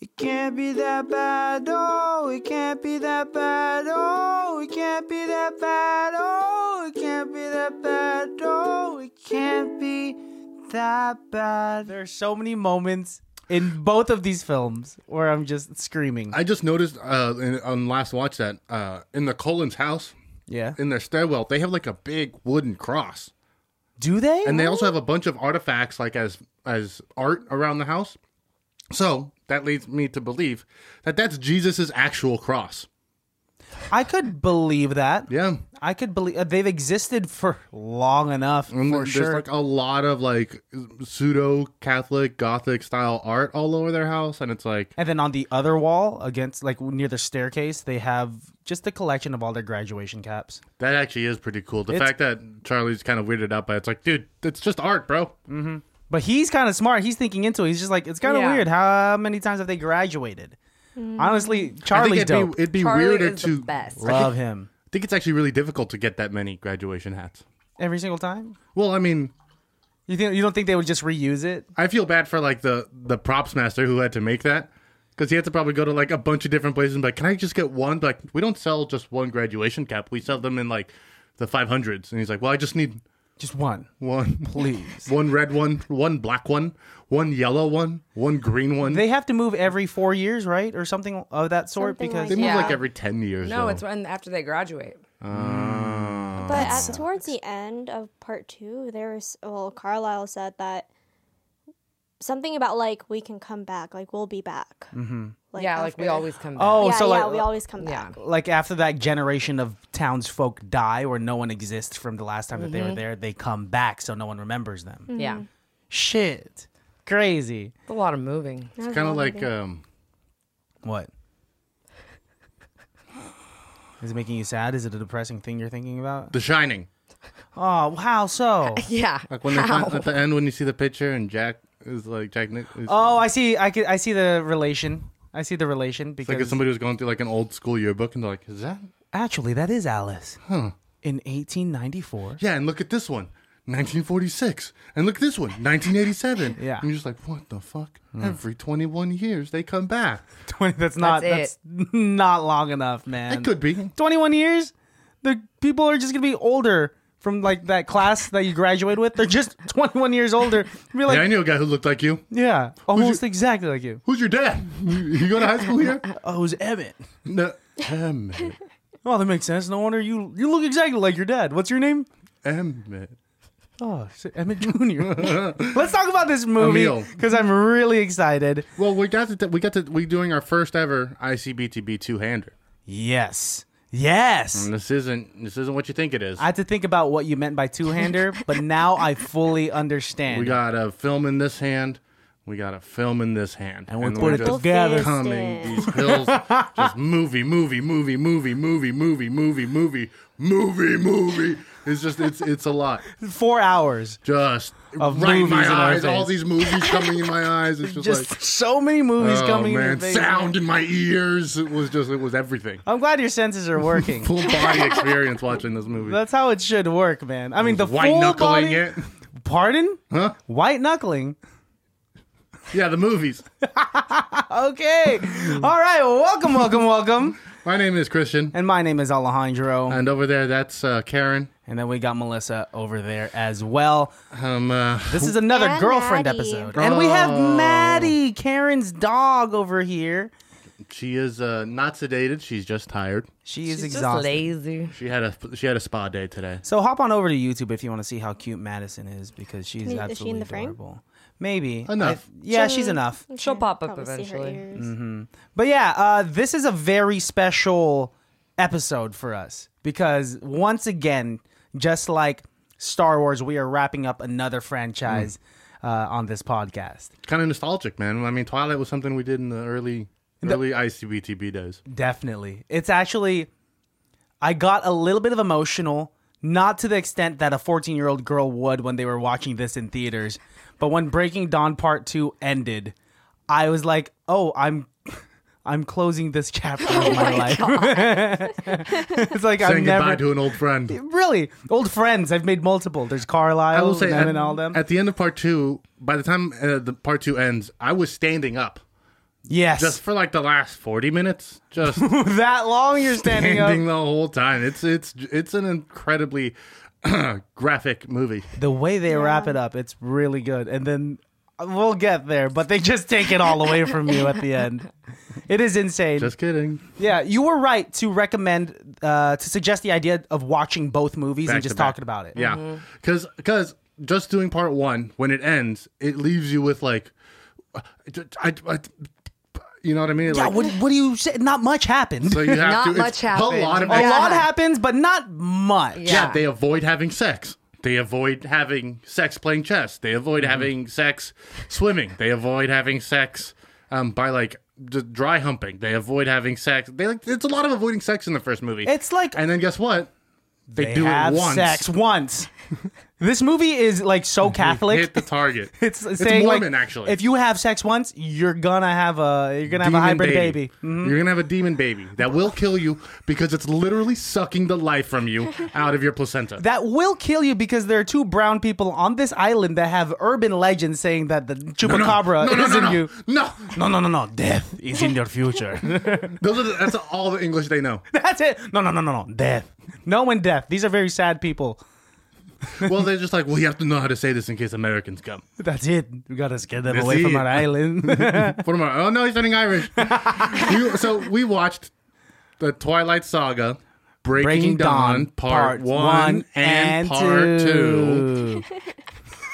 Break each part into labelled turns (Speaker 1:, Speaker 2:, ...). Speaker 1: It can't be that bad, oh, it can't be that bad, oh, it can't be that bad, oh, it can't be that bad, oh, it can't be that bad. There are so many moments in both of these films where I'm just screaming.
Speaker 2: I just noticed uh, in, on last watch that uh, in the Colin's house,
Speaker 1: yeah.
Speaker 2: in their stairwell, they have like a big wooden cross,
Speaker 1: Do they?
Speaker 2: and they also have a bunch of artifacts like as as art around the house. So that leads me to believe that that's Jesus's actual cross.
Speaker 1: I could believe that.
Speaker 2: Yeah,
Speaker 1: I could believe uh, they've existed for long enough
Speaker 2: And
Speaker 1: for
Speaker 2: there's
Speaker 1: sure.
Speaker 2: like a lot of like pseudo Catholic Gothic style art all over their house, and it's like
Speaker 1: and then on the other wall, against like near the staircase, they have just a collection of all their graduation caps.
Speaker 2: that actually is pretty cool. The
Speaker 1: It's-
Speaker 2: fact that Charlie's kind of weirded out by it, it's like, dude, it's just art, bro.
Speaker 1: But he's kind of smart. He's thinking into it. He's just like, it's kind of
Speaker 3: Yeah.
Speaker 1: weird. How many times have they graduated?
Speaker 4: Mm-hmm.
Speaker 1: Honestly, Charlie's
Speaker 2: I think it'd
Speaker 1: dope.
Speaker 2: be, it'd be
Speaker 3: Charlie
Speaker 2: weirder
Speaker 3: is the
Speaker 2: to. I
Speaker 3: best.
Speaker 1: Love him
Speaker 2: think it's actually really difficult to get that many graduation hats.
Speaker 1: every single time.
Speaker 2: Well, I mean,
Speaker 1: You think you don't think they would just reuse it?
Speaker 2: I feel bad for like the the props master who had to make that because he had to probably go to like a bunch of different places and be like, can I just get one? Like, we don't sell just one graduation cap. We sell them in like the five hundreds. And he's like, well, I just need
Speaker 1: Just one,
Speaker 2: one.
Speaker 1: please.
Speaker 2: one red one, one black one, one yellow one, one green one. They,
Speaker 1: they have to move every four years, right, or something of that sort,
Speaker 4: Something
Speaker 1: because
Speaker 4: like
Speaker 2: move
Speaker 3: Yeah.
Speaker 2: like every ten years.
Speaker 3: No,
Speaker 2: though.
Speaker 3: it's when after they graduate.
Speaker 1: Oh,
Speaker 4: But at, towards the end of part two, there was well, Carlisle said that something about like we can come back, like we'll be back. Mm-hmm.
Speaker 3: yeah, like we always come back.
Speaker 1: Oh,
Speaker 4: yeah,
Speaker 1: so
Speaker 4: yeah,
Speaker 1: like-
Speaker 4: we always come
Speaker 3: yeah.
Speaker 4: back.
Speaker 1: like after that generation of townsfolk die or no one exists from the last time that
Speaker 4: Mm-hmm.
Speaker 1: they were there, they come back so no one remembers them.
Speaker 3: Yeah.
Speaker 1: Shit. Crazy.
Speaker 3: It's a lot of moving.
Speaker 2: it's kind of
Speaker 1: uh,
Speaker 2: like um,
Speaker 1: What? Is it making you sad? Is it a depressing thing you're thinking about?
Speaker 2: The Shining.
Speaker 1: Oh, how so?
Speaker 3: Yeah.
Speaker 2: Like when they find, at the end when you see the picture and Jack is like Jack Nick. Is,
Speaker 1: Oh, I see. I could, I see the relation. I see the relation
Speaker 2: It's like
Speaker 1: because
Speaker 2: if somebody was going through like an old school yearbook and they're like, is that?
Speaker 1: actually that is Alice. In 1894.
Speaker 2: Yeah, and look at this one. 1946. And look at this one, 1987.
Speaker 1: Yeah. Hmm.
Speaker 2: And you're just like, what the fuck? Every 21 years they come back.
Speaker 1: 20, that's not that's,
Speaker 3: That's
Speaker 1: not long enough, man.
Speaker 2: It could be.
Speaker 1: 21 years, the people are just gonna be older from like that class that you graduate with. They're just 21 years older. Be like,
Speaker 2: Yeah, I
Speaker 1: yeah,
Speaker 2: knew a guy who looked like you.
Speaker 1: almost exactly like you.
Speaker 2: Who's your dad? You go to high school here?
Speaker 1: Oh, it was Emmett.
Speaker 2: No. Emmett.
Speaker 1: Oh, that makes sense. No wonder you you look exactly like your dad. What's your name?
Speaker 2: Emmett.
Speaker 1: Oh, it's Emmett Junior. Let's talk about this movie
Speaker 2: Emil.
Speaker 1: because I'm really excited.
Speaker 2: Well, we got to we got to we doing our first ever ICBTB two hander.
Speaker 1: Yes, yes.
Speaker 2: And this isn't this isn't what you think it is.
Speaker 1: Mm. I had to think about what you meant by two-hander, but now I fully understand.
Speaker 2: we got a film in this hand. We got a film in this hand.
Speaker 1: and we
Speaker 2: we're
Speaker 1: put it
Speaker 2: just
Speaker 1: together.
Speaker 4: Fist.
Speaker 2: Coming these hills, just movie, movie, movie, movie, movie, movie, movie, movie, movie, movie. It's just it's it's a lot.
Speaker 1: Four hours.
Speaker 2: Just
Speaker 1: Of
Speaker 2: right in my
Speaker 1: movies in our
Speaker 2: eyes, all
Speaker 1: face.
Speaker 2: these movies coming in my eyes. It's just,
Speaker 1: Just
Speaker 2: like
Speaker 1: so many movies
Speaker 2: oh
Speaker 1: coming in. your
Speaker 2: man,
Speaker 1: face.
Speaker 2: sound in my ears. It was just it was everything.
Speaker 1: I'm glad your senses are working.
Speaker 2: Full body experience watching this movie.
Speaker 1: That's how it should work, man. I mean, the
Speaker 2: White
Speaker 1: full
Speaker 2: knuckling
Speaker 1: body-
Speaker 2: it.
Speaker 1: Pardon?
Speaker 2: Huh?
Speaker 1: White knuckling.
Speaker 2: Yeah, the movies.
Speaker 1: Okay. All right. Well, welcome, welcome, welcome.
Speaker 2: My name is Christian,
Speaker 1: And my name is Alejandro.
Speaker 2: and over there, that's uh, Karen.
Speaker 1: And then we got Melissa over there as well.
Speaker 2: Um, uh,
Speaker 1: This is another
Speaker 4: And
Speaker 1: girlfriend
Speaker 4: Maddie.
Speaker 1: episode. And we have Maddie, Karen's dog, over here.
Speaker 2: she is uh, not sedated. She's just tired.
Speaker 1: She is
Speaker 3: She's just
Speaker 1: exhausted.
Speaker 3: lazy.
Speaker 2: She had a she had a spa day today.
Speaker 1: So hop on over to YouTube if you want to see how cute Madison is because she's
Speaker 4: Is she in
Speaker 1: absolutely
Speaker 4: the frame?
Speaker 1: adorable. Maybe.
Speaker 2: Enough.
Speaker 1: I- yeah, she's enough.
Speaker 3: She'll pop up
Speaker 4: Probably see her
Speaker 3: eventually.
Speaker 4: ears.
Speaker 1: Mm-hmm. But yeah, uh, this is a very special episode for us because once again, just like Star Wars, we are wrapping up another franchise uh, on this podcast.
Speaker 2: Kind of nostalgic, man. I mean, Twilight was something we did in the early early ICBTB days.
Speaker 1: Definitely. It's actually, I got a little bit of emotional, not to the extent that a 14 year old girl would when they were watching this in theaters, but when Breaking Dawn Part 2 ended, I was like, oh, I'm. I'm closing this chapter of my, life. it's like I'm
Speaker 2: Saying
Speaker 1: never
Speaker 2: goodbye to an old friend.
Speaker 1: really old friends. I've made multiple. There's Carlisle, them
Speaker 2: at,
Speaker 1: and all them.
Speaker 2: at the end of part two, by the time uh, the part two ends, I was standing up.
Speaker 1: Yes.
Speaker 2: just for like the last 40 minutes just
Speaker 1: that long you're standing,
Speaker 2: standing
Speaker 1: up.
Speaker 2: the whole time it's it's it's an incredibly graphic movie
Speaker 1: The way they wrap it up, it's really good. And then uh, we'll get there, but they just take it all away from you at the end. It is insane.
Speaker 2: just kidding
Speaker 1: yeah, you were right to recommend uh, to suggest the idea of watching both movies
Speaker 2: Back
Speaker 1: and
Speaker 2: to
Speaker 1: just
Speaker 2: back.
Speaker 1: talking about it.
Speaker 2: yeah because because just doing part one when it ends it leaves you with like uh, I, I- you know what i mean
Speaker 1: Yeah,
Speaker 2: like,
Speaker 1: what, what do you say? Not much happened.
Speaker 2: so you have
Speaker 3: Not
Speaker 2: to it's
Speaker 3: much happened.
Speaker 2: a lot of
Speaker 3: Yeah.
Speaker 1: A
Speaker 2: yeah.
Speaker 1: lot happens, but not much.
Speaker 3: Yeah.
Speaker 2: they avoid having sex they avoid having sex playing chess they avoid
Speaker 3: Mm-hmm.
Speaker 2: having sex swimming they avoid having sex um, by like just dry humping they avoid having sex they like it's a lot of avoiding sex in the first movie
Speaker 1: It's like
Speaker 2: and then guess what they,
Speaker 1: they
Speaker 2: do
Speaker 1: have
Speaker 2: it once
Speaker 1: sex once. this movie is like so Catholic.
Speaker 2: hit the target
Speaker 1: it's, saying like,
Speaker 2: mormon actually
Speaker 1: if you have sex once, you're gonna have a you're gonna have a
Speaker 2: Demon
Speaker 1: hybrid baby. Mm-hmm.
Speaker 2: You're gonna have a demon baby that will kill you because it's literally sucking the life from you out of your placenta.
Speaker 1: That will kill you because there are two brown people on this island that have urban legends saying that the chupacabra
Speaker 2: no, no,
Speaker 1: is
Speaker 2: no,
Speaker 1: in
Speaker 2: no.
Speaker 1: you.
Speaker 2: No,
Speaker 1: No, no, no, no. Death is in your future.
Speaker 2: those are the, that's all the English they know.
Speaker 1: That's it. No, no, no, no, no. Death. No and death. These are very sad people.
Speaker 2: Well, they're just like, well, you have to know how to say this in case Americans come.
Speaker 1: That's it. We gotta scare them
Speaker 2: That's
Speaker 1: away from
Speaker 2: it.
Speaker 1: our island.
Speaker 2: What am I? Oh no, he's sounding Irish. You- so we watched the Twilight Saga, Breaking,
Speaker 1: Breaking
Speaker 2: Dawn,
Speaker 1: Dawn,
Speaker 2: Part, One, and, Part Two.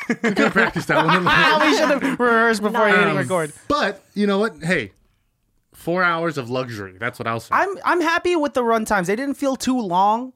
Speaker 2: We could have practiced that one. a little.
Speaker 1: Ah, we should have rehearsed before hitting
Speaker 2: Um,
Speaker 1: record.
Speaker 2: But you know what? Hey, four hours of luxury. That's what I'll say.
Speaker 1: I'm I'm happy with the run times. They didn't feel too long,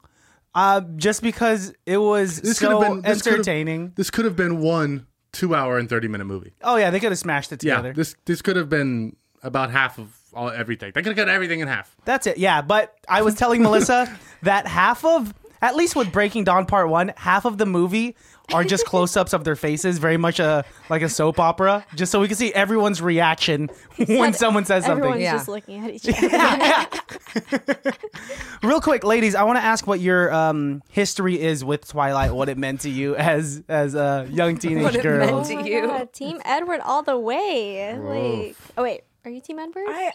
Speaker 1: uh, just because it was so
Speaker 2: could have-
Speaker 1: entertaining.
Speaker 2: This could have been one two hour and thirty minute movie.
Speaker 1: Oh yeah, they could have smashed it
Speaker 2: Yeah,
Speaker 1: together.
Speaker 2: this this could have been about half of all everything. They could have cut everything in half.
Speaker 1: That's it. Yeah, but I was telling Melissa that half of at least with Breaking Dawn Part One, half of the movie are just close-ups of their faces, very much a like a soap opera, just so we can see everyone's reaction when someone says something.
Speaker 4: Everyone's
Speaker 3: Yeah.
Speaker 4: just looking at each other.
Speaker 1: Real quick, ladies, I want to ask what your um, history is with Twilight, what it meant to you as as a young teenage
Speaker 3: What it
Speaker 1: girl.
Speaker 3: meant
Speaker 4: Oh
Speaker 3: to
Speaker 4: my
Speaker 3: you.
Speaker 4: God, Team Edward all the way. Like, oh wait, are you Team Edward?
Speaker 5: I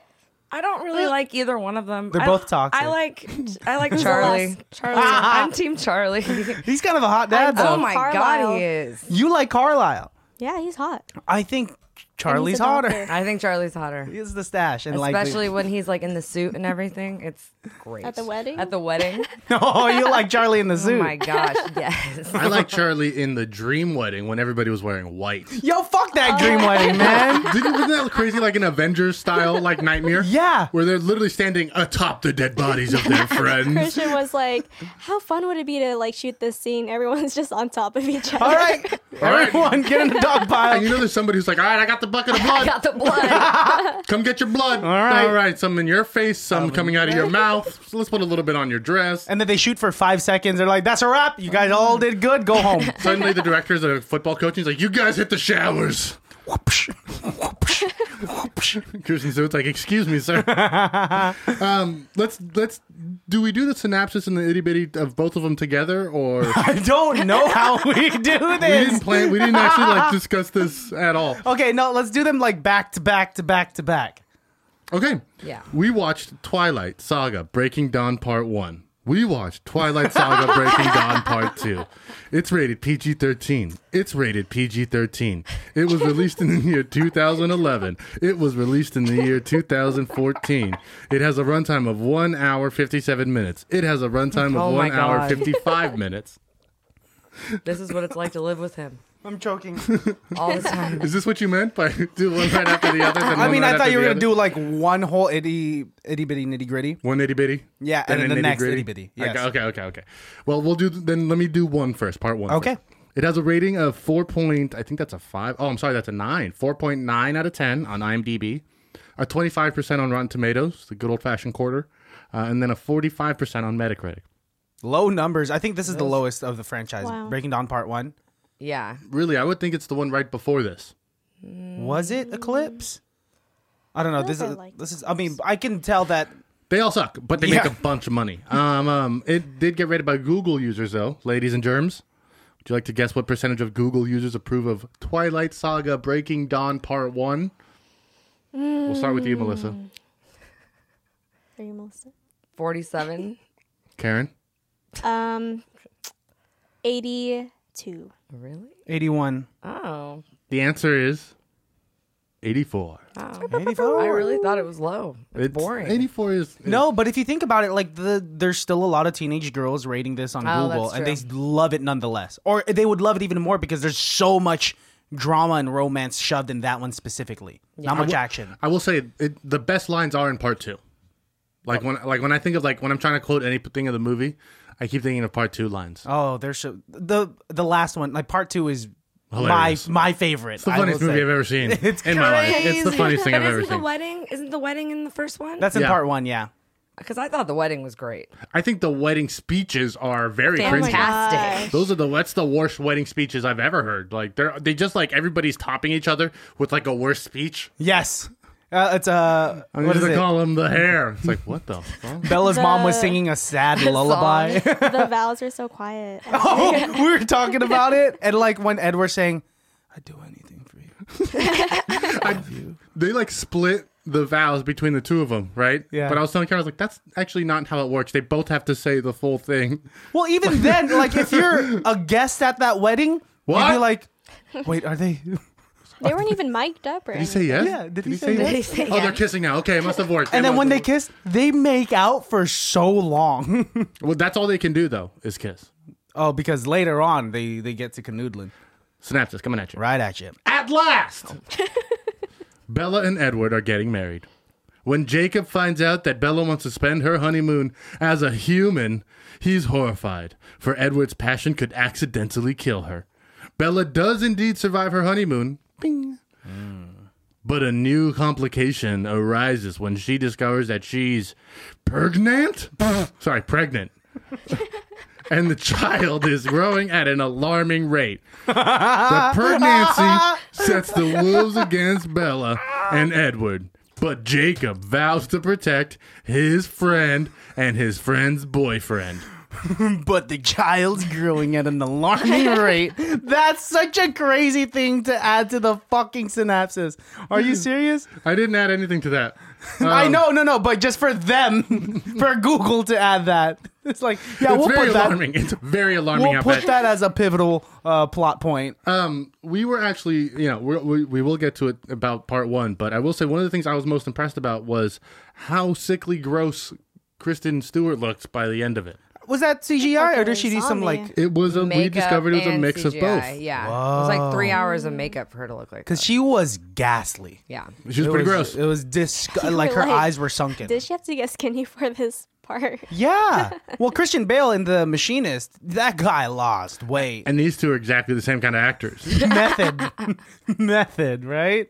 Speaker 5: I don't really like either one of them.
Speaker 1: They're
Speaker 5: I-
Speaker 1: both toxic.
Speaker 5: I like I like
Speaker 3: Charlie.
Speaker 5: Charlie. Charlie.
Speaker 1: Ah.
Speaker 3: I'm Team Charlie.
Speaker 1: He's kind of a hot dad, though.
Speaker 3: oh my
Speaker 4: Carlisle.
Speaker 3: God, he is.
Speaker 1: you like Carlisle.
Speaker 4: yeah, he's hot. And
Speaker 1: I think
Speaker 4: he's
Speaker 1: Charlie's
Speaker 4: a
Speaker 1: hotter.
Speaker 4: doctor.
Speaker 3: I think Charlie's hotter.
Speaker 1: He has the stash and
Speaker 3: Especially when he's like in the suit and everything. It's great.
Speaker 4: At the wedding?
Speaker 3: At the wedding.
Speaker 1: like. Oh, you like Charlie in the
Speaker 3: oh
Speaker 1: zoo.
Speaker 3: my gosh, yes.
Speaker 2: I like Charlie in the dream wedding when everybody was wearing white.
Speaker 1: Yo, fuck that dream wedding, man.
Speaker 2: Did you wasn't that crazy like an Avengers style like nightmare?
Speaker 1: Yeah.
Speaker 2: Where they're literally standing atop the dead bodies of their friends.
Speaker 4: Christian was like, "How fun would it be to like shoot this scene? Everyone's just on top of each other."
Speaker 1: All right,
Speaker 2: All right.
Speaker 1: everyone, get in the dog
Speaker 2: And
Speaker 1: pile.
Speaker 2: you know there's somebody who's like, all right, I got the bucket of blood.
Speaker 3: Got the blood.
Speaker 2: Come get your blood. All
Speaker 1: right.
Speaker 2: All right. Some in your face, some coming out of your mouth. So let's put a little bit on your dress.
Speaker 1: And then they shoot for five seconds. They're like, "That's a wrap. You guys all did good. Go home."
Speaker 2: Suddenly, the director's a football coach. He's like, "You guys hit the showers."
Speaker 1: Whoopsh, whoopsh, whoopsh.
Speaker 2: Kirsten Stewart's like, "Excuse me, sir." um, let's let's do we do the synopsis and the itty bitty of both of them together, or we
Speaker 1: I don't know how we do
Speaker 2: didn't
Speaker 1: this.
Speaker 2: plan? We didn't actually like discuss this at all.
Speaker 1: Okay, no, let's do them like back to back to back to back.
Speaker 2: Okay.
Speaker 3: Yeah.
Speaker 2: We watched Twilight Saga Breaking Dawn Part 1. We watched Twilight Saga Breaking Dawn Part 2. It's rated PG 13. It's rated PG 13. It was released in the year 2011. It was released in the year 2014. It has a runtime of 1 hour 57 minutes. It has a runtime of
Speaker 3: Oh
Speaker 2: 1
Speaker 3: my
Speaker 2: hour
Speaker 3: God.
Speaker 2: 55 minutes.
Speaker 3: this is what it's like to live with him
Speaker 1: I'm choking.
Speaker 3: all the time.
Speaker 2: Is this what you meant by do one right after the other?
Speaker 1: I mean, I thought you were gonna do like one whole itty itty bitty nitty gritty.
Speaker 2: One itty bitty.
Speaker 1: Yeah, and then
Speaker 2: an
Speaker 1: the next
Speaker 2: itty-gritty?
Speaker 1: itty-bitty. Yes.
Speaker 2: Okay, okay, okay, okay. Well, we'll do then. Let me do one first. Part one.
Speaker 1: Okay.
Speaker 2: first. It has a rating of four point. I think that's a five. Oh, I'm sorry, that's a nine. Four point nine out of ten on IMDb, a twenty five percent on Rotten Tomatoes, the good old fashioned quarter, uh, and then a forty five percent on Metacritic.
Speaker 1: Low numbers. I think this is the lowest of the franchise.
Speaker 4: Wow.
Speaker 1: Breaking Dawn Part One.
Speaker 3: Yeah.
Speaker 2: Really, I would think it's the one right before this.
Speaker 1: Was it Eclipse? I don't know. This
Speaker 4: I
Speaker 1: is
Speaker 4: liked
Speaker 1: this is. I mean, I can tell that.
Speaker 2: They all suck, but they make
Speaker 1: Yeah.
Speaker 2: a bunch of money. Um, um, it did get rated by Google users, though, ladies and germs. Would you like to guess what percentage of Google users approve of Twilight Saga Breaking Dawn Part 1? We'll start with you, Melissa.
Speaker 4: Are you Melissa?
Speaker 3: 47.
Speaker 2: Karen.
Speaker 4: Um, 82.
Speaker 3: really?
Speaker 1: 81.
Speaker 3: Oh.
Speaker 2: The answer is 84.
Speaker 3: Wow.
Speaker 1: 84.
Speaker 3: I really thought it was low. It's, boring.
Speaker 2: 84 is.
Speaker 1: No, but if you think about it, like the there's still a lot of teenage girls rating this on
Speaker 3: Oh,
Speaker 1: Google,
Speaker 3: that's
Speaker 1: and
Speaker 3: true.
Speaker 1: they love it nonetheless, or they would love it even more because there's so much drama and romance shoved in that one specifically. Not much action.
Speaker 2: I will say it, the best lines are in part two. Like when like when I think of like when I'm trying to quote anything of the movie, I keep thinking of part two lines.
Speaker 1: Oh, there's so, the the last one, like part two, is
Speaker 2: Hilarious.
Speaker 1: my my favorite.
Speaker 2: It's the funniest movie I've ever seen in my life. It's the funniest thing
Speaker 5: But
Speaker 2: I've ever
Speaker 5: isn't the
Speaker 2: seen.
Speaker 5: wedding? Isn't the wedding in the first one?
Speaker 1: That's in
Speaker 2: Yeah.
Speaker 1: part one, yeah.
Speaker 3: Because I thought the wedding was great.
Speaker 2: I think the wedding speeches are very
Speaker 5: Oh
Speaker 2: cringy.
Speaker 3: Fantastic.
Speaker 2: Those are the that's the worst wedding speeches I've ever heard. Like they're they just like everybody's topping each other with like a worse speech.
Speaker 1: Yes, uh, it's uh,
Speaker 2: I'm
Speaker 1: what is
Speaker 2: gonna
Speaker 1: it?
Speaker 2: call them the hair. It's like what the fuck?
Speaker 1: Bella's mom was
Speaker 4: The-
Speaker 1: singing a sad lullaby.
Speaker 4: the vows are so quiet.
Speaker 1: Oh, we were talking about it, and like when Ed was saying, "I'd do anything for you."
Speaker 2: They like split the vows between the two of them, right?
Speaker 1: Yeah.
Speaker 2: But I was telling Karen, I was like, that's actually not how it works. They both have to say the full thing.
Speaker 1: Well, even then, like if you're a guest at that wedding, you'd be
Speaker 2: What?
Speaker 1: like, "Wait, are they?"
Speaker 4: They weren't even mic'd up or
Speaker 2: Did he say yes?
Speaker 1: Yeah, did he say
Speaker 2: yes?
Speaker 1: yes?
Speaker 5: Did he say
Speaker 2: oh, they're
Speaker 5: yes?
Speaker 2: kissing now. Okay, it must have worked.
Speaker 1: And
Speaker 2: It
Speaker 1: then when they
Speaker 2: must
Speaker 1: kiss, they make out for so long.
Speaker 2: have worked. well, that's all they can do though is kiss.
Speaker 1: oh, because later on they they get to canoodling
Speaker 2: Synapses coming at you.
Speaker 1: right at you.
Speaker 2: At last! Bella and Edward are getting married. When Jacob finds out that Bella wants to spend her honeymoon as a human, he's horrified, for Edward's passion could accidentally kill her. Bella does indeed survive her honeymoon. Bing. Hmm. But a new complication arises when she discovers that she's pregnant? Sorry, pregnant. and the child is growing at an alarming rate. The pregnancy sets the wolves against Bella and Edward. But Jacob vows to protect his friend and his friend's boyfriend.
Speaker 1: But the child's growing at an alarming rate. That's such a crazy thing to add to the fucking synapses. Are you serious?
Speaker 2: I didn't add anything to that.
Speaker 1: I
Speaker 2: Um,
Speaker 1: know, no, no, but just for them, for Google to add that, it's like, yeah,
Speaker 2: it's
Speaker 1: we'll
Speaker 2: very
Speaker 1: put that.
Speaker 2: alarming. It's very alarming.
Speaker 1: We'll
Speaker 2: out
Speaker 1: put
Speaker 2: back.
Speaker 1: that as a pivotal uh, plot point.
Speaker 2: Um, we were actually, you know, we're, we we will get to it about part one, but I will say one of the things I was most impressed about was how sickly gross Kristen Stewart looked by the end of it.
Speaker 1: Was that CGI or
Speaker 4: like
Speaker 1: did she
Speaker 4: a
Speaker 1: do some
Speaker 4: zombie.
Speaker 1: like?
Speaker 2: It was a we
Speaker 3: Makeup
Speaker 2: discovered it was a
Speaker 3: and
Speaker 2: mix
Speaker 3: CGI,
Speaker 2: of both.
Speaker 3: Yeah. It was like three hours of makeup for her to look like
Speaker 1: Because
Speaker 3: that.
Speaker 1: she was ghastly.
Speaker 3: Yeah.
Speaker 2: She was
Speaker 1: It
Speaker 2: pretty
Speaker 1: was-
Speaker 2: gross.
Speaker 1: It was disg- like her
Speaker 4: Like,
Speaker 1: eyes were sunken.
Speaker 4: Did she have to get skinny for this part?
Speaker 1: yeah. Well, Christian Bale in The Machinist, that guy lost weight.
Speaker 2: And these two are exactly the same kind of actors.
Speaker 1: method, method, right?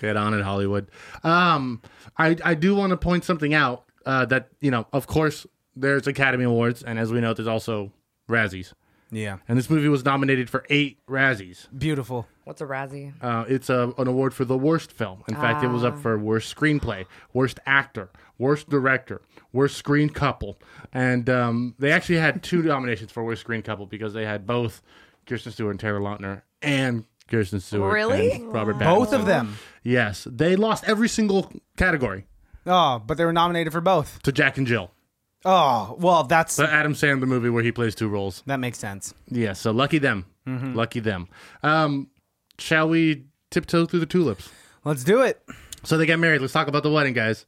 Speaker 2: Get on it, Hollywood. Um, I I do want to point something out uh, that you know, of course, there's Academy Awards, and as we know, there's also Razzies.
Speaker 1: Yeah.
Speaker 2: And this movie was nominated for eight Razzies.
Speaker 1: Beautiful.
Speaker 3: What's a Razzie?
Speaker 2: Uh, it's a, an award for the worst film. In fact, it was
Speaker 1: Ah.
Speaker 2: up for worst screenplay, worst actor, worst director, worst screen couple, and um, they actually had two nominations for worst screen couple because they had both Kirsten Stewart and Taylor Lautner and Kirsten Stewart,
Speaker 3: Really?
Speaker 2: and Robert Pattinson.
Speaker 1: Both of them.
Speaker 2: Yes, they lost every single category
Speaker 1: Oh, but they were nominated for both.
Speaker 2: to Jack and Jill,
Speaker 1: Oh, well, that's
Speaker 2: the Adam Sandler movie where he plays two roles. Mm-hmm.
Speaker 1: that makes sense.
Speaker 2: Yeah, so lucky them, lucky them. Um, shall we tiptoe through the tulips?
Speaker 1: Let's do it.
Speaker 2: So they get married. Let's talk about the wedding, guys.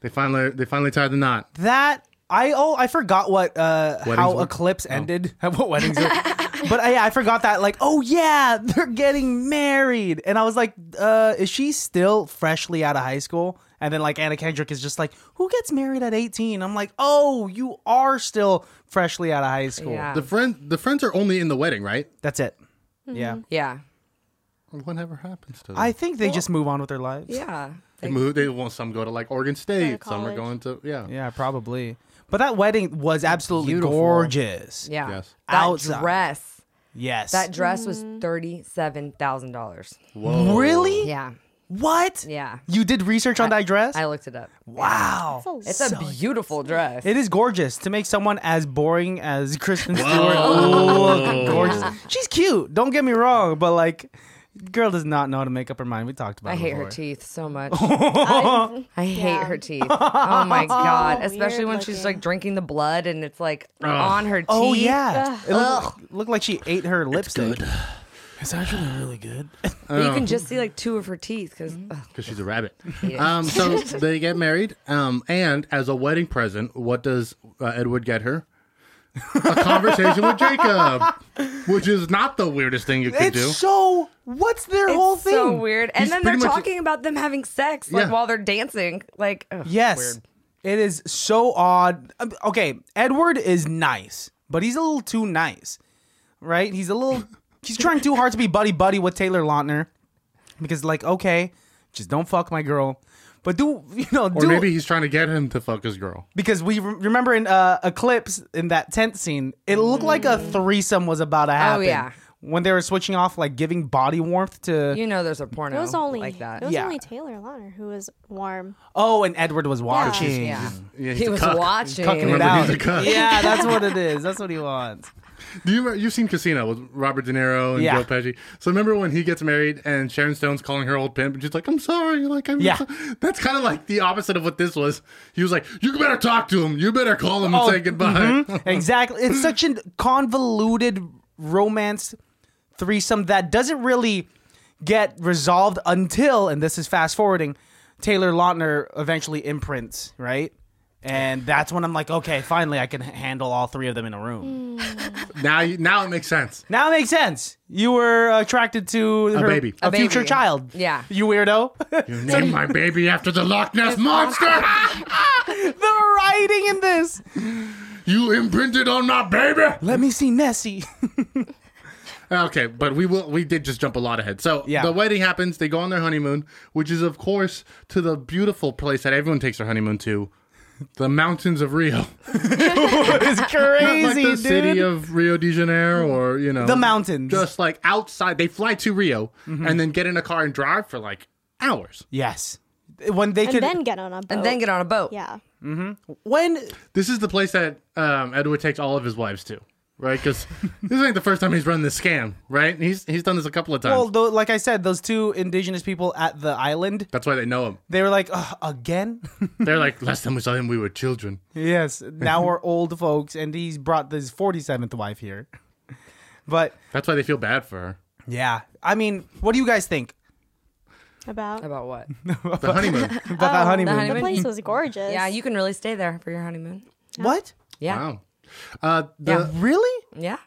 Speaker 2: They finally they finally tied the knot.
Speaker 1: That I oh I forgot what uh how
Speaker 2: were-
Speaker 1: Eclipse ended. what weddings? were- but uh, I, I forgot that. Like oh yeah, they're getting married, and I was like, uh, is she still freshly out of high school? And then like Anna Kendrick is just like, who gets married at eighteen? I'm like, oh, you are still freshly out of high school.
Speaker 3: Yeah.
Speaker 2: The friend the friends are only in the wedding, right?
Speaker 1: That's it.
Speaker 3: Mm-hmm.
Speaker 1: Yeah,
Speaker 3: Yeah.
Speaker 2: Whatever happens to them.
Speaker 1: I think they just move on with their lives.
Speaker 3: Yeah.
Speaker 2: they move. They want some go to like Oregon State. Some are
Speaker 4: college.
Speaker 2: going to yeah.
Speaker 1: yeah, probably. But that wedding was absolutely
Speaker 3: Beautiful.
Speaker 1: gorgeous.
Speaker 3: Yeah.
Speaker 2: Yes.
Speaker 3: That
Speaker 1: Outside.
Speaker 3: dress.
Speaker 1: Yes.
Speaker 3: That dress was
Speaker 5: Mm-hmm.
Speaker 3: thirty-seven thousand dollars.
Speaker 2: Whoa.
Speaker 1: really?
Speaker 3: Yeah.
Speaker 1: What?
Speaker 3: Yeah.
Speaker 1: You did research on that dress?
Speaker 3: I looked it up.
Speaker 1: wow.
Speaker 3: It's a beautiful dress.
Speaker 1: It is gorgeous to make someone as boring as Kristen Stewart look gorgeous. She's cute. Don't get me wrong, but like Girl does not know how to make up her mind. We talked about.
Speaker 3: I
Speaker 1: it
Speaker 3: hate her
Speaker 1: before.
Speaker 3: teeth so much.
Speaker 4: I-
Speaker 3: I hate
Speaker 4: Yeah.
Speaker 3: her teeth. Oh my god!
Speaker 4: weird
Speaker 3: Especially when she's like
Speaker 4: looking.
Speaker 3: drinking the blood and it's like on her teeth.
Speaker 1: Oh yeah, it
Speaker 3: uh, Ugh.
Speaker 1: looked, looked like she ate her lipstick. It's actually really good.
Speaker 3: But you can just see like two of her teeth because
Speaker 4: Mm-hmm.
Speaker 2: because she's a rabbit.
Speaker 3: Yes.
Speaker 2: Um, so they get married, um, and as a wedding present, what does uh, Edward get her? A conversation with Jacob, which is not the weirdest thing you could
Speaker 1: It's
Speaker 2: do.
Speaker 1: so. What's their whole
Speaker 3: it's
Speaker 1: thing?
Speaker 3: so weird. And
Speaker 2: He's
Speaker 3: then they're
Speaker 2: pretty much-
Speaker 3: talking about them having sex like
Speaker 2: Yeah.
Speaker 3: while they're dancing. Like ugh,
Speaker 1: Yes,
Speaker 3: weird.
Speaker 1: it is so odd. Um, Okay, Edward is nice, but he's a little too nice, right? He's a little. he's trying too hard to be buddy buddy with Taylor Lautner, because like, okay, just don't fuck my girl. But do you know?
Speaker 2: Or
Speaker 1: do,
Speaker 2: maybe he's trying to get him to fuck his girl.
Speaker 1: because we re- remember in uh, Eclipse in that tent scene, it looked like a threesome was about to happen.
Speaker 3: Mm. Oh, yeah.
Speaker 1: when they were switching off, like giving body warmth to.
Speaker 3: You know, there's a porno
Speaker 4: It was only
Speaker 3: like that.
Speaker 4: It was
Speaker 1: Yeah.
Speaker 4: only Taylor Lautner who was warm.
Speaker 1: oh, and Edward was watching.
Speaker 3: Yeah,
Speaker 2: Yeah, he's
Speaker 3: he
Speaker 2: a
Speaker 3: was
Speaker 2: cuck.
Speaker 3: watching.
Speaker 1: Cucking it
Speaker 2: Remember,
Speaker 1: out.
Speaker 2: he's a cuck.
Speaker 1: Yeah, that's what it is. That's what he wants.
Speaker 2: Do you remember, you've seen Casino with Robert De Niro and
Speaker 1: Yeah.
Speaker 2: Joe Pesci? So remember when he gets married and Sharon Stone's calling her old pimp and she's like, "I'm sorry," like I'm
Speaker 1: Yeah.
Speaker 2: so-" That's kind of like the opposite of what this was. He was like, "You better talk to him. You better call him
Speaker 1: Oh,
Speaker 2: and say goodbye."
Speaker 1: exactly. It's such a convoluted romance threesome that doesn't really get resolved until, and this is fast forwarding, Taylor Lautner eventually imprints, right? And that's when I'm like, okay, finally I can h- handle all three of them in a room.
Speaker 2: Now, you, now it makes sense.
Speaker 1: Now it makes sense. You were attracted to a
Speaker 2: baby.
Speaker 1: a,
Speaker 3: A
Speaker 1: future
Speaker 3: baby.
Speaker 1: child.
Speaker 3: Yeah.
Speaker 1: you weirdo.
Speaker 2: You named my baby after the Loch Ness monster.
Speaker 1: the writing in this.
Speaker 2: you imprinted on my baby.
Speaker 1: Let me see Nessie.
Speaker 2: Okay, but we will. We did just jump a lot ahead. So
Speaker 1: Yeah.
Speaker 2: the wedding happens. They go on their honeymoon, which is of course to the beautiful place that everyone takes their honeymoon to, the mountains of Rio.
Speaker 1: it's crazy,
Speaker 2: like the
Speaker 1: dude.
Speaker 2: city of Rio de Janeiro or you know
Speaker 1: The mountains. Mm-hmm.
Speaker 2: Just like outside, they fly to Rio and then get in a car and drive for like hours.
Speaker 1: yes, when they
Speaker 4: And
Speaker 1: could
Speaker 4: then get on a boat.
Speaker 3: and then get on a boat.
Speaker 4: Yeah.
Speaker 1: when
Speaker 2: This is the place that um, Edward takes all of his wives to, right? Because this ain't the first time he's run this scam, right? He's he's done this a couple of times.
Speaker 1: well, though, like I said, those two indigenous people at the island,
Speaker 2: That's why they know him.
Speaker 1: they were like, "Ugh, again.
Speaker 2: They're like, last time we saw him, we were children.
Speaker 1: yes, now we're old folks, and he's brought this forty seventh wife here. But
Speaker 2: That's why they feel bad for her.
Speaker 1: yeah, I mean, what do you guys think
Speaker 4: About.
Speaker 3: About what?
Speaker 2: The honeymoon.
Speaker 1: about that honeymoon?
Speaker 3: honeymoon.
Speaker 4: The place was gorgeous.
Speaker 3: Yeah, you can really stay there for your honeymoon.
Speaker 1: What?
Speaker 3: Yeah,
Speaker 2: wow. Uh, the,
Speaker 3: Yeah.
Speaker 1: Really?
Speaker 3: yeah.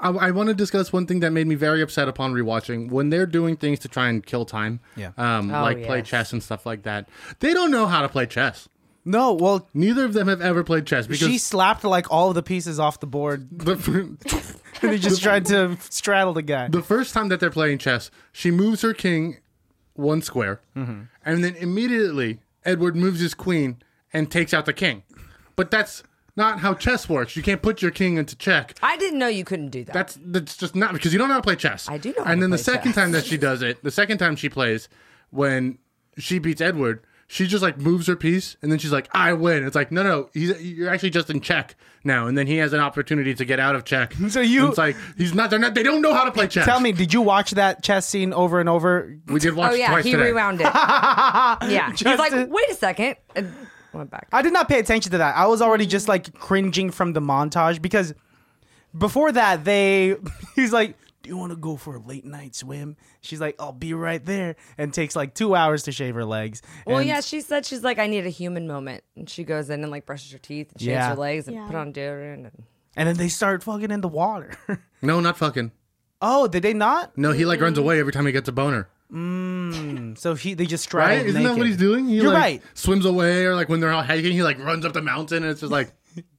Speaker 2: I, I want to discuss one thing that made me very upset upon rewatching. When they're doing things to try and kill time,
Speaker 1: Yeah.
Speaker 2: um,
Speaker 3: Oh,
Speaker 2: like play
Speaker 3: yes.
Speaker 2: chess and stuff like that, they don't know how to play chess.
Speaker 1: No. Well,
Speaker 2: Neither of them have ever played chess because
Speaker 1: she slapped like all of the pieces off the board,
Speaker 2: the,
Speaker 1: and he just tried to straddle the guy.
Speaker 2: the first time that they're playing chess, she moves her king one square,
Speaker 1: Mm-hmm.
Speaker 2: and then immediately Edward moves his queen and takes out the king. But that's not how chess works. You can't put your king into check.
Speaker 3: I didn't know you couldn't do that.
Speaker 2: That's that's just not because you don't know how to play chess.
Speaker 3: I do know
Speaker 2: And
Speaker 3: how to
Speaker 2: then the
Speaker 3: play
Speaker 2: second
Speaker 3: chess.
Speaker 2: time that she does it, the second time she plays, when she beats Edward, she just like moves her piece, and then she's like, "I win." It's like, no, no, he's, you're actually just in check now, and then he has an opportunity to get out of check.
Speaker 1: So you-
Speaker 2: it's like he's not. They're not. They don't know how to play chess.
Speaker 1: Tell me, did you watch that chess scene over and over?
Speaker 2: We did watch
Speaker 3: oh yeah,
Speaker 2: twice
Speaker 3: he
Speaker 2: today.
Speaker 3: rewound it. yeah, he's like,
Speaker 1: Justin-
Speaker 3: wait a second, and went back.
Speaker 1: I did not pay attention to that. I was already just like cringing from the montage because before that they he's like, "Do you want to go for a late night swim?" She's like, "I'll be right there," and takes like two hours to shave her legs.
Speaker 3: Well,
Speaker 1: And
Speaker 3: yeah, she said she's like, I need a human moment, and she goes in and like brushes her teeth, and shaves
Speaker 1: Yeah.
Speaker 3: her legs, and
Speaker 4: Yeah.
Speaker 3: put on deodorant. And...
Speaker 1: and then they start fucking in the water.
Speaker 2: No, not fucking.
Speaker 1: oh, did they not?
Speaker 2: No, he like runs away every time he gets a boner.
Speaker 1: So he they just
Speaker 2: Right?
Speaker 1: straddled
Speaker 2: Isn't that what
Speaker 1: naked.
Speaker 2: he's doing? He,
Speaker 1: You're
Speaker 2: like,
Speaker 1: right.
Speaker 2: Swims away, or like when they're out hiking, he like runs up the mountain, and it's just like.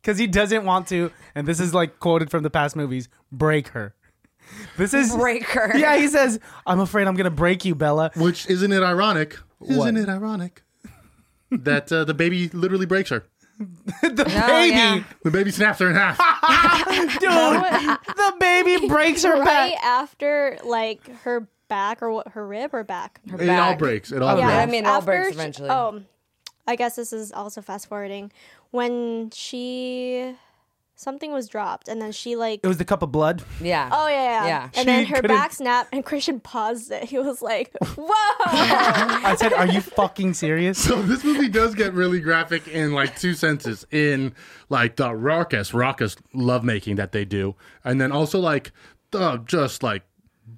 Speaker 1: because he doesn't want to. And this is like quoted from the past movies: "Break her." This is
Speaker 3: Break her.
Speaker 1: Yeah, he says, "I'm afraid I'm gonna break you, Bella."
Speaker 2: Which isn't it ironic? Isn't
Speaker 1: What?
Speaker 2: it ironic that uh, the baby literally breaks her?
Speaker 1: the
Speaker 3: Oh,
Speaker 1: baby,
Speaker 3: yeah.
Speaker 2: The baby snaps her in half.
Speaker 1: dude, the baby breaks her back.
Speaker 4: Right after like her back or what her rib or back. Her
Speaker 2: it all
Speaker 3: back.
Speaker 2: breaks. It all
Speaker 3: Yeah, I
Speaker 2: breaks.
Speaker 3: mean, it all breaks
Speaker 4: she-
Speaker 3: eventually.
Speaker 4: oh, I guess this is also fast forwarding. When she something was dropped, and then she like.
Speaker 1: It was the cup of blood.
Speaker 3: Yeah.
Speaker 4: Oh yeah, yeah.
Speaker 3: Yeah.
Speaker 4: And then
Speaker 1: She
Speaker 4: her
Speaker 1: couldn't-
Speaker 4: back snapped, and Christian paused it. He was like, "Whoa!"
Speaker 1: I said, "Are you fucking serious?"
Speaker 2: So this movie does get really graphic in like two senses in like the raucous, raucous lovemaking that they do, and then also like the just like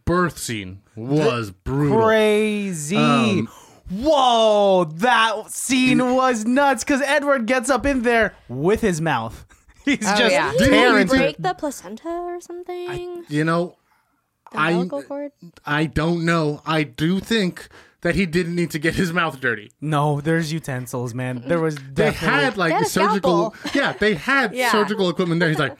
Speaker 2: birth scene was brutal.
Speaker 1: Crazy. Whoa, that scene was nuts because Edward gets up in there with his mouth. He's just
Speaker 3: yeah.
Speaker 2: Didn't
Speaker 1: tearing
Speaker 2: he
Speaker 1: through-
Speaker 4: Break the placenta or something.
Speaker 2: You know,
Speaker 4: The
Speaker 2: I-
Speaker 4: umbilical cord.
Speaker 2: I don't know. I do think that he didn't need to get his mouth dirty.
Speaker 1: No, there's utensils, man. There was
Speaker 2: They
Speaker 1: definitely.
Speaker 2: had like
Speaker 4: They had a
Speaker 2: surgical.
Speaker 4: scalpel.
Speaker 2: Yeah, they had
Speaker 3: Yeah.
Speaker 2: surgical equipment there. He's like,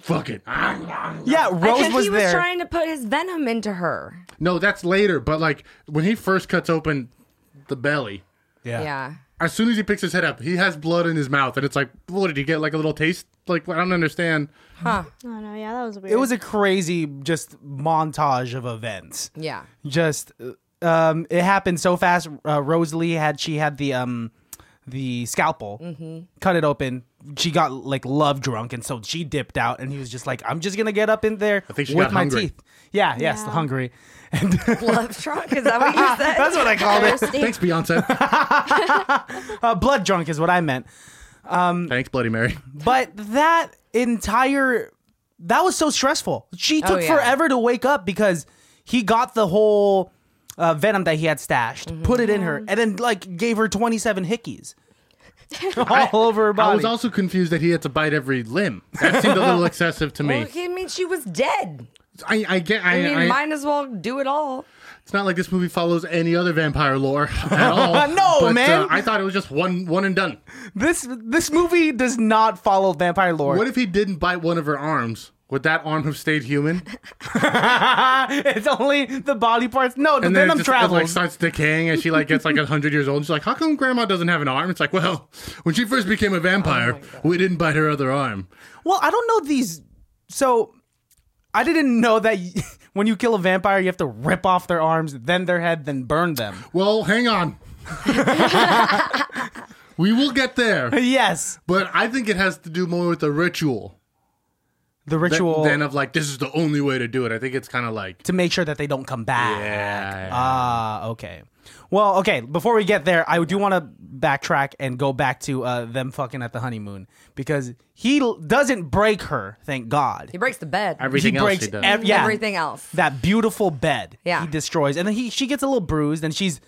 Speaker 2: fuck it.
Speaker 1: yeah,
Speaker 5: I
Speaker 1: Rose
Speaker 5: think
Speaker 1: was
Speaker 5: he was
Speaker 1: there.
Speaker 5: trying to put his venom into her.
Speaker 2: No, that's later. But like when he first cuts open the belly,
Speaker 1: yeah.
Speaker 3: yeah.
Speaker 2: as soon as he picks his head up, he has blood in his mouth, and it's like, what did he get? Like a little taste? Like I don't understand.
Speaker 4: Oh no, yeah, that was weird.
Speaker 1: It was a crazy just montage of events.
Speaker 3: Yeah.
Speaker 1: Just uh, um it happened so fast. Uh, Rosalie had she had the um the scalpel. Cut it open. She got like love drunk and so she dipped out and he was just like I'm just going to get up in there
Speaker 2: think she
Speaker 1: with
Speaker 2: got
Speaker 1: my
Speaker 2: hungry.
Speaker 1: teeth. Yeah, yes,
Speaker 4: Yeah.
Speaker 1: hungry.
Speaker 5: Love drunk? Is that what you said?
Speaker 1: That's what I called it.
Speaker 4: Thirsty.
Speaker 2: Thanks, Beyonce.
Speaker 1: Uh, blood drunk is what I meant.
Speaker 2: Thanks, Bloody Mary.
Speaker 1: But that entire that was so stressful. She took
Speaker 3: yeah.
Speaker 1: forever to wake up because he got the whole uh, venom that he had stashed, put it in her, and then like gave her twenty seven hickeys all over her
Speaker 2: I
Speaker 1: body.
Speaker 2: was also confused that he had to bite every limb. That seemed a little excessive to me.
Speaker 5: Well, I mean, she was dead.
Speaker 2: I, I get. I,
Speaker 5: I mean,
Speaker 2: I-
Speaker 5: might as well do it all.
Speaker 2: It's not like this movie follows any other vampire lore at all.
Speaker 1: No,
Speaker 2: but,
Speaker 1: man.
Speaker 2: Uh, I thought it was just one, one and done.
Speaker 1: this this movie does not follow vampire lore.
Speaker 2: What if he didn't bite one of her arms? Would that arm have stayed human?
Speaker 1: it's only the body parts. No, the
Speaker 2: it
Speaker 1: venom
Speaker 2: just, It, like
Speaker 1: travels.
Speaker 2: starts decaying, and she like gets like hundred years old. And she's like, "How come Grandma doesn't have an arm?" It's like, well, when she first became a
Speaker 1: Oh
Speaker 2: vampire, we didn't bite her other arm.
Speaker 1: well, I don't know these. So I didn't know that y- when you kill a vampire, you have to rip off their arms, then their head, then burn them.
Speaker 2: Well, hang on. we will get there,
Speaker 1: Yes,
Speaker 2: but I think it has to do more with the ritual,
Speaker 1: the
Speaker 2: tha-
Speaker 1: ritual.
Speaker 2: than of like this is the only way to do it. I think it's kind of like
Speaker 1: to make sure that they don't come back.
Speaker 2: yeah.
Speaker 1: Ah, okay. Well, okay. Before we get there, I do want to backtrack and go back to uh, them fucking at the honeymoon because he l- doesn't break her, thank God.
Speaker 3: He breaks the bed.
Speaker 2: Everything
Speaker 1: he
Speaker 2: else
Speaker 1: breaks
Speaker 2: she does.
Speaker 1: ev- yeah,
Speaker 3: Everything else.
Speaker 1: That beautiful bed.
Speaker 3: Yeah.
Speaker 1: he destroys, and then he she gets a little bruised, and she's.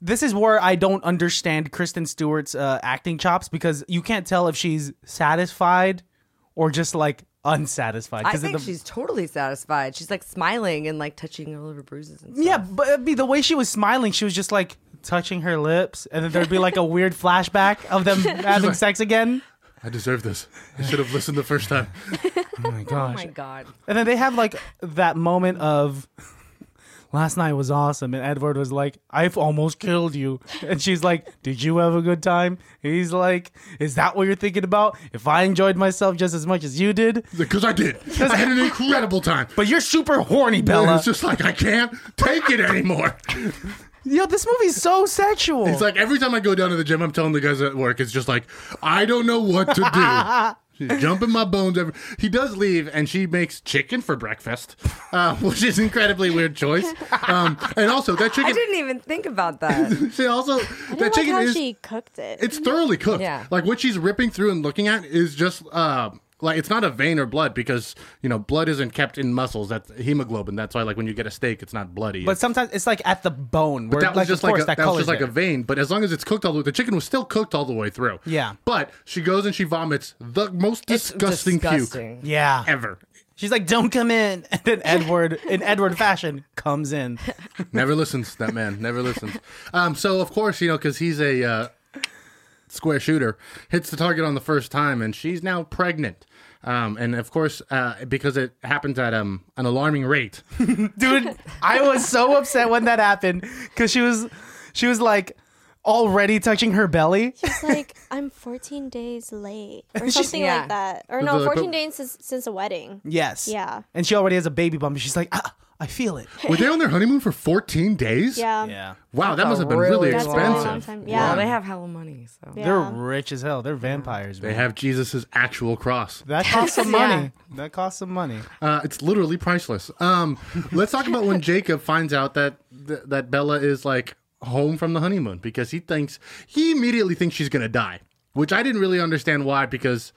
Speaker 1: This is where I don't understand Kristen Stewart's uh, acting chops because you can't tell if she's satisfied or just like unsatisfied.
Speaker 3: I
Speaker 1: 'cause of
Speaker 3: think
Speaker 1: the-
Speaker 3: she's totally satisfied. She's like smiling and like touching all of her bruises and stuff.
Speaker 1: Yeah, but it'd be the way she was smiling, she was just like touching her lips, and then there'd be like a weird flashback of them having
Speaker 2: like-
Speaker 1: sex again.
Speaker 2: I deserve this. I should have listened the first time.
Speaker 1: Oh my
Speaker 3: Oh
Speaker 1: gosh!
Speaker 3: my god.
Speaker 1: And then they have like that moment of last night was awesome, and Edward was like, "I've almost killed you," and she's like, "Did you have a good time?" And he's like, "Is that what you're thinking about? If I enjoyed myself just as much as you did,
Speaker 2: Because I did. I had an incredible time.
Speaker 1: but you're super horny, Bella."
Speaker 2: It's just like I can't take it anymore.
Speaker 1: Yo, this movie's so sexual.
Speaker 2: It's like every time I go down to the gym, I'm telling the guys at work, it's just like I don't know what to do. She's jumping my bones. Every- he does leave, and she makes chicken for breakfast, uh, which is an incredibly weird choice. Um, and also that
Speaker 5: I
Speaker 2: chicken,
Speaker 5: didn't even think about that.
Speaker 2: she also
Speaker 4: I
Speaker 2: that
Speaker 4: didn't like
Speaker 2: chicken
Speaker 4: how
Speaker 2: is
Speaker 4: she cooked it.
Speaker 2: it's thoroughly cooked.
Speaker 3: Yeah.
Speaker 2: Like what she's ripping through and looking at is just uh, like it's not a vein or blood because you know blood isn't kept in muscles. That's hemoglobin. That's why like when you get a steak, it's not bloody.
Speaker 1: but sometimes it's like at the bone. Where,
Speaker 2: But that
Speaker 1: like,
Speaker 2: was just
Speaker 1: of
Speaker 2: like
Speaker 1: course,
Speaker 2: a, that, was
Speaker 1: color's
Speaker 2: just like
Speaker 1: there.
Speaker 2: a vein. But as long as it's cooked all the way, the chicken was still cooked all the way through.
Speaker 1: Yeah.
Speaker 2: But she goes and she vomits the most disgusting,
Speaker 3: Disgusting.
Speaker 2: puke
Speaker 1: yeah.
Speaker 2: ever.
Speaker 1: She's like, "Don't come in," and then Edward, in Edward fashion, comes in.
Speaker 2: never listens. That man never listens. Um. So of course you know because he's a uh, square shooter hits the target on the first time and she's now pregnant. Um, and of course, uh, because it happens at um, an alarming rate,
Speaker 1: Dude, I was so upset when that happened because she was, she was like, already touching her belly.
Speaker 4: She's like, I'm 14 days late or something
Speaker 3: yeah.
Speaker 4: like that. Or
Speaker 2: But
Speaker 4: no,
Speaker 2: the-
Speaker 4: 14
Speaker 2: but-
Speaker 4: days since, since the wedding.
Speaker 1: Yes.
Speaker 4: Yeah.
Speaker 1: And she already has a baby bump. She's like, ah, "I I feel it.
Speaker 2: Were they on their honeymoon for 14 days?
Speaker 4: Yeah.
Speaker 1: Yeah.
Speaker 2: Wow, that
Speaker 5: That's
Speaker 2: must
Speaker 5: a
Speaker 2: have been really,
Speaker 5: really
Speaker 4: That's a really long
Speaker 2: expensive.
Speaker 4: time.
Speaker 3: Yeah,
Speaker 4: Yeah.
Speaker 3: they have hella money, so
Speaker 4: Yeah.
Speaker 1: They're rich as hell. They're vampires,
Speaker 2: They
Speaker 1: man.
Speaker 2: have Jesus's actual cross.
Speaker 1: That costs some
Speaker 3: Yeah.
Speaker 1: money. That costs some money.
Speaker 2: Uh, it's literally priceless. Um, let's talk about when Jacob finds out that th- that Bella is like home from the honeymoon because he thinks he immediately thinks she's gonna die, which I didn't really understand why because,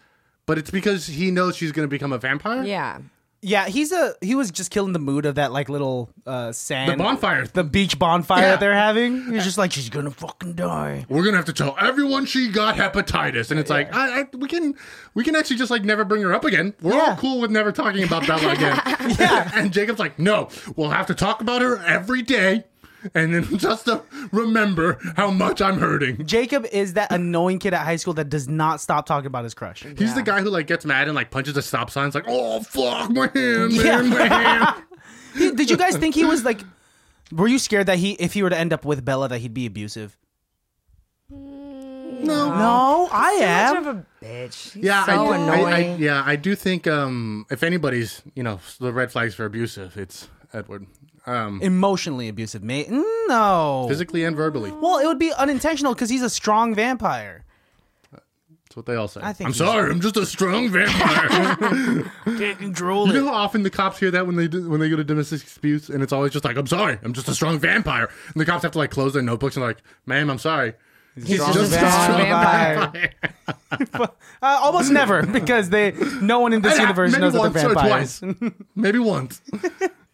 Speaker 2: but it's because he knows she's gonna become a vampire.
Speaker 3: yeah.
Speaker 1: Yeah, he's a he was just killing the mood of that like little uh sand
Speaker 2: The bonfire.
Speaker 1: the beach bonfire
Speaker 2: Yeah.
Speaker 1: that they're having. He's just like she's gonna fucking die.
Speaker 2: We're gonna have to tell everyone she got hepatitis, and it's like I, I, we can we can actually just like never bring her up again. We're all
Speaker 1: Yeah.
Speaker 2: cool with never talking about Bella again. yeah, and Jacob's like, no, we'll have to talk about her every day, and then just to remember how much I'm hurting.
Speaker 1: Jacob is that annoying kid at high school that does not stop talking about his crush.
Speaker 2: He's the guy who like gets mad and like punches a stop sign. It's like, oh fuck, my hand, man, my hand.
Speaker 1: He- did you guys think he was like? Were you scared that he, if he were to end up with Bella, that he'd be abusive?
Speaker 2: No,
Speaker 1: No, I
Speaker 5: Mm. Much
Speaker 1: am.
Speaker 5: of a bitch. He's
Speaker 2: Yeah,
Speaker 5: so
Speaker 2: I, do- I- I-
Speaker 5: annoying.
Speaker 2: yeah, I do think um, if anybody's, you know, the red flags for abusive, it's Edward, um,
Speaker 1: Emotionally abusive, mate. Mm, No.
Speaker 2: physically and verbally.
Speaker 1: well, it would be unintentional because he's a strong vampire.
Speaker 2: That's what they all say.
Speaker 1: I think
Speaker 2: I'm
Speaker 1: he's-
Speaker 2: sorry, I'm just a strong vampire.
Speaker 1: Drool
Speaker 2: you know how often the cops hear that when they do, when they go to domestic disputes, and it's always just like, I'm sorry, I'm just a strong vampire, and the cops have to like close their notebooks and like, ma'am, I'm sorry. He's
Speaker 1: strong
Speaker 2: just a
Speaker 1: vampire.
Speaker 2: strong
Speaker 1: Vampire.
Speaker 2: vampire.
Speaker 1: Uh, almost never, because they no one in this
Speaker 2: Yeah,
Speaker 1: universe
Speaker 2: maybe
Speaker 1: knows that
Speaker 2: once
Speaker 1: they're
Speaker 2: or
Speaker 1: vampires.
Speaker 2: twice. maybe once.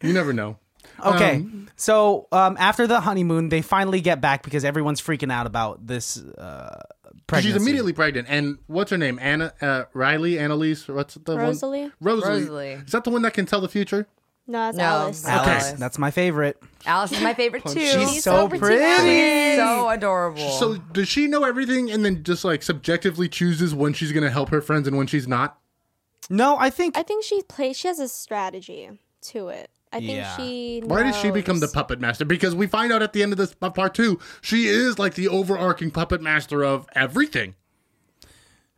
Speaker 2: You never know.
Speaker 1: Okay, so um, after the honeymoon, they finally get back because everyone's freaking out about this uh, pregnancy.
Speaker 2: She's immediately pregnant, and what's her name? Anna uh, Riley, Annalise. What's the
Speaker 4: Rosalie?
Speaker 2: one? Rosalie.
Speaker 5: Rosalie.
Speaker 2: Is that the one that can tell the future?
Speaker 4: No, it's
Speaker 5: No.
Speaker 4: Alice.
Speaker 5: Alice.
Speaker 2: Okay.
Speaker 5: Alice.
Speaker 1: That's my favorite.
Speaker 5: Alice is my favorite too.
Speaker 1: She's,
Speaker 4: She's
Speaker 1: so,
Speaker 4: so pretty.
Speaker 1: pretty.
Speaker 5: so adorable.
Speaker 2: So does she know everything, and then just like subjectively chooses when she's going to help her friends and when she's not?
Speaker 1: No, I think
Speaker 4: I think she plays. She has a strategy to it. I think
Speaker 1: Yeah.
Speaker 4: she. Knows.
Speaker 2: Why did she become the puppet master? Because we find out at the end of this of part two, she is like the overarching puppet master of everything.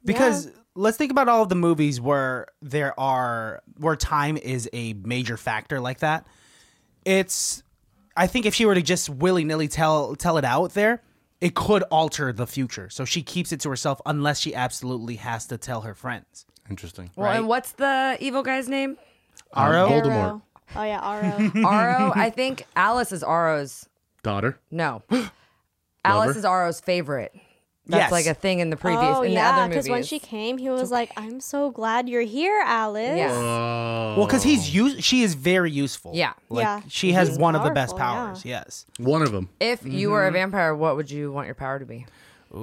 Speaker 1: because let's think about all of the movies where there are where time is a major factor like that it's i think if she were to just willy-nilly tell tell it out there it could alter the future so she keeps it to herself unless she absolutely has to tell her friends
Speaker 2: Interesting.
Speaker 5: well, and what's the evil guy's name?
Speaker 1: Aro?
Speaker 2: Voldemort.
Speaker 4: Aro. Oh yeah, Aro.
Speaker 5: Aro. I think Alice is Aro's.
Speaker 2: Daughter.
Speaker 5: No, Alice is Aro's favorite. That's
Speaker 1: Yes.
Speaker 5: like a thing in the previous
Speaker 4: oh
Speaker 5: in the
Speaker 4: yeah,
Speaker 5: other movies.
Speaker 4: when she came, he was like, "I'm so glad you're here, Alice."
Speaker 5: yeah.
Speaker 2: Oh.
Speaker 1: well because he's use she is very useful
Speaker 5: Yeah.
Speaker 1: like
Speaker 4: Yeah.
Speaker 1: she has
Speaker 4: He's
Speaker 1: one of the best
Speaker 4: powerful, yeah.
Speaker 1: powers yes
Speaker 2: One of them.
Speaker 5: If you were a
Speaker 2: Mm-hmm.
Speaker 5: vampire, what would you want your power to be?
Speaker 2: I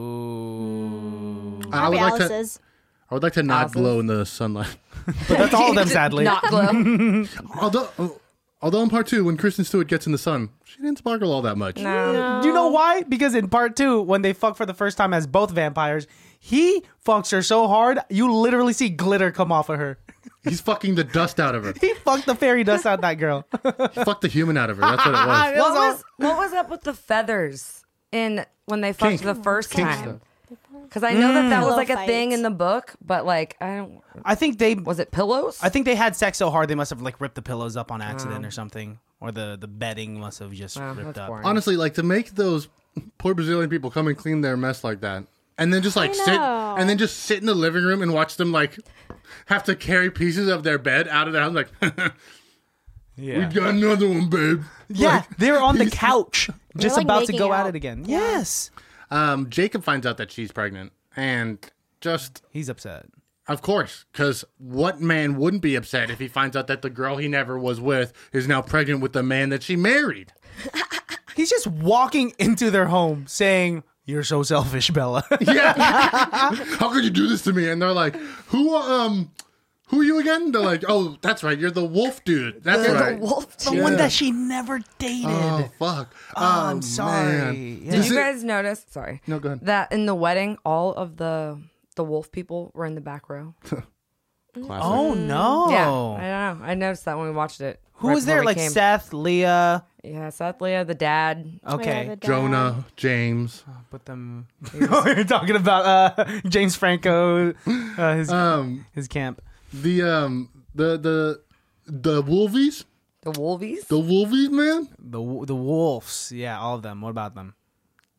Speaker 2: would like to.
Speaker 4: Alice's.
Speaker 2: I would like to not
Speaker 5: Houses.
Speaker 2: glow in the sunlight.
Speaker 1: but that's all of them sadly
Speaker 5: Not glow.
Speaker 2: although, oh, although in part two, when Kristen Stewart gets in the sun, she didn't sparkle all that much.
Speaker 1: Do you know why? Because in part two, when they fuck for the first time as both vampires, he fucks her so hard you literally see glitter come off of her.
Speaker 2: He's fucking the dust out of her.
Speaker 1: He fucked the fairy dust out that girl.
Speaker 2: He fucked the human out of her. That's what it was.
Speaker 5: what was what was up with the feathers in when they fucked
Speaker 2: Kink.
Speaker 5: the first
Speaker 2: Kink
Speaker 5: time? Because I know that that was
Speaker 4: Pillow
Speaker 5: like a thing
Speaker 4: fights.
Speaker 5: in the book, but like I don't.
Speaker 1: I think they
Speaker 5: Was it pillows?
Speaker 1: I think they had sex so hard they must have like ripped the pillows up on accident or something. Or the, the bedding must have just ripped
Speaker 5: that's
Speaker 1: up.
Speaker 5: boring.
Speaker 2: Honestly, like to make those poor Brazilian people come and clean their mess like that, and then just like sit
Speaker 4: know.
Speaker 2: and then just sit in the living room and watch them like have to carry pieces of their bed out of the house. Like we
Speaker 1: Yeah.
Speaker 2: got another one, babe.
Speaker 1: yeah,
Speaker 2: Like,
Speaker 1: they're on the couch, just
Speaker 4: like,
Speaker 1: about to
Speaker 4: making
Speaker 1: go at
Speaker 4: out.
Speaker 1: it again. Yes.
Speaker 2: um, Jacob finds out that she's pregnant and just
Speaker 1: He's upset.
Speaker 2: Of course, because what man wouldn't be upset if he finds out that the girl he never was with is now pregnant with the man that she married?
Speaker 1: He's just walking into their home saying, You're so selfish, Bella.
Speaker 2: Yeah. How could you do this to me? And they're like, who, um, who are you again? They're like, oh, that's right, you're the wolf dude. That's right.
Speaker 5: wolf.
Speaker 1: the one that she never dated.
Speaker 2: Oh fuck. Oh,
Speaker 1: I'm
Speaker 2: man.
Speaker 1: sorry. Yeah.
Speaker 5: Did
Speaker 2: Is
Speaker 5: you
Speaker 2: it-
Speaker 5: guys notice? Sorry.
Speaker 2: No, go ahead.
Speaker 5: That in the wedding, all of the the wolf people were in the back row.
Speaker 1: Oh no!
Speaker 5: Yeah, I don't know. I noticed that when we watched it.
Speaker 1: Who
Speaker 5: right
Speaker 1: was there?
Speaker 5: before we
Speaker 1: Like
Speaker 5: came.
Speaker 1: Seth, Leah.
Speaker 5: Yeah, Seth, Leah, the dad.
Speaker 1: Okay,
Speaker 4: Yeah, the dad.
Speaker 2: Jonah, James.
Speaker 1: put them. You're talking about uh, James Franco, uh, his
Speaker 2: Um,
Speaker 1: his camp.
Speaker 2: the um the the the wolvies
Speaker 5: The Wolvies?
Speaker 2: The Wolvies, man,
Speaker 1: The w- the wolves. Yeah, all of them. What about them?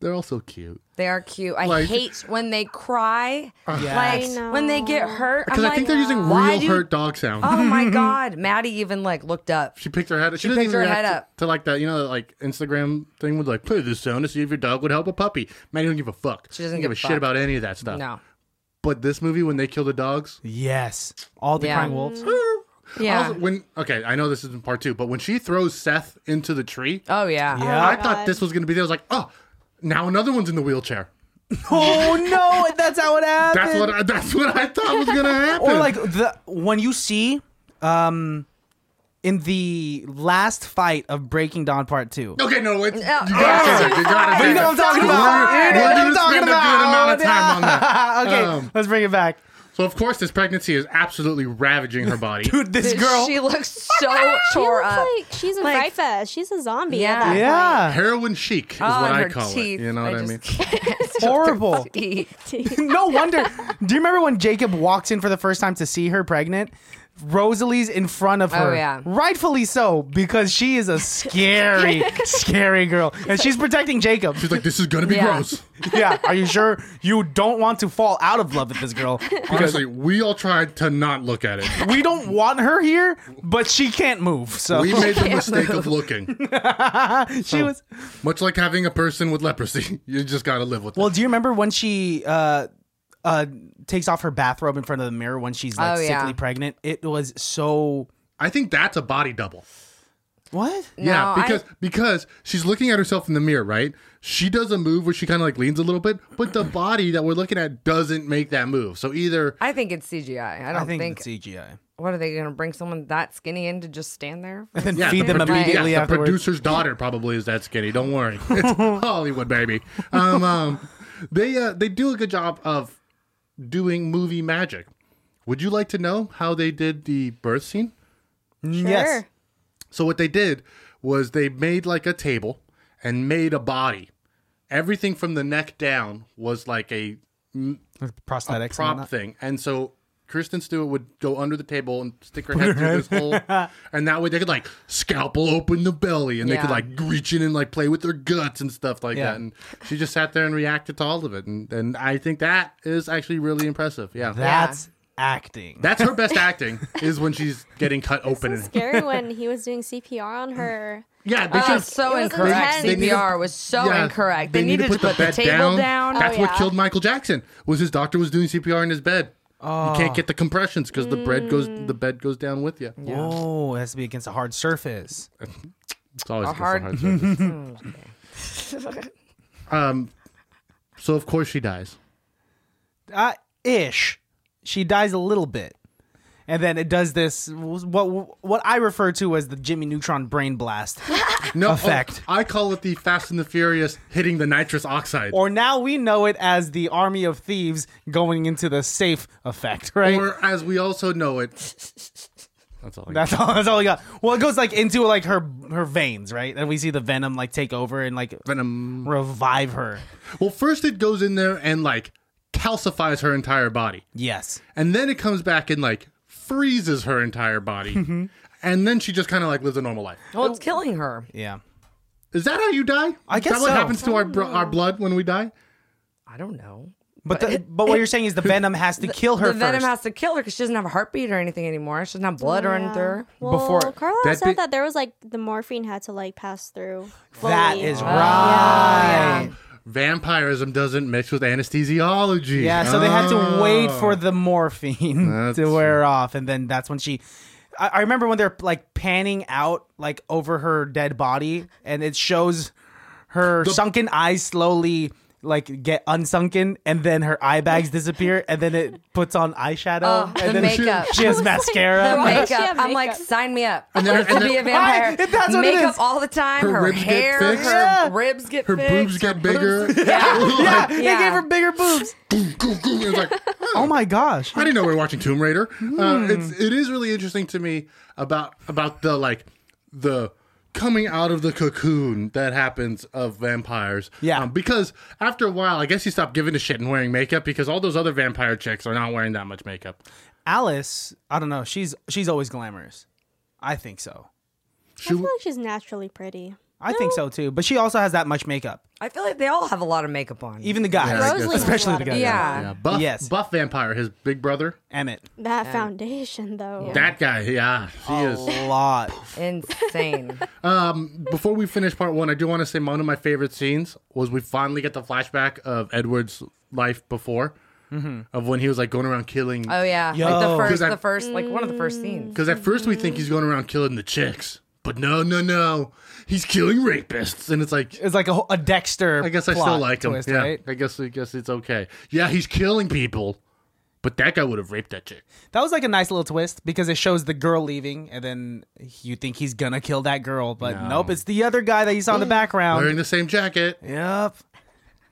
Speaker 2: they're all so cute.
Speaker 5: They are cute. I
Speaker 2: Like- Uh-huh.
Speaker 5: hate when they cry.
Speaker 1: Yeah.
Speaker 5: Like
Speaker 4: I know.
Speaker 5: when they get hurt.
Speaker 2: Because
Speaker 5: I'm
Speaker 2: I think
Speaker 5: like,
Speaker 2: they're using
Speaker 5: why
Speaker 2: real
Speaker 5: do-
Speaker 2: hurt dog sound.
Speaker 5: Oh my god. Maddie even like looked up.
Speaker 2: She picked her head. She,
Speaker 5: She
Speaker 2: doesn't
Speaker 5: picked her
Speaker 2: react
Speaker 5: head
Speaker 2: to-
Speaker 5: up.
Speaker 2: to like that, you know, like Instagram thing with like play this sound to see if your dog would help a puppy. Man, you don't give a fuck.
Speaker 5: She doesn't
Speaker 2: You
Speaker 5: give
Speaker 2: a
Speaker 5: a
Speaker 2: shit
Speaker 5: fuck.
Speaker 2: about any of that stuff.
Speaker 5: No.
Speaker 2: But this movie, when they kill the dogs,
Speaker 1: Yes, all the
Speaker 5: Yeah.
Speaker 1: crying wolves.
Speaker 5: Yeah.
Speaker 2: also, when okay, I know this is in part two, but when she throws Seth into the tree,
Speaker 5: oh yeah.
Speaker 1: Yeah.
Speaker 2: I
Speaker 4: God.
Speaker 2: thought this was gonna be there. I was like, oh, now another one's in the wheelchair.
Speaker 1: Oh no, that's how it happened.
Speaker 2: That's what I, that's what I thought was gonna happen.
Speaker 1: or like the when you see um in the last fight of Breaking Dawn Part Two.
Speaker 2: Okay, no, it's, you
Speaker 5: No.
Speaker 2: gotta save it. You gotta
Speaker 1: You
Speaker 2: save
Speaker 1: know what I'm
Speaker 2: it.
Speaker 1: talking
Speaker 2: We're-
Speaker 1: about. You know
Speaker 2: We're,
Speaker 1: what I'm
Speaker 2: gonna
Speaker 1: talking
Speaker 2: spend a good
Speaker 1: about.
Speaker 2: amount of time on that.
Speaker 1: okay,
Speaker 2: Um,
Speaker 1: let's bring it back.
Speaker 2: So of course, this pregnancy is absolutely ravaging her body.
Speaker 1: Dude, this girl.
Speaker 5: She looks so tore
Speaker 4: looks
Speaker 5: up.
Speaker 4: like she's in
Speaker 5: Like-
Speaker 4: Fright Fest. She's a zombie.
Speaker 5: Yeah.
Speaker 4: At that
Speaker 1: yeah,
Speaker 2: Heroin chic is
Speaker 5: Oh,
Speaker 2: what
Speaker 5: and
Speaker 2: I
Speaker 5: her
Speaker 2: call
Speaker 5: teeth.
Speaker 2: it. You know what I, mean?
Speaker 5: mean?
Speaker 1: horrible.
Speaker 4: Point.
Speaker 1: no wonder. Do you remember when Jacob walks in for the first time to see her pregnant? Rosalie's in front of her.
Speaker 5: yeah.
Speaker 1: Rightfully so, because she is a scary, scary girl. And she's protecting Jacob.
Speaker 2: She's like, this is gonna be
Speaker 5: Yeah.
Speaker 2: gross.
Speaker 1: Yeah. Are you sure you don't want to fall out of love with this girl?
Speaker 2: Honestly, we all tried to not look at it.
Speaker 1: We don't want her here, but she can't move. So
Speaker 5: Oh,
Speaker 2: We made the mistake of looking.
Speaker 1: she was.
Speaker 2: Much like having a person with leprosy, you just gotta live with
Speaker 1: Well,
Speaker 2: it.
Speaker 1: do you remember when she uh, uh, takes off her bathrobe in front of the mirror when she's like
Speaker 5: Oh, yeah.
Speaker 1: sickly pregnant? It was so.
Speaker 2: I think that's a body double.
Speaker 1: What?
Speaker 2: yeah,
Speaker 5: No, I-
Speaker 2: because because she's looking at herself in the mirror, right? She does a move where she kind of like leans a little bit, but the body that we're looking at doesn't make that move. So either
Speaker 5: I think it's CGI. I don't
Speaker 1: I think,
Speaker 5: think,
Speaker 1: it's CGI.
Speaker 5: what are they gonna bring someone that skinny in to just stand there? for?
Speaker 1: Then
Speaker 2: yeah,
Speaker 1: feed
Speaker 2: the
Speaker 1: them
Speaker 2: produ- yeah,
Speaker 1: immediately
Speaker 2: the
Speaker 1: afterwards.
Speaker 2: producer's daughter probably is that skinny. Don't worry, it's Hollywood, baby. Um, um, they uh, they do a good job of doing movie magic. Would you like to know how they did the birth scene?
Speaker 1: Mm,
Speaker 4: Sure.
Speaker 1: Yes.
Speaker 2: So what they did was they made like a table and made a body. Everything from the neck down was like a
Speaker 1: Prosthetics. and
Speaker 2: prop
Speaker 1: whatnot.
Speaker 2: thing, and so Kristen Stewart would go under the table and stick her head through this hole, and that way they could like scalpel open the belly, and they could
Speaker 5: Yeah.
Speaker 2: like reach in and like play with their guts and stuff like
Speaker 1: Yeah.
Speaker 2: that. And she just sat there and reacted to all of it, and and I think that is actually really impressive. Yeah,
Speaker 1: That's acting.
Speaker 2: that's her best acting is when she's getting cut open.
Speaker 4: so
Speaker 2: and,
Speaker 4: scary when he was doing CPR on her.
Speaker 2: yeah, they
Speaker 5: That
Speaker 2: should.
Speaker 5: was Oh, so
Speaker 4: It was
Speaker 5: incorrect.
Speaker 4: intense. They
Speaker 2: need to-
Speaker 5: CPR was so
Speaker 2: yeah,
Speaker 5: incorrect. They, needed to put the, table down.
Speaker 2: That's
Speaker 4: Oh,
Speaker 2: what
Speaker 4: yeah.
Speaker 2: killed Michael Jackson. Was his doctor was doing CPR in his bed. You can't get the compressions because the bread goes
Speaker 5: Mm.
Speaker 2: the bed goes down with you.
Speaker 1: Whoa, Oh, it has to be against a hard surface.
Speaker 2: It's always
Speaker 5: A
Speaker 2: good for
Speaker 5: hard- Mm,
Speaker 2: hard surface. um, so of course she dies.
Speaker 1: Uh, ish. She dies a little bit. And then it does this, what what I refer to as the Jimmy Neutron brain blast.
Speaker 2: No
Speaker 1: Effect.
Speaker 2: oh, I call it the Fast and the Furious hitting the nitrous oxide, or,
Speaker 1: or now we know it as the army of thieves going into the safe effect, right?
Speaker 2: as we also know it. That's all. I got.
Speaker 1: that's all. That's all we got. Well, it goes like into like her her veins, right? And we see the venom like take over and like
Speaker 2: Venom.
Speaker 1: revive her.
Speaker 2: Well, first it goes in there and like calcifies her entire body,
Speaker 1: Yes.
Speaker 2: and then it comes back and like freezes her entire body,
Speaker 1: Mm-hmm.
Speaker 2: and then she just kind of like lives a normal life.
Speaker 5: Well, it's killing her.
Speaker 1: Yeah.
Speaker 2: Is that how you die?
Speaker 1: I guess
Speaker 2: Is that what
Speaker 1: so.
Speaker 2: happens to our bro- our blood when we die?
Speaker 5: I don't know.
Speaker 1: But the, but what you're saying is the venom has to kill her
Speaker 5: the venom
Speaker 1: first.
Speaker 5: has to kill her because she doesn't have a heartbeat or anything anymore. She doesn't have blood
Speaker 4: Oh,
Speaker 5: running through her.
Speaker 4: Well,
Speaker 1: Before-
Speaker 4: Carlisle
Speaker 2: That'd
Speaker 4: said
Speaker 2: be-
Speaker 4: that there was like the morphine had to like pass through.
Speaker 1: that
Speaker 4: fully.
Speaker 1: is
Speaker 5: Oh.
Speaker 4: Uh,
Speaker 1: right.
Speaker 2: Vampirism doesn't mix with anesthesiology.
Speaker 1: Yeah, so they had to wait
Speaker 2: Oh.
Speaker 1: for the morphine
Speaker 2: That's-
Speaker 1: to wear off, and then that's when she. I, I remember when they're like panning out like over her dead body, and it shows her sunken eyes slowly like get unsunken, and then her eye bags disappear, and then it puts on eyeshadow,
Speaker 5: Oh,
Speaker 1: and
Speaker 5: the
Speaker 1: then she-
Speaker 5: makeup.
Speaker 1: She has
Speaker 5: The
Speaker 1: mascara.
Speaker 4: Why
Speaker 5: makeup.
Speaker 4: does she have
Speaker 5: I'm like,
Speaker 4: makeup?
Speaker 5: sign me up.
Speaker 2: And then-
Speaker 5: I want
Speaker 2: and
Speaker 5: to
Speaker 2: then-
Speaker 5: be a vampire.
Speaker 1: Right? That's what it
Speaker 5: makeup
Speaker 1: is.
Speaker 5: all the time.
Speaker 2: Her
Speaker 5: Her,
Speaker 2: ribs get
Speaker 5: hair,
Speaker 2: fixed.
Speaker 5: her
Speaker 1: Yeah.
Speaker 5: ribs get
Speaker 2: Her
Speaker 5: fixed.
Speaker 2: boobs get bigger.
Speaker 1: yeah, they
Speaker 5: Yeah.
Speaker 1: gave her bigger boobs.
Speaker 2: it's like,
Speaker 1: Oh my gosh!
Speaker 2: I didn't know we were watching Tomb Raider.
Speaker 1: Hmm.
Speaker 2: Uh, it's it is really interesting to me about about the like the coming out of the cocoon that happens of vampires. Um,
Speaker 1: Yeah.
Speaker 2: because after a while, I guess you stop giving a shit and wearing makeup because all those other vampire chicks are not wearing that much makeup.
Speaker 1: Alice, I don't know. She's she's always glamorous. I think so.
Speaker 2: She
Speaker 4: I feel like she's naturally pretty.
Speaker 1: I think so too. But she also has that much makeup.
Speaker 5: I feel like they all have a lot of makeup on.
Speaker 1: Even the guys,
Speaker 2: Yeah, I guess.
Speaker 1: especially the
Speaker 4: Rosalie has a lot
Speaker 1: guys.
Speaker 4: of
Speaker 5: yeah.
Speaker 2: yeah, buff,
Speaker 1: Yes.
Speaker 2: buff vampire, his big brother.
Speaker 1: Emmett.
Speaker 4: That foundation, though.
Speaker 2: That guy, yeah, she is.
Speaker 1: A lot.
Speaker 5: insane.
Speaker 2: Before we finish part one, I do want to say one of my favorite scenes was we finally get the flashback of Edward's life before,
Speaker 1: Mm-hmm.
Speaker 2: of when he was like going around killing.
Speaker 5: oh yeah, like
Speaker 1: Yo.
Speaker 5: the
Speaker 2: 'Cause
Speaker 5: first,
Speaker 2: I-
Speaker 5: the first, like one of the first scenes.
Speaker 2: Because at first we think he's going around killing the chicks, but no, no, no, he's killing rapists, and it's like
Speaker 1: It's like a, whole- a Dexter.
Speaker 2: I guess I still
Speaker 1: plot
Speaker 2: like him.
Speaker 1: twist,
Speaker 2: yeah,
Speaker 1: right?
Speaker 2: I guess I guess it's okay. Yeah, he's killing people, but that guy would have raped that chick.
Speaker 1: That was like a nice little twist because it shows the girl leaving, and then you think he's gonna kill that girl, but nope, it's the other guy that you saw in the
Speaker 2: Wearing
Speaker 1: background.
Speaker 2: the same jacket.
Speaker 1: Yep.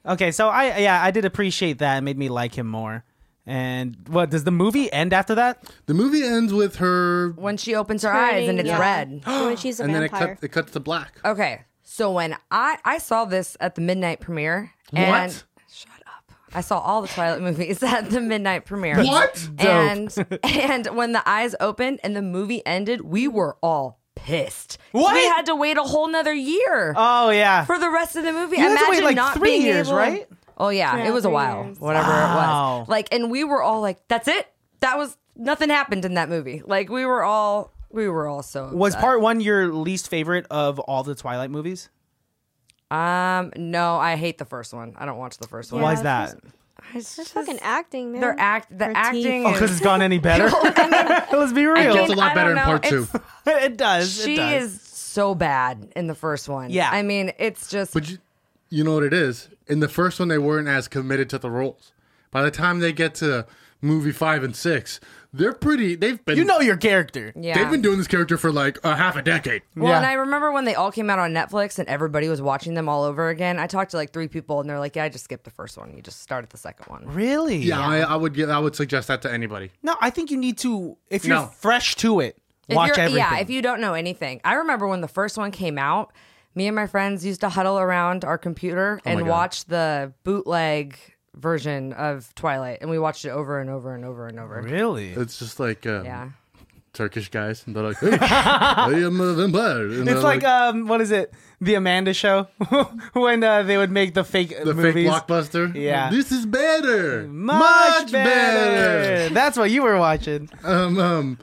Speaker 1: Okay, so I yeah I did appreciate that. It made me like him more. And what does the movie end after that?
Speaker 2: The movie ends with her,
Speaker 5: When she opens her eyes and
Speaker 4: Turning-
Speaker 5: it's
Speaker 4: yeah.
Speaker 5: red.
Speaker 4: when she's a
Speaker 2: and then it,
Speaker 4: vampire.
Speaker 2: cut, it cuts to black.
Speaker 5: Okay, so when I I saw this at the midnight premiere, and
Speaker 2: What?
Speaker 5: shut up. I saw all the Twilight movies at the midnight premiere.
Speaker 2: What?
Speaker 5: And and when the eyes opened and the movie ended, we were all pissed.
Speaker 1: What?
Speaker 5: We had to wait a whole nother year
Speaker 1: Oh yeah,
Speaker 5: for the rest of the movie.
Speaker 1: You had to
Speaker 5: Imagine
Speaker 1: wait, like,
Speaker 5: not
Speaker 1: three
Speaker 5: being
Speaker 1: years,
Speaker 5: able-
Speaker 1: right?
Speaker 5: Oh yeah,
Speaker 4: Yeah,
Speaker 5: it was a
Speaker 4: three
Speaker 5: while,
Speaker 4: years.
Speaker 5: whatever it
Speaker 1: Wow.
Speaker 5: was. Like, and we were all like, "That's it. That was nothing happened in that movie." Like, we were all we were all so
Speaker 1: was
Speaker 5: upset.
Speaker 1: part one your least favorite of all the Twilight movies?
Speaker 5: um no, I hate the first one. I don't watch the first one.
Speaker 1: Why
Speaker 4: Yeah,
Speaker 1: is that?
Speaker 5: It's
Speaker 4: They're
Speaker 5: just-
Speaker 4: fucking acting, man.
Speaker 5: Their act, the
Speaker 4: Her teeth.
Speaker 5: acting
Speaker 1: Oh, because
Speaker 5: is.
Speaker 1: it's gone any better. Let's be real.
Speaker 2: It's a
Speaker 5: mean,
Speaker 2: lot
Speaker 5: I
Speaker 2: better in
Speaker 5: don't know.
Speaker 2: part two.
Speaker 5: It's-
Speaker 1: it does. it
Speaker 5: She
Speaker 1: does.
Speaker 5: is so bad in the first one.
Speaker 1: Yeah.
Speaker 5: I mean, it's just.
Speaker 2: But you, you know what it is? In the first one, they weren't as committed to the roles. By the time they get to movie five and six, they're pretty. They've been
Speaker 1: You know your character.
Speaker 5: yeah.
Speaker 2: they've been doing this character for like a half a decade.
Speaker 5: Well,
Speaker 1: Yeah.
Speaker 5: and I remember when they all came out on Netflix and everybody was watching them all over again. I talked to like three people and they're like, "Yeah, I just skipped the first one. You just start at the second one."
Speaker 1: Really?
Speaker 2: Yeah, I, I would give, I would suggest that to anybody.
Speaker 1: No, I think you need to if you're
Speaker 2: No.
Speaker 1: fresh to it.
Speaker 5: If
Speaker 1: Watch
Speaker 5: you're-
Speaker 1: everything.
Speaker 5: Yeah, if you don't know anything, I remember when the first one came out. Me and my friends used to huddle around our computer
Speaker 1: Oh
Speaker 5: and
Speaker 2: God.
Speaker 5: watch the bootleg version of Twilight, and we watched it over and over and over and over.
Speaker 1: really.
Speaker 2: It's just like um,
Speaker 5: Yeah.
Speaker 2: Turkish guys, and they're like, hey, I am a vampire. And they're
Speaker 1: It's like um, what is it? The Amanda Show, when uh, they would make the fake
Speaker 2: the
Speaker 1: movies.
Speaker 2: fake blockbuster.
Speaker 1: Yeah.
Speaker 2: this is better,
Speaker 1: Much, better. That's what you were watching.
Speaker 2: Um, um,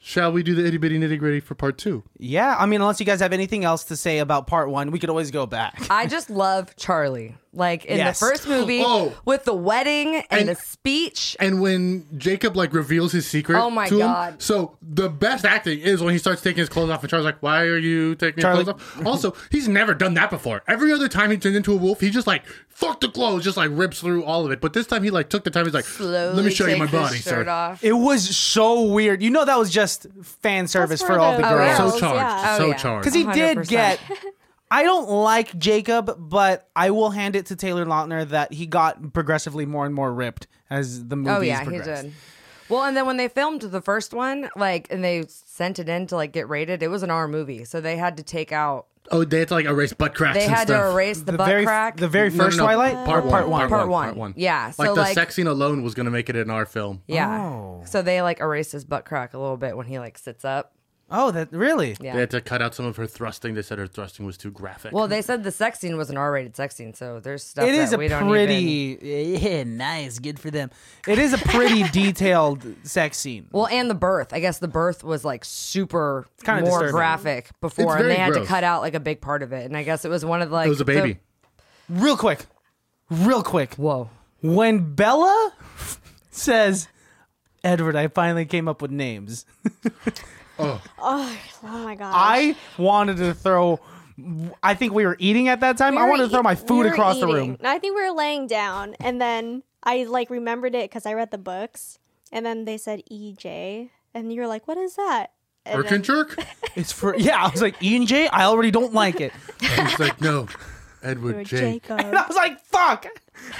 Speaker 2: shall we do the itty bitty nitty gritty for part two?
Speaker 1: Yeah, I mean, unless you guys have anything else to say about part one, we could always go back.
Speaker 5: I just love Charlie. Like in
Speaker 1: Yes.
Speaker 5: the first movie
Speaker 2: Oh.
Speaker 5: with the wedding
Speaker 2: And-
Speaker 5: and, the speech.
Speaker 2: And when Jacob like reveals his secret,
Speaker 5: Oh my
Speaker 2: to him-
Speaker 5: God.
Speaker 2: So the best acting is when he starts taking his clothes off, and Charlie's like, "Why are you taking
Speaker 1: Charlie-
Speaker 2: your clothes off?" Also, he's never done that before. Every other time he turns into a wolf, he just like fuck the clothes, just like rips through all of it. But this time he like took the time. He's like,
Speaker 5: Slowly
Speaker 2: "Let me show you
Speaker 5: take
Speaker 2: my
Speaker 5: his
Speaker 2: body,
Speaker 5: shirt
Speaker 2: sir."
Speaker 5: off.
Speaker 1: It was so weird. You know, that was just fan service
Speaker 4: for
Speaker 1: for, all the
Speaker 4: the-
Speaker 1: girls.
Speaker 4: Oh, yeah.
Speaker 2: So
Speaker 4: Girls,
Speaker 2: charged,
Speaker 4: yeah.
Speaker 2: so
Speaker 5: Oh, yeah.
Speaker 2: charged.
Speaker 1: Because he did
Speaker 5: 100%.
Speaker 1: get. I don't like Jacob, but I will hand it to Taylor Lautner that he got progressively more and more ripped as the movies
Speaker 5: Oh yeah, he
Speaker 1: progressed.
Speaker 5: did. Well, and then when they filmed the first one, like, and they sent it in to like get rated, it was an R movie, so they had to take out,
Speaker 2: oh, they had to like erase butt cracks.
Speaker 5: they
Speaker 2: and
Speaker 5: had
Speaker 2: stuff.
Speaker 5: to erase the, butt
Speaker 1: very,
Speaker 5: crack.
Speaker 1: The very
Speaker 2: No, no,
Speaker 1: first
Speaker 2: no,
Speaker 1: Twilight?
Speaker 2: part,
Speaker 1: or
Speaker 2: one,
Speaker 1: part one.
Speaker 5: Part one.
Speaker 2: part one.
Speaker 5: Yeah, so,
Speaker 2: like the
Speaker 5: like-
Speaker 2: sex scene alone was gonna make it an R film.
Speaker 5: yeah.
Speaker 1: Oh.
Speaker 5: So they like erased his butt crack a little bit when he like sits up.
Speaker 1: Oh, that really?
Speaker 5: Yeah.
Speaker 2: They had to cut out some of her thrusting. They said her thrusting was too graphic.
Speaker 5: Well, they said the sex scene was an R rated sex scene, so there's stuff
Speaker 1: It is
Speaker 5: that
Speaker 1: a
Speaker 5: we don't even-
Speaker 1: pretty yeah, nice, good for them. It is a pretty detailed sex scene.
Speaker 5: Well, and the birth. I guess the birth was like super more
Speaker 1: kinda disturbing.
Speaker 5: graphic
Speaker 2: It's
Speaker 5: before,
Speaker 2: very
Speaker 5: and they had
Speaker 2: gross.
Speaker 5: to cut out like a big part of it. And I guess it was one of the, like
Speaker 2: it was a
Speaker 5: the-
Speaker 2: baby.
Speaker 1: Real quick, real quick.
Speaker 5: whoa,
Speaker 1: When Bella says, "Edward, I finally came up with names,"
Speaker 4: oh, oh my god.
Speaker 1: I wanted to throw. I think we were eating at that time. I wanted to throw my food across the room.
Speaker 4: I think we were laying down, and then I like remembered it because I read the books, and then they said EJ, and you were like, "What is that?" And
Speaker 2: Urchin
Speaker 4: then-
Speaker 2: jerk.
Speaker 1: It's for yeah. I was like E and J. I already don't like it.
Speaker 2: He's like, no, Edward
Speaker 4: Or
Speaker 2: Jake.
Speaker 1: And I
Speaker 4: Jacob.
Speaker 1: was like, "Fuck."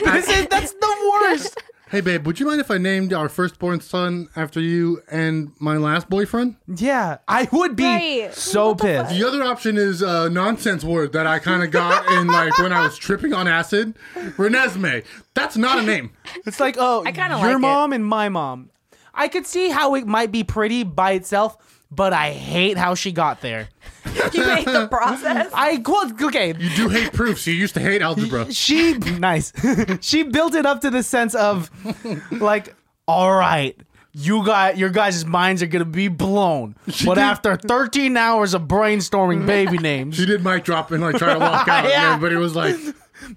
Speaker 1: This is, that's the worst.
Speaker 2: Hey, babe, would you mind if I named our firstborn son after you and my last boyfriend?
Speaker 1: Yeah, I would be
Speaker 4: Right.
Speaker 1: so pissed.
Speaker 2: The other option is a nonsense word that I kind of got in like when I was tripping on acid. Renesmee. That's not a name.
Speaker 1: It's like, oh,
Speaker 5: kinda
Speaker 1: your
Speaker 5: like it.
Speaker 1: mom and my mom. I could see how it might be pretty by itself, but I hate how she got there.
Speaker 5: you hate the process.
Speaker 1: I well, okay.
Speaker 2: You do hate proofs. You used to hate algebra.
Speaker 1: She nice. she built it up to the sense of like, all right, you got your guys' minds are gonna be blown. but after 13 hours of brainstorming baby names,
Speaker 2: She did mic drop and like try to walk out,
Speaker 1: Yeah.
Speaker 2: and everybody was like,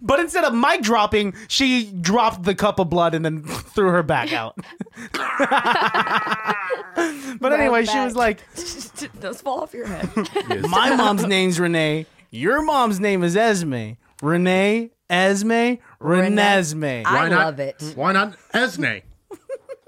Speaker 1: but instead of mic dropping, she dropped the cup of blood and then threw her back out. but anyway, she
Speaker 4: back.
Speaker 1: was like,
Speaker 5: Those fall off your head.
Speaker 1: My mom's name's Renee. Your mom's name is Esme. Renee, Esme, Renesme.
Speaker 5: I
Speaker 2: "Why not-
Speaker 5: love it.
Speaker 2: Why not Esne?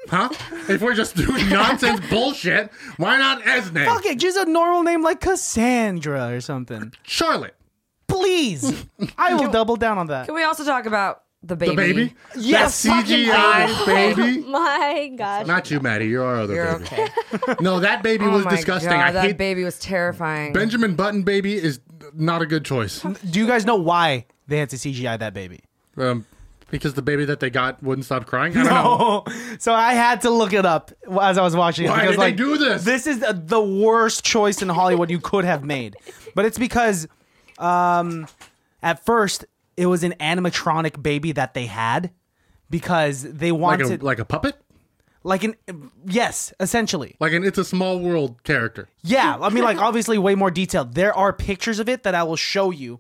Speaker 2: Huh? If we're just doing nonsense bullshit, why not Esne?
Speaker 1: Fuck it, just a normal name like Cassandra or something.
Speaker 2: Charlotte,
Speaker 1: Please, I will double down on that.
Speaker 5: Can we also talk about the baby?
Speaker 2: the baby.
Speaker 1: Yes,
Speaker 2: that
Speaker 1: fucking
Speaker 2: CGI baby.
Speaker 4: My gosh.
Speaker 2: Not you, Maddie. You're our other
Speaker 5: Oh You're
Speaker 2: baby.
Speaker 5: okay. Oh
Speaker 2: No, that baby was
Speaker 5: my
Speaker 2: disgusting.
Speaker 5: God,
Speaker 2: I
Speaker 5: that
Speaker 2: hate
Speaker 5: baby was terrifying.
Speaker 2: Benjamin Button. Baby is not a good choice.
Speaker 1: Do you guys know why they had to CGI that baby?
Speaker 2: Um, because the baby that they got wouldn't stop crying. I don't know.
Speaker 1: Oh, so I had to look it up as I was watching it
Speaker 2: Why
Speaker 1: because
Speaker 2: did they
Speaker 1: like
Speaker 2: do this?
Speaker 1: This is the- the worst choice in Hollywood you could have made, but it's because, um, at first it was an animatronic baby that they had because they
Speaker 2: Like
Speaker 1: wanted
Speaker 2: a, like a puppet,
Speaker 1: like an yes, essentially.
Speaker 2: like an "It's a Small World" character.
Speaker 1: Yeah, I mean, like obviously way more detailed. There are pictures of it that I will show you,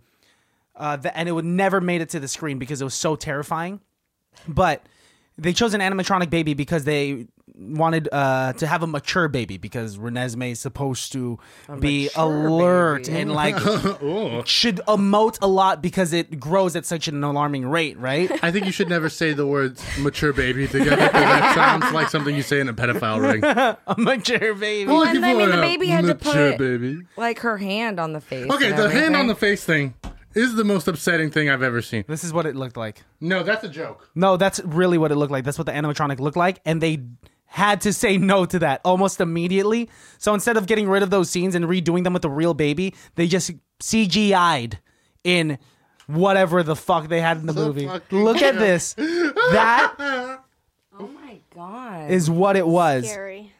Speaker 1: uh, that, and it would never made it to the screen because it was so terrifying. But they chose an animatronic baby because they wanted uh, to have a mature baby because Renesmee is supposed to be alert
Speaker 5: baby.
Speaker 1: and like should emote a lot because it grows at such an alarming rate, right?
Speaker 2: I think you should never say the words "mature baby" together. 'cause that sounds like something you say in a pedophile ring.
Speaker 1: a mature baby.
Speaker 2: Well,
Speaker 5: and I mean, the baby had to put
Speaker 2: mature
Speaker 5: it-
Speaker 2: baby.
Speaker 5: like her hand on the face.
Speaker 2: Okay,
Speaker 5: and
Speaker 2: the hand on
Speaker 5: everything.
Speaker 2: the face thing is the most upsetting thing I've ever seen.
Speaker 1: This is what it looked like.
Speaker 2: No, that's a joke.
Speaker 1: No, that's really what it looked like. That's what the animatronic looked like, and they had to say no to that almost immediately. So instead of getting rid of those scenes and redoing them with the real baby, they just CGI'd in whatever the fuck they had in the, movie.
Speaker 2: fucking
Speaker 1: Look at this. That
Speaker 5: Oh my god.
Speaker 1: is what it was.
Speaker 4: Scary.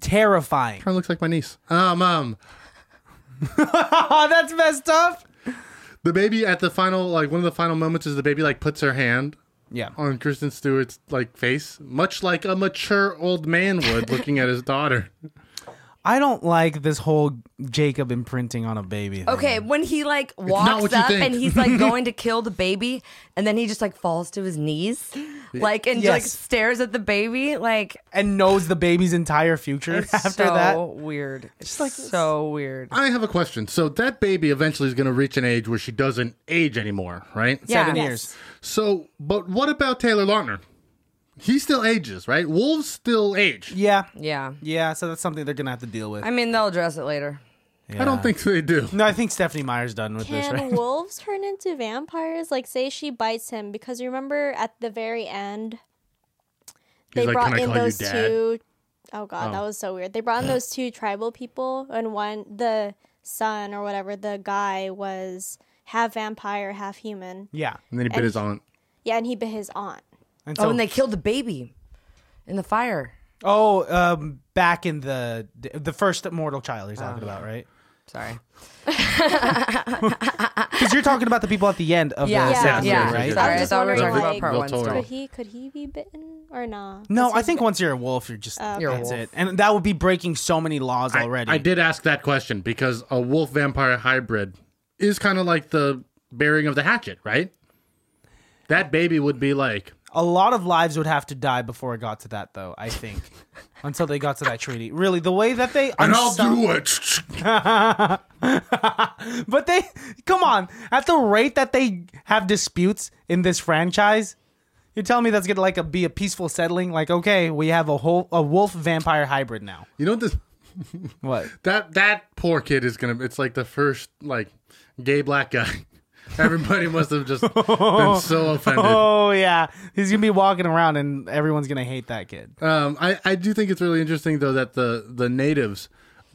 Speaker 1: Terrifying.
Speaker 2: Kind of looks like my niece. Um, um,
Speaker 1: Oh, that's messed up.
Speaker 2: the baby at the final, like one of the final moments, is the baby like puts her hand
Speaker 1: Yeah.
Speaker 2: on Kristen Stewart's like face, much like a mature old man would looking at his daughter.
Speaker 1: I don't like this whole Jacob imprinting on a baby. thing.
Speaker 5: Okay, when he like
Speaker 2: not what
Speaker 5: walks
Speaker 2: you
Speaker 5: up
Speaker 2: think.
Speaker 5: and he's like going to kill the baby, and then he just like falls to his knees, like and like
Speaker 1: Yes.
Speaker 5: stares at the baby, like
Speaker 1: And knows the baby's entire future
Speaker 5: it's
Speaker 1: after
Speaker 5: so
Speaker 1: that.
Speaker 5: weird. It's like so weird.
Speaker 2: I have a question. So that baby eventually is going to reach an age where she doesn't age anymore, right?
Speaker 1: Seven
Speaker 5: yeah.
Speaker 1: years.
Speaker 2: So, but what about Taylor Lautner? He still ages, right? Wolves still age.
Speaker 1: Yeah.
Speaker 5: Yeah,
Speaker 1: Yeah, so that's something they're gonna have to deal with.
Speaker 5: I mean they'll address it later.
Speaker 2: I don't think they do.
Speaker 1: No, I think Stephanie Meyer's done with this,
Speaker 4: Can
Speaker 1: right?
Speaker 4: wolves turn into vampires? Like, say she bites him because remember at the very end, they
Speaker 2: like, "Can
Speaker 4: brought
Speaker 2: I
Speaker 4: in
Speaker 2: call you
Speaker 4: those
Speaker 2: dad?"
Speaker 4: two oh god, that was so weird. They brought in those two tribal people, and one the son or whatever the guy was half vampire, half human.
Speaker 1: Yeah.
Speaker 2: And then he bit his aunt.
Speaker 4: Yeah, and he bit his aunt.
Speaker 1: And
Speaker 5: Oh,
Speaker 1: so, oh,
Speaker 5: and they killed the baby in the fire.
Speaker 1: um, back in the the first Mortal Child you're
Speaker 2: Oh,
Speaker 1: talking about, right?
Speaker 5: Sorry.
Speaker 1: Because you're talking about the people at the end of
Speaker 5: Yeah,
Speaker 1: the
Speaker 4: Yeah.
Speaker 1: second
Speaker 2: yeah.
Speaker 1: year, right?
Speaker 2: Yeah.
Speaker 5: Sorry,
Speaker 4: I'm
Speaker 5: I
Speaker 4: just
Speaker 5: thought we were
Speaker 4: wondering,
Speaker 5: talking about
Speaker 4: like-
Speaker 5: part one.
Speaker 2: Voltoro.
Speaker 5: Still.
Speaker 4: Could he could he be bitten or not?
Speaker 1: No, I think once you're a wolf, you're just
Speaker 5: You're a
Speaker 1: that's
Speaker 5: wolf.
Speaker 1: it, and that would be breaking so many laws
Speaker 2: I-
Speaker 1: already.
Speaker 2: I, did ask that question because a wolf vampire hybrid is kind of like the bearing of the hatchet, right? That baby would be like,
Speaker 1: A lot of lives would have to die before it got to that, though. I think until they got to that treaty. Really, the way that they
Speaker 2: and I'll
Speaker 1: unsung-
Speaker 2: do it.
Speaker 1: But they come on at the rate that they have disputes in this franchise. You're telling me that's gonna like a, be a peaceful settling? Like, okay, we have a whole a wolf vampire hybrid now.
Speaker 2: You know this
Speaker 1: What?
Speaker 2: that that poor kid is gonna. It's like the first like gay black guy. Everybody must have just been so offended.
Speaker 1: Oh yeah, he's gonna be walking around and everyone's gonna hate that kid.
Speaker 2: Um, I I do think it's really interesting though that the the natives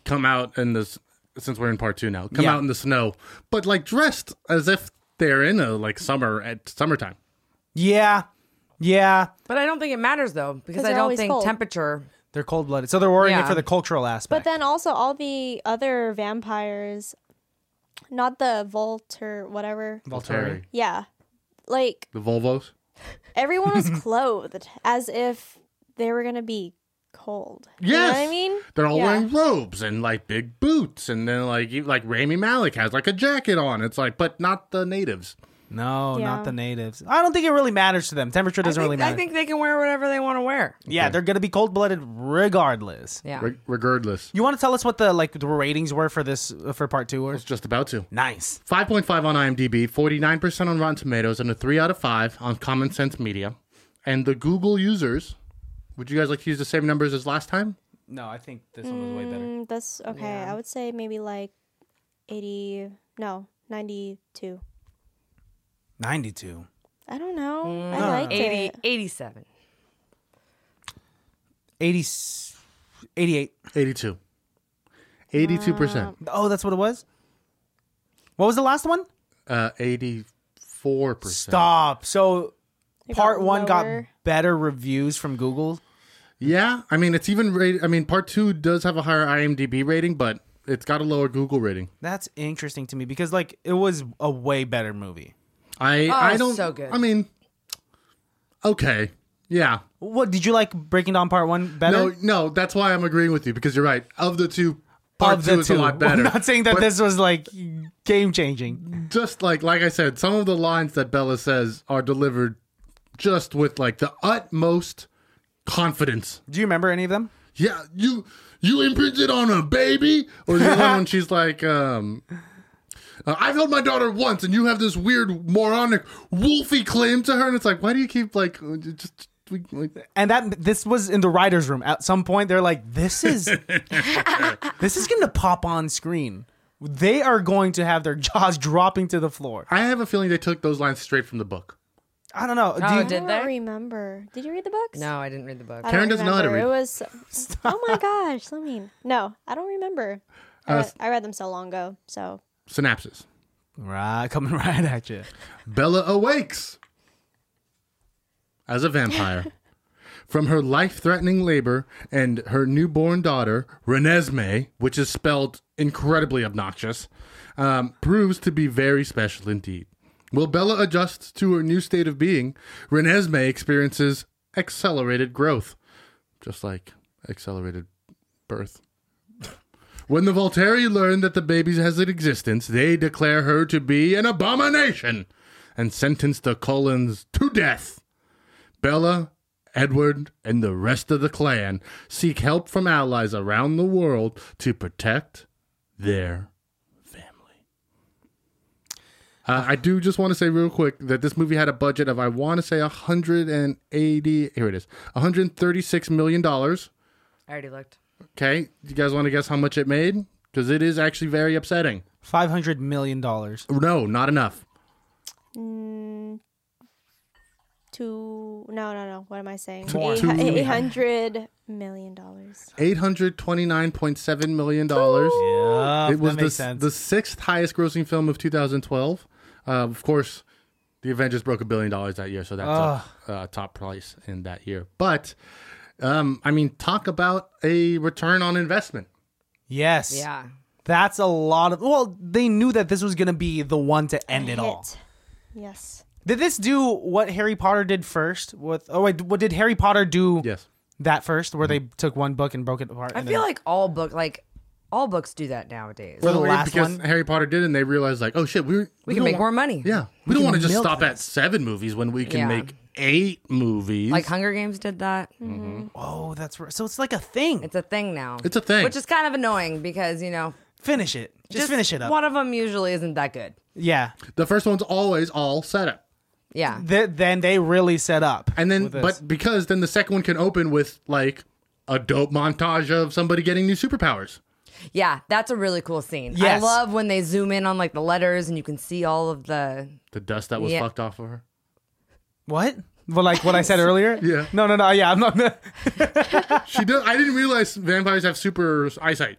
Speaker 2: come out in this since we're in part two now come
Speaker 1: Yeah.
Speaker 2: out in the snow, but like dressed as if they're in a like summer at summertime.
Speaker 1: Yeah, yeah.
Speaker 5: But I don't think it matters though because I
Speaker 4: they're
Speaker 5: don't
Speaker 4: always
Speaker 5: think
Speaker 4: cold.
Speaker 5: temperature
Speaker 1: They're cold blooded, so they're worrying it
Speaker 5: Yeah.
Speaker 1: for the cultural aspect.
Speaker 4: But then also all the other vampires, not the Volter, whatever.
Speaker 1: Volturi.
Speaker 4: yeah. Like
Speaker 2: The Volvos.
Speaker 4: everyone was clothed as if they were gonna be cold. You know
Speaker 2: Yes.
Speaker 4: what I mean?
Speaker 2: They're all
Speaker 4: Yeah.
Speaker 2: wearing robes and like big boots, and then like you- like Rami Malik has like a jacket on. It's like, but not the natives.
Speaker 1: No,
Speaker 4: Yeah.
Speaker 1: not the natives. I don't think it really matters to them. Temperature doesn't
Speaker 5: I think,
Speaker 1: really matter.
Speaker 5: I think they can wear whatever they want to wear.
Speaker 1: yeah, they're gonna be cold blooded regardless.
Speaker 5: Yeah.
Speaker 2: Re- regardless,
Speaker 1: You want to tell us what the like the ratings were for this uh, for part two? Or
Speaker 2: it's just about to.
Speaker 1: nice.
Speaker 2: 5.5 on IMDb, 49% on Rotten Tomatoes, and a 3 out of 5 on Common Sense Media. And the Google users, would you guys like to use the same numbers as last time?
Speaker 1: No, I think this one was way better.
Speaker 4: Mm, that's okay. I would say maybe like eighty no, ninety two.
Speaker 1: Ninety two.
Speaker 4: I don't know.
Speaker 5: Mm.
Speaker 4: I liked
Speaker 5: 80,
Speaker 4: it.
Speaker 5: 87.
Speaker 1: 80, 88.
Speaker 2: 82. 82%.
Speaker 1: Oh, that's what it was. What was the last one?
Speaker 2: Uh, 84%.
Speaker 1: Stop. So
Speaker 4: It got
Speaker 1: part one got
Speaker 4: lower.
Speaker 1: better reviews from Google.
Speaker 2: Yeah, I mean, it's even rated. I mean, part two does have a higher IMDb rating, but it's got a lower Google rating.
Speaker 1: That's interesting to me because like it was a way better movie.
Speaker 2: I, I
Speaker 5: it's
Speaker 2: don't.
Speaker 5: so good.
Speaker 2: I mean, okay. Yeah.
Speaker 1: What did you like breaking down part one better?
Speaker 2: No, no, that's why I'm agreeing with you because you're right. Of the two, part
Speaker 1: Of
Speaker 2: two is a lot better.
Speaker 1: I'm not saying that
Speaker 2: But-
Speaker 1: this was like game changing.
Speaker 2: just like like I said, some of the lines that Bella says are delivered just with like the utmost confidence.
Speaker 1: Do you remember any of them?
Speaker 2: Yeah, you you imprinted on a baby, or the other one she's like, um, uh, I've held my daughter once, and you have this weird moronic wolfy claim to her, and it's like, why do you keep like uh, just we, like
Speaker 1: And that this was in the writers' room. At some point, they're like, "This is this is going to pop on screen. They are going to have their jaws dropping to the floor."
Speaker 2: I have a feeling they took those lines straight from the book.
Speaker 1: I don't know. Do
Speaker 5: Oh,
Speaker 1: you-
Speaker 5: did
Speaker 4: I
Speaker 5: they?
Speaker 4: don't remember. Did you read the books?
Speaker 5: No, I didn't read the book.
Speaker 4: I
Speaker 2: Karen
Speaker 4: don't
Speaker 2: doesn't know how to
Speaker 4: remember.
Speaker 2: read.
Speaker 4: It was. Oh my gosh, let me. No, I don't remember. I read, I read them so long ago. So
Speaker 2: Synapses.
Speaker 1: right, coming right at you.
Speaker 2: Bella awakes as a vampire from her life threatening labor and her newborn daughter, Renesmee, which is spelled incredibly obnoxious, um, proves to be very special indeed. While Bella adjusts to her new state of being, Renesmee experiences accelerated growth, just like accelerated birth. When the Volteri learn that the baby has an existence, they declare her to be an abomination and sentence the Cullens to death. Bella, Edward, and the rest of the clan seek help from allies around the world to protect their family. Uh, I do just want to say real quick that this movie had a budget of I want to say 180 here it is 136 million dollars.
Speaker 5: I already looked.
Speaker 2: Okay, you guys want to guess how much it made? Because it is actually very upsetting.
Speaker 1: Five hundred million dollars.
Speaker 2: No, not enough.
Speaker 4: mm, two. No, no, no. What am I saying?
Speaker 1: More.
Speaker 4: Eight
Speaker 1: Two
Speaker 4: eight hundred million dollars.
Speaker 2: Eight hundred twenty-nine point seven million dollars.
Speaker 1: Yeah,
Speaker 2: it was
Speaker 1: that makes
Speaker 2: the,
Speaker 1: sense.
Speaker 2: the sixth highest grossing film of 2012. Uh, of course, the Avengers broke a billion dollars that year, so that's a uh, top price in that year. But um, I mean, talk about a return on investment.
Speaker 1: yes.
Speaker 5: Yeah.
Speaker 1: That's a lot of. Well, they knew that this was going to be the one to end it all.
Speaker 4: Hit. Yes.
Speaker 1: Did this do what Harry Potter did first? With oh wait, what did Harry Potter do?
Speaker 2: Yes,
Speaker 1: that first, where
Speaker 2: Mm-hmm.
Speaker 1: they took one book and broke it apart.
Speaker 5: I
Speaker 1: and
Speaker 5: feel
Speaker 1: then-
Speaker 5: like all book like all books do that nowadays.
Speaker 1: Well, the
Speaker 2: Well,
Speaker 1: last
Speaker 2: because
Speaker 1: one-
Speaker 2: Harry Potter did, and they realized like, oh shit, we we,
Speaker 5: we
Speaker 2: don't
Speaker 5: can make
Speaker 2: wa-
Speaker 5: more money.
Speaker 2: Yeah, we, don't want to just
Speaker 1: milk
Speaker 2: stop at seven movies when we can
Speaker 5: Yeah.
Speaker 2: make eight movies.
Speaker 5: Like Hunger Games did that.
Speaker 1: oh, that's right. so it's like a thing.
Speaker 5: It's a thing now.
Speaker 2: It's a thing.
Speaker 5: Which is kind of annoying because, you know,
Speaker 1: finish it. Just, finish it up.
Speaker 5: One of them usually isn't that good.
Speaker 1: yeah.
Speaker 2: the first one's always all setup.
Speaker 5: Yeah.
Speaker 1: Th- then they really set up.
Speaker 2: And then,
Speaker 1: with this.
Speaker 2: but because then the second one can open with like a dope montage of somebody getting new superpowers.
Speaker 5: Yeah, that's a really cool scene.
Speaker 1: Yes.
Speaker 5: I love when they zoom in on like the letters and you can see all of the
Speaker 2: The dust that was
Speaker 5: Yeah.
Speaker 2: fucked off of her.
Speaker 1: what? Well, like what I said earlier.
Speaker 2: Yeah.
Speaker 1: No, no, no. Yeah, I'm not.
Speaker 2: She does. I didn't realize vampires have super eyesight.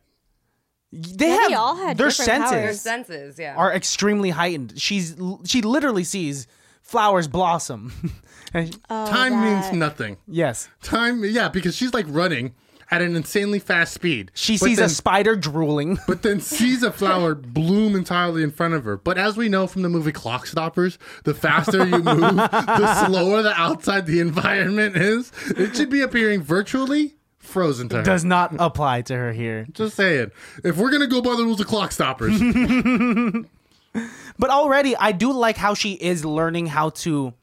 Speaker 1: they
Speaker 4: Yeah,
Speaker 1: have
Speaker 4: they all had
Speaker 1: their
Speaker 4: different
Speaker 1: senses
Speaker 4: powers.
Speaker 5: senses. Yeah.
Speaker 1: are extremely heightened. She's l- she literally sees flowers blossom. and
Speaker 4: Oh,
Speaker 2: Time
Speaker 4: that-
Speaker 2: means nothing.
Speaker 1: yes.
Speaker 2: Time, yeah, because she's like running at an insanely fast speed.
Speaker 1: She
Speaker 2: But
Speaker 1: sees
Speaker 2: then-
Speaker 1: a spider drooling.
Speaker 2: but then sees a flower bloom entirely in front of her. But as we know from the movie Clock Stoppers, the faster you move, the slower the outside the environment is. It should be appearing virtually frozen to her.
Speaker 1: Does not apply to her here.
Speaker 2: Just saying. If we're gonna go by the rules of Clock Stoppers,
Speaker 1: But already, I do like how she is learning how to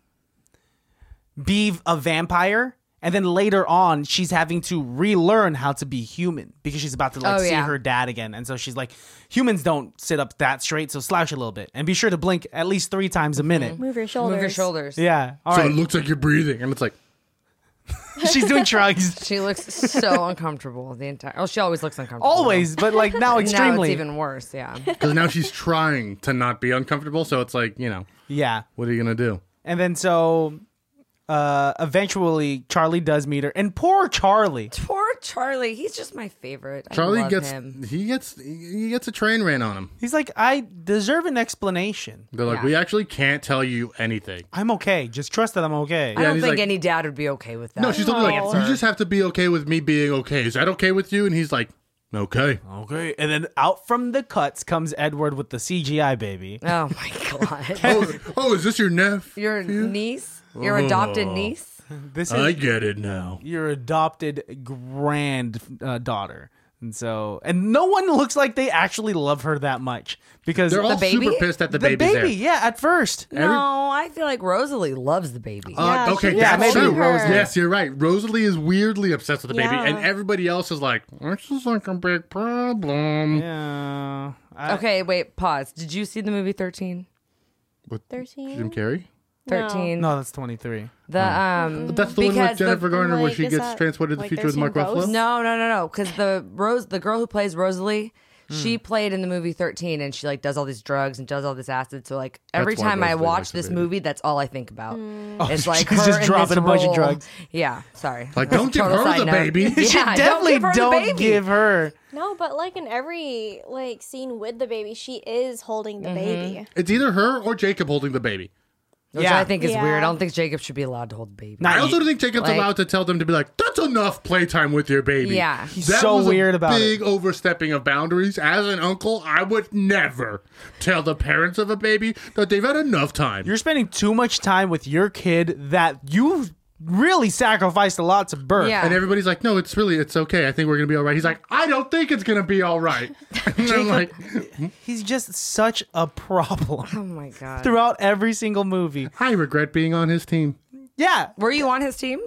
Speaker 1: be v- a vampire, and then later on, she's having to relearn how to be human because she's about to like
Speaker 5: Oh,
Speaker 1: see
Speaker 5: yeah.
Speaker 1: her dad again, and so she's like, humans don't sit up that straight, so slouch a little bit, and be sure to blink at least three times a
Speaker 5: Mm-hmm.
Speaker 1: minute.
Speaker 4: Move your shoulders.
Speaker 5: Move your shoulders.
Speaker 1: Yeah, all
Speaker 2: so
Speaker 1: right.
Speaker 2: it looks like you're breathing, and it's like
Speaker 1: she's doing drugs
Speaker 5: She looks so uncomfortable the entire. Oh, she always looks uncomfortable.
Speaker 1: always, but like now
Speaker 5: Now
Speaker 1: extremely.
Speaker 5: it's even worse. Yeah.
Speaker 2: because now she's trying to not be uncomfortable. So it's like you know,
Speaker 1: yeah.
Speaker 2: what are you gonna do?
Speaker 1: And then so uh eventually Charlie does meet her. And poor Charlie.
Speaker 5: Poor Charlie. He's just my favorite. I
Speaker 2: Charlie
Speaker 5: love
Speaker 2: gets
Speaker 5: him.
Speaker 2: he gets he gets a train ran on him.
Speaker 1: He's like, I deserve an explanation.
Speaker 2: They're like,
Speaker 5: Yeah.
Speaker 2: we actually can't tell you anything.
Speaker 1: I'm okay. Just trust that I'm okay.
Speaker 5: I
Speaker 2: Yeah,
Speaker 5: don't
Speaker 2: he's
Speaker 5: think
Speaker 2: like-
Speaker 5: any dad would be okay with that.
Speaker 2: No, she's literally like, you just have to be okay with me being okay. Is that okay with you? And he's like, okay.
Speaker 1: Okay. And then out from the cuts comes Edward with the CGI baby.
Speaker 5: Oh my god.
Speaker 2: oh, oh, is this your nephew?
Speaker 5: Your niece, your
Speaker 2: Oh.
Speaker 5: adopted niece.
Speaker 1: This is
Speaker 2: I get it now.
Speaker 1: your adopted grand uh, daughter. And so, and no one looks like they actually love her that much because
Speaker 2: They're all
Speaker 5: baby?
Speaker 2: super pissed at the,
Speaker 1: the baby,
Speaker 2: baby's there.
Speaker 1: yeah, at first.
Speaker 5: no, I feel like Rosalie loves the baby.
Speaker 2: Uh,
Speaker 4: Yeah,
Speaker 2: okay,
Speaker 4: she's
Speaker 2: that's
Speaker 1: maybe
Speaker 2: true.
Speaker 4: Rosalie.
Speaker 2: Yes, you're right. Rosalie is weirdly obsessed with the baby,
Speaker 4: Yeah.
Speaker 2: and everybody else is like, "This is like a big problem."
Speaker 1: Yeah. I-
Speaker 5: okay, wait, pause. Did you see the movie Thirteen?
Speaker 2: With Jim
Speaker 4: 13?
Speaker 2: Carrey.
Speaker 5: Thirteen.
Speaker 1: No, that's 23.
Speaker 5: The um.
Speaker 2: That's the one with
Speaker 5: Because the-
Speaker 2: Jennifer Garner where
Speaker 4: like,
Speaker 2: she
Speaker 4: is
Speaker 2: gets
Speaker 4: that
Speaker 2: transported to the
Speaker 4: like
Speaker 2: future with
Speaker 4: 13
Speaker 2: Mark Ruffalo.
Speaker 4: ghosts?
Speaker 5: No, no, no, no. Because the Rose, the girl who plays Rosalie,
Speaker 2: Hmm.
Speaker 5: she played in the movie Thirteen, and she like does all these drugs and does all this acid. So like every
Speaker 2: why
Speaker 5: time I
Speaker 2: Rosalie likes
Speaker 5: watch
Speaker 2: the Oh,
Speaker 5: this
Speaker 2: baby.
Speaker 5: movie, that's all I think about. It's
Speaker 1: she's
Speaker 5: like her
Speaker 1: just
Speaker 5: in this
Speaker 1: dropping a bunch of
Speaker 5: role.
Speaker 1: drugs.
Speaker 5: Yeah, sorry.
Speaker 2: Like,
Speaker 5: That's a
Speaker 2: don't give
Speaker 5: total
Speaker 2: her
Speaker 5: side
Speaker 2: the
Speaker 5: note.
Speaker 2: baby. You
Speaker 5: Yeah,
Speaker 1: she definitely
Speaker 5: don't give her the baby.
Speaker 1: give her.
Speaker 4: No, but like in every like scene with the baby, she is holding the baby.
Speaker 2: It's either her or Jacob holding the baby.
Speaker 5: Which
Speaker 1: Yeah.
Speaker 5: I think is
Speaker 4: Yeah.
Speaker 5: weird. I don't think Jacob should be allowed to hold the baby.
Speaker 2: I
Speaker 1: Not
Speaker 2: also don't think Jacob's
Speaker 5: like-
Speaker 2: allowed to tell them to be like, that's enough playtime with your baby.
Speaker 5: Yeah. He's
Speaker 1: so weird about it.
Speaker 2: big overstepping of boundaries. As an uncle, I would never tell the parents of a baby that they've had enough time.
Speaker 1: You're spending too much time with your kid that you really sacrificed a lot to birth.
Speaker 5: Yeah.
Speaker 2: and everybody's like, no, it's really, it's okay. I think we're going to be all right. He's like, I don't think it's going to be all right. and I'm like, "Hmm?"
Speaker 1: He's just such a problem
Speaker 5: oh my god.
Speaker 1: throughout every single movie.
Speaker 2: I regret being on his team.
Speaker 1: Yeah.
Speaker 5: Were you on his team?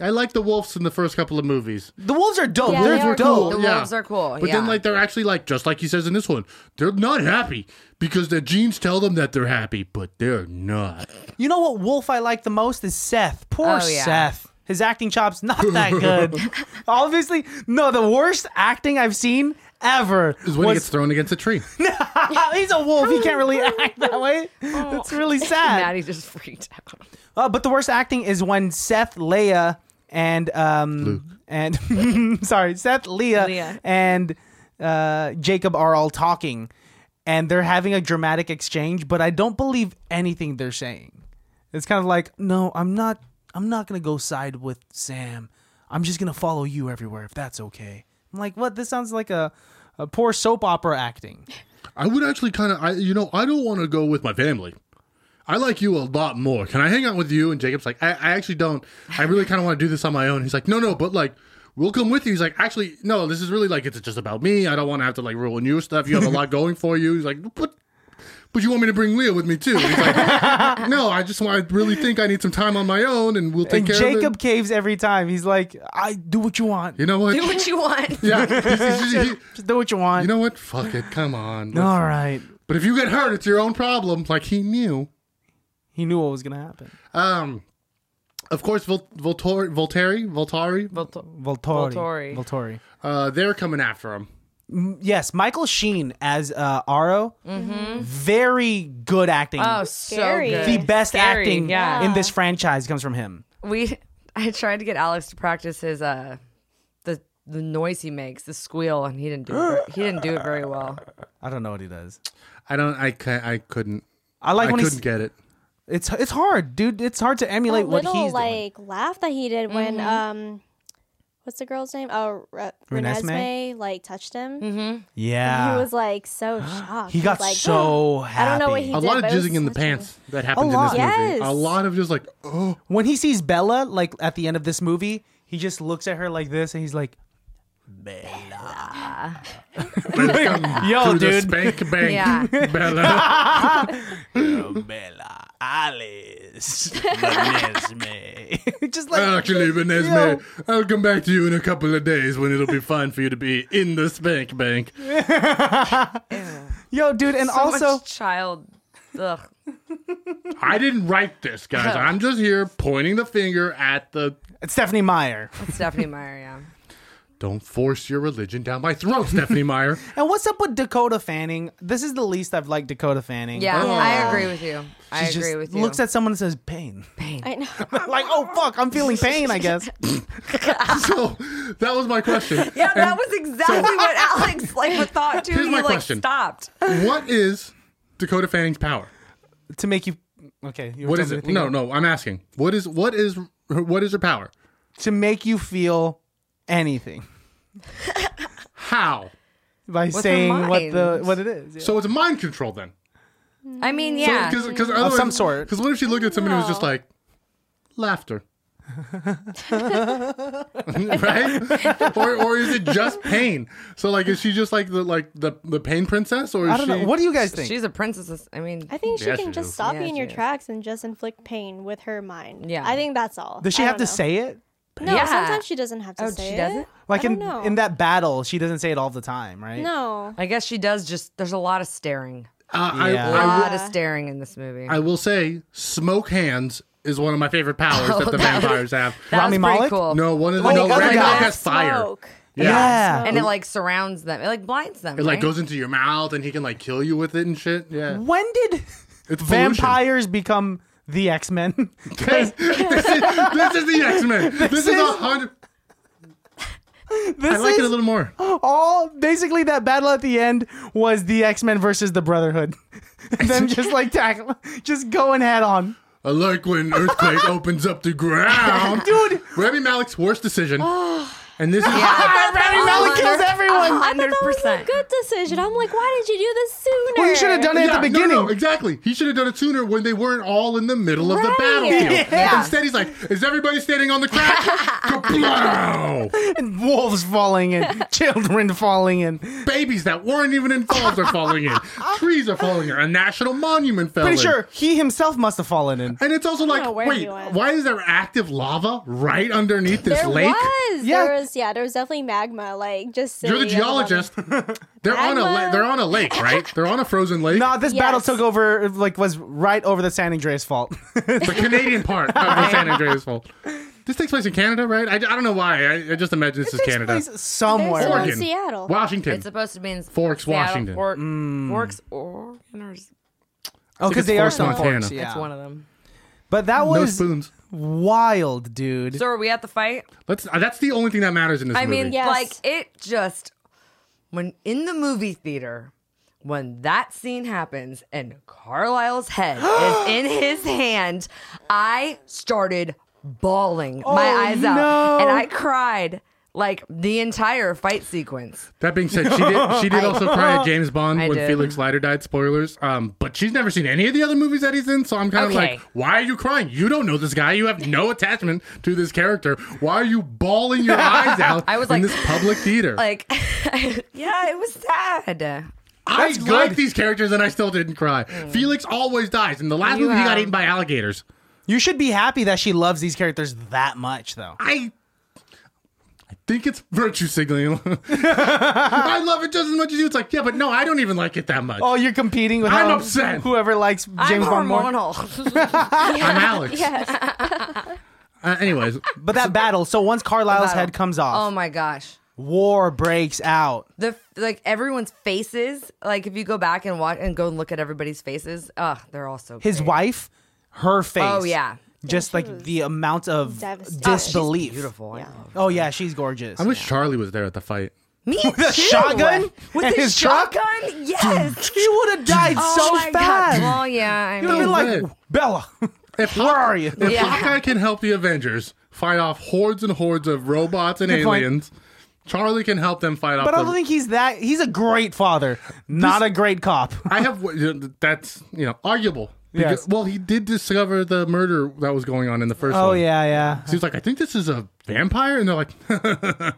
Speaker 2: I like the wolves in the first couple of movies.
Speaker 1: The wolves are dope.
Speaker 4: Yeah,
Speaker 1: They're
Speaker 4: they are
Speaker 1: dope.
Speaker 5: The
Speaker 2: Yeah.
Speaker 5: wolves are cool.
Speaker 2: But then,
Speaker 5: yeah.
Speaker 2: like, they're actually like, just like he says in this one, they're not happy because their genes tell them that they're happy, but they're not.
Speaker 1: You know what wolf I like the most is Seth. Poor
Speaker 5: Oh, yeah.
Speaker 1: Seth. His acting chops not that good. Obviously, no, the worst acting I've seen ever
Speaker 2: Is when he
Speaker 1: was
Speaker 2: gets thrown against a tree.
Speaker 1: he's a wolf. He can't really act that way. That's really sad.
Speaker 5: Maddie just freaked out.
Speaker 1: Uh, but the worst acting is when Seth, Leia, and um, and sorry, Seth, Leah,
Speaker 5: Leah.
Speaker 1: and uh, Jacob are all talking, and they're having a dramatic exchange. But I don't believe anything they're saying. It's kind of like, no, I'm not. I'm not gonna go side with Sam. I'm just gonna follow you everywhere if that's okay. I'm like, what? This sounds like a, a poor soap opera acting.
Speaker 2: I would actually kind of, I you know, I don't want to go with my family. I like you a lot more. Can I hang out with you? And Jacob's like, I, I actually don't. I really kind of want to do this on my own. He's like, no, no, but like, we'll come with you. He's like, actually, no, this is really like, it's just about me. I don't want to have to like ruin your stuff. You have a lot going for you. He's like, but, but you want me to bring Leah with me too? And he's like, no, I just want, I really think I need some time on my own and we'll
Speaker 1: And
Speaker 2: take care of
Speaker 1: Jacob
Speaker 2: it.
Speaker 1: caves every time. He's like, I do what you want.
Speaker 2: You know what?
Speaker 5: Do what you want.
Speaker 2: Yeah. He's- he's- he-
Speaker 1: Just do what you want.
Speaker 2: you know what? Fuck it. Come on.
Speaker 1: all right.
Speaker 2: But if you get hurt, it's your own problem. Like he knew.
Speaker 1: He knew what was gonna happen.
Speaker 2: Um, of course, Vol- Voltori, Voltari, Voltari,
Speaker 5: Oh,
Speaker 1: Voltori.
Speaker 5: Volturi.
Speaker 1: Voltori.
Speaker 2: uh, they're coming after him.
Speaker 1: Yes, Michael Sheen as uh, Aro. Very good acting.
Speaker 5: Mm-hmm. Oh, so
Speaker 4: Scary.
Speaker 5: good.
Speaker 1: the best
Speaker 5: Scary,
Speaker 1: acting
Speaker 5: yeah.
Speaker 1: in this franchise comes from him.
Speaker 5: we I tried to get Alex to practice his uh the the noise he makes, the squeal, and he didn't do it, ver- he didn't do it very well.
Speaker 1: I don't know what he does.
Speaker 2: I don't. I can't. I couldn't.
Speaker 1: I like
Speaker 2: I
Speaker 1: when
Speaker 2: couldn't
Speaker 1: he's.
Speaker 2: get it.
Speaker 1: it's it's hard, dude. It's hard to emulate
Speaker 4: That
Speaker 1: what
Speaker 4: little
Speaker 1: he's doing.
Speaker 4: like laugh that he did when um what's the girl's name? Oh, Re-
Speaker 1: Renesmee?
Speaker 4: Renesmee, like touched him.
Speaker 1: Yeah.
Speaker 4: He was like so shocked.
Speaker 1: Ah. He got
Speaker 4: was, like,
Speaker 1: so happy.
Speaker 4: I don't know what he
Speaker 2: A
Speaker 4: did.
Speaker 2: lot of
Speaker 4: but it was
Speaker 2: jizzing in the
Speaker 4: such a-
Speaker 2: pants that happens in
Speaker 1: lot.
Speaker 2: this movie.
Speaker 4: Yes.
Speaker 2: A lot of just like, oh,
Speaker 1: when he sees Bella, like at the end of this movie, he just looks at her like this, and he's like, "Yo,
Speaker 2: through the
Speaker 1: dude,
Speaker 2: spank bank,
Speaker 5: Yeah.
Speaker 2: Bella.
Speaker 1: Bella, Alice, Renesmee." just like
Speaker 2: Actually,
Speaker 1: Yo.
Speaker 2: Renesmee, I'll come back to you in a couple of days when it'll be fine for you to be in the spank bank.
Speaker 1: Yo, dude, and
Speaker 5: So
Speaker 1: also
Speaker 5: much child. Ugh.
Speaker 2: I didn't write this, guys. I'm just here pointing the finger at the.
Speaker 1: Stephanie Meyer.
Speaker 5: Stephanie Meyer, yeah.
Speaker 2: Don't force your religion down my throat, Stephanie Meyer.
Speaker 1: And what's up with Dakota Fanning? This is the least I've liked Dakota Fanning.
Speaker 5: Yeah,
Speaker 2: Oh.
Speaker 5: I agree with you. I
Speaker 1: She
Speaker 5: agree
Speaker 1: just
Speaker 5: with you.
Speaker 1: Looks at someone and says pain.
Speaker 4: I know.
Speaker 1: like, oh fuck, I'm feeling pain. I guess.
Speaker 2: so that was my question.
Speaker 5: yeah, that was exactly what Alex like thought too.
Speaker 2: Here's
Speaker 5: he
Speaker 2: my
Speaker 5: like
Speaker 2: question.
Speaker 5: stopped.
Speaker 2: What is Dakota Fanning's power?
Speaker 1: to make you. Okay. You were
Speaker 2: What
Speaker 1: telling me to
Speaker 2: is it?
Speaker 1: think
Speaker 2: No,
Speaker 1: of-
Speaker 2: no, I'm asking. What is what is her, what is her power?
Speaker 1: To make you feel anything
Speaker 2: How?
Speaker 1: by
Speaker 5: her
Speaker 1: saying what
Speaker 5: mind.
Speaker 1: the what it is. yeah.
Speaker 2: So it's mind control then.
Speaker 5: I mean, yeah.
Speaker 2: Because
Speaker 1: Of some sort.
Speaker 2: Because what if she looked at somebody who was just like laughter? right? Or or is it just pain? So like is she just like the like the the pain princess or is
Speaker 1: I don't
Speaker 2: she
Speaker 1: know. What do you guys think?
Speaker 5: She's a princess. I mean,
Speaker 4: I think she
Speaker 2: Yes,
Speaker 4: can
Speaker 2: she
Speaker 4: just
Speaker 2: is.
Speaker 4: stop
Speaker 5: Yeah,
Speaker 4: you in your
Speaker 5: she is.
Speaker 4: tracks and just inflict pain with her mind.
Speaker 5: Yeah.
Speaker 4: I think that's all.
Speaker 1: Does she
Speaker 4: I
Speaker 1: have to
Speaker 4: don't know.
Speaker 1: say it?
Speaker 4: No,
Speaker 5: Yeah.
Speaker 4: sometimes she doesn't have to
Speaker 5: Oh,
Speaker 4: say
Speaker 5: she
Speaker 4: it.
Speaker 5: doesn't?
Speaker 1: Like
Speaker 4: I don't
Speaker 1: in
Speaker 4: know.
Speaker 1: in that battle, she doesn't say it all the time, right?
Speaker 4: No.
Speaker 5: I guess she does. Just there's a lot of staring.
Speaker 2: Uh, I-
Speaker 1: Yeah.
Speaker 5: A
Speaker 2: I,
Speaker 5: lot of
Speaker 4: Yeah.
Speaker 5: staring in this movie.
Speaker 2: I will say, smoke hands is one of my favorite powers that the vampires have.
Speaker 5: Oh, that
Speaker 1: Rami
Speaker 5: was pretty
Speaker 1: Malek?
Speaker 5: cool.
Speaker 2: No, one of the
Speaker 1: Oh,
Speaker 2: no.
Speaker 1: the other
Speaker 2: Ragnarok
Speaker 1: guy.
Speaker 2: has fire.
Speaker 4: Smoke.
Speaker 2: Yeah.
Speaker 1: Yeah.
Speaker 5: and it like surrounds them. It like blinds them.
Speaker 2: It like
Speaker 5: right?
Speaker 2: goes into your mouth, and he can like kill you with it and shit. Yeah,
Speaker 1: When did
Speaker 2: it's pollution.
Speaker 1: vampires become the X Men?
Speaker 2: this, is, this is the X Men. This, is a
Speaker 1: is-
Speaker 2: hundred.
Speaker 1: this
Speaker 2: I like
Speaker 1: is
Speaker 2: it a little more.
Speaker 1: all basically that battle at the end was the X Men versus the Brotherhood. Them just like tackle, just going head on.
Speaker 2: I like when earthquake opens up the ground, dude. Rami Malek's worst decision, and this is
Speaker 5: Yeah.
Speaker 1: Rami Malek kills
Speaker 5: Oh,
Speaker 1: everyone.
Speaker 5: Hundred percent.
Speaker 4: Good decision. I'm like, why did you do this sooner?
Speaker 1: Well, you should have done it at
Speaker 2: Yeah,
Speaker 1: the
Speaker 2: no,
Speaker 1: beginning.
Speaker 2: No, exactly. He should have done it sooner when they weren't all in the middle of the
Speaker 4: Right.
Speaker 2: battlefield.
Speaker 5: Yeah.
Speaker 2: Instead, he's like, "Is everybody standing on the crack?" Kablow!
Speaker 1: And wolves falling in, children falling in.
Speaker 2: Babies that weren't even involved are falling in. Trees are falling in. A national monument fell
Speaker 1: Pretty
Speaker 2: in.
Speaker 1: sure he himself must have fallen in.
Speaker 2: And it's also like,
Speaker 4: know where
Speaker 2: wait,
Speaker 4: he went.
Speaker 2: why is there active lava right underneath this
Speaker 4: There
Speaker 2: lake?
Speaker 4: was.
Speaker 1: Yeah.
Speaker 4: There was. Yeah. There was definitely magma. Like just.
Speaker 2: You're the
Speaker 4: sitting on bottom.
Speaker 2: geologist. They're on a la-
Speaker 4: Magma.
Speaker 2: they're on a lake, right? They're on a frozen lake.
Speaker 1: No, this battle
Speaker 4: Yes.
Speaker 1: took over, like, was right over the San Andreas fault.
Speaker 2: the Canadian part of the San Andreas Fault. This takes place in Canada, right? I, I don't know why. I, I just imagine this is Canada.
Speaker 1: Place Somewhere.
Speaker 4: There's one-
Speaker 2: Oregon,
Speaker 4: Seattle.
Speaker 2: Washington.
Speaker 5: It's supposed to be in
Speaker 2: Forks,
Speaker 5: Seattle,
Speaker 2: Washington.
Speaker 5: Fork, Forks, Oregon, or is-
Speaker 1: Oh,
Speaker 2: think
Speaker 1: because
Speaker 2: it's
Speaker 1: they are
Speaker 2: Forks,
Speaker 1: some
Speaker 2: Montana.
Speaker 1: forks.
Speaker 2: It's
Speaker 1: Yeah.
Speaker 5: it's one of them.
Speaker 1: But that
Speaker 2: no
Speaker 1: was
Speaker 2: spoons.
Speaker 1: wild, dude.
Speaker 5: So are we at the fight?
Speaker 2: Let's. uh, That's the only thing that matters in this
Speaker 5: I
Speaker 2: movie.
Speaker 5: mean,
Speaker 4: Yes.
Speaker 5: like it just when in the movie theater when that scene happens and Carlisle's head is in his hand, I started bawling my eyes out and I cried like the entire fight sequence.
Speaker 2: That being said, she did. She did also cry at James Bond
Speaker 5: I
Speaker 2: when
Speaker 5: did.
Speaker 2: Felix Leiter died. Spoilers. Um, but she's never seen any of the other movies that he's in, so I'm kind of
Speaker 5: Okay.
Speaker 2: like, why are you crying? You don't know this guy. You have no attachment to this character. Why are you bawling your eyes out?
Speaker 5: I was
Speaker 2: in
Speaker 5: like-
Speaker 2: this public theater.
Speaker 5: Like, yeah, it was sad.
Speaker 2: I
Speaker 1: good.
Speaker 2: like these characters, and I still didn't cry. Felix always dies. In the last
Speaker 5: Mm. You
Speaker 2: movie, he got
Speaker 5: have-
Speaker 2: eaten by alligators.
Speaker 1: you should be happy that she loves these characters that much, though.
Speaker 2: I I think it's virtue signaling. I love it just as much as you. It's like, yeah, but no, I don't even like it that much.
Speaker 1: Oh, you're competing with
Speaker 2: I'm
Speaker 1: how-
Speaker 2: upset.
Speaker 1: whoever likes James Bond
Speaker 5: I'm
Speaker 1: more.
Speaker 5: hormonal.
Speaker 2: I'm Alex.
Speaker 4: Yes.
Speaker 2: Uh, anyways,
Speaker 1: But that battle, so once Carlisle's
Speaker 5: battle.
Speaker 1: head comes off,
Speaker 5: oh my gosh.
Speaker 1: war breaks out.
Speaker 5: the like everyone's faces like if you go back and watch and go and look at everybody's faces ugh they're all so
Speaker 1: His
Speaker 5: great.
Speaker 1: wife, her face.
Speaker 5: Oh, yeah.
Speaker 1: Just like the amount of
Speaker 4: devastated. Oh, she's
Speaker 1: disbelief.
Speaker 5: beautiful I know.
Speaker 1: Oh yeah, she's gorgeous.
Speaker 2: I wish Charlie was there at the fight.
Speaker 5: me
Speaker 1: a
Speaker 5: too.
Speaker 1: shotgun?
Speaker 5: with
Speaker 1: And
Speaker 5: his,
Speaker 1: his truck?
Speaker 5: shotgun yes
Speaker 1: he would have died
Speaker 5: oh
Speaker 1: so
Speaker 5: my
Speaker 1: fast.
Speaker 5: god well yeah I
Speaker 1: He would
Speaker 5: mean,
Speaker 1: have
Speaker 2: Oh,
Speaker 1: been like
Speaker 2: man.
Speaker 1: Bella.
Speaker 2: If
Speaker 1: Where are you?
Speaker 2: If
Speaker 5: Yeah.
Speaker 2: Hawkeye can help the Avengers fight off hordes and hordes of robots and
Speaker 1: Good point.
Speaker 2: aliens, Charlie can help them fight off.
Speaker 1: But I
Speaker 2: the-
Speaker 1: don't think he's that. He's a great father, not a great cop.
Speaker 2: I have you know, that's you know arguable.
Speaker 1: Yes.
Speaker 2: Well, he did discover the murder that was going on in the first one.
Speaker 1: Oh yeah, yeah.
Speaker 2: He's like, I think this is a vampire, and they're like,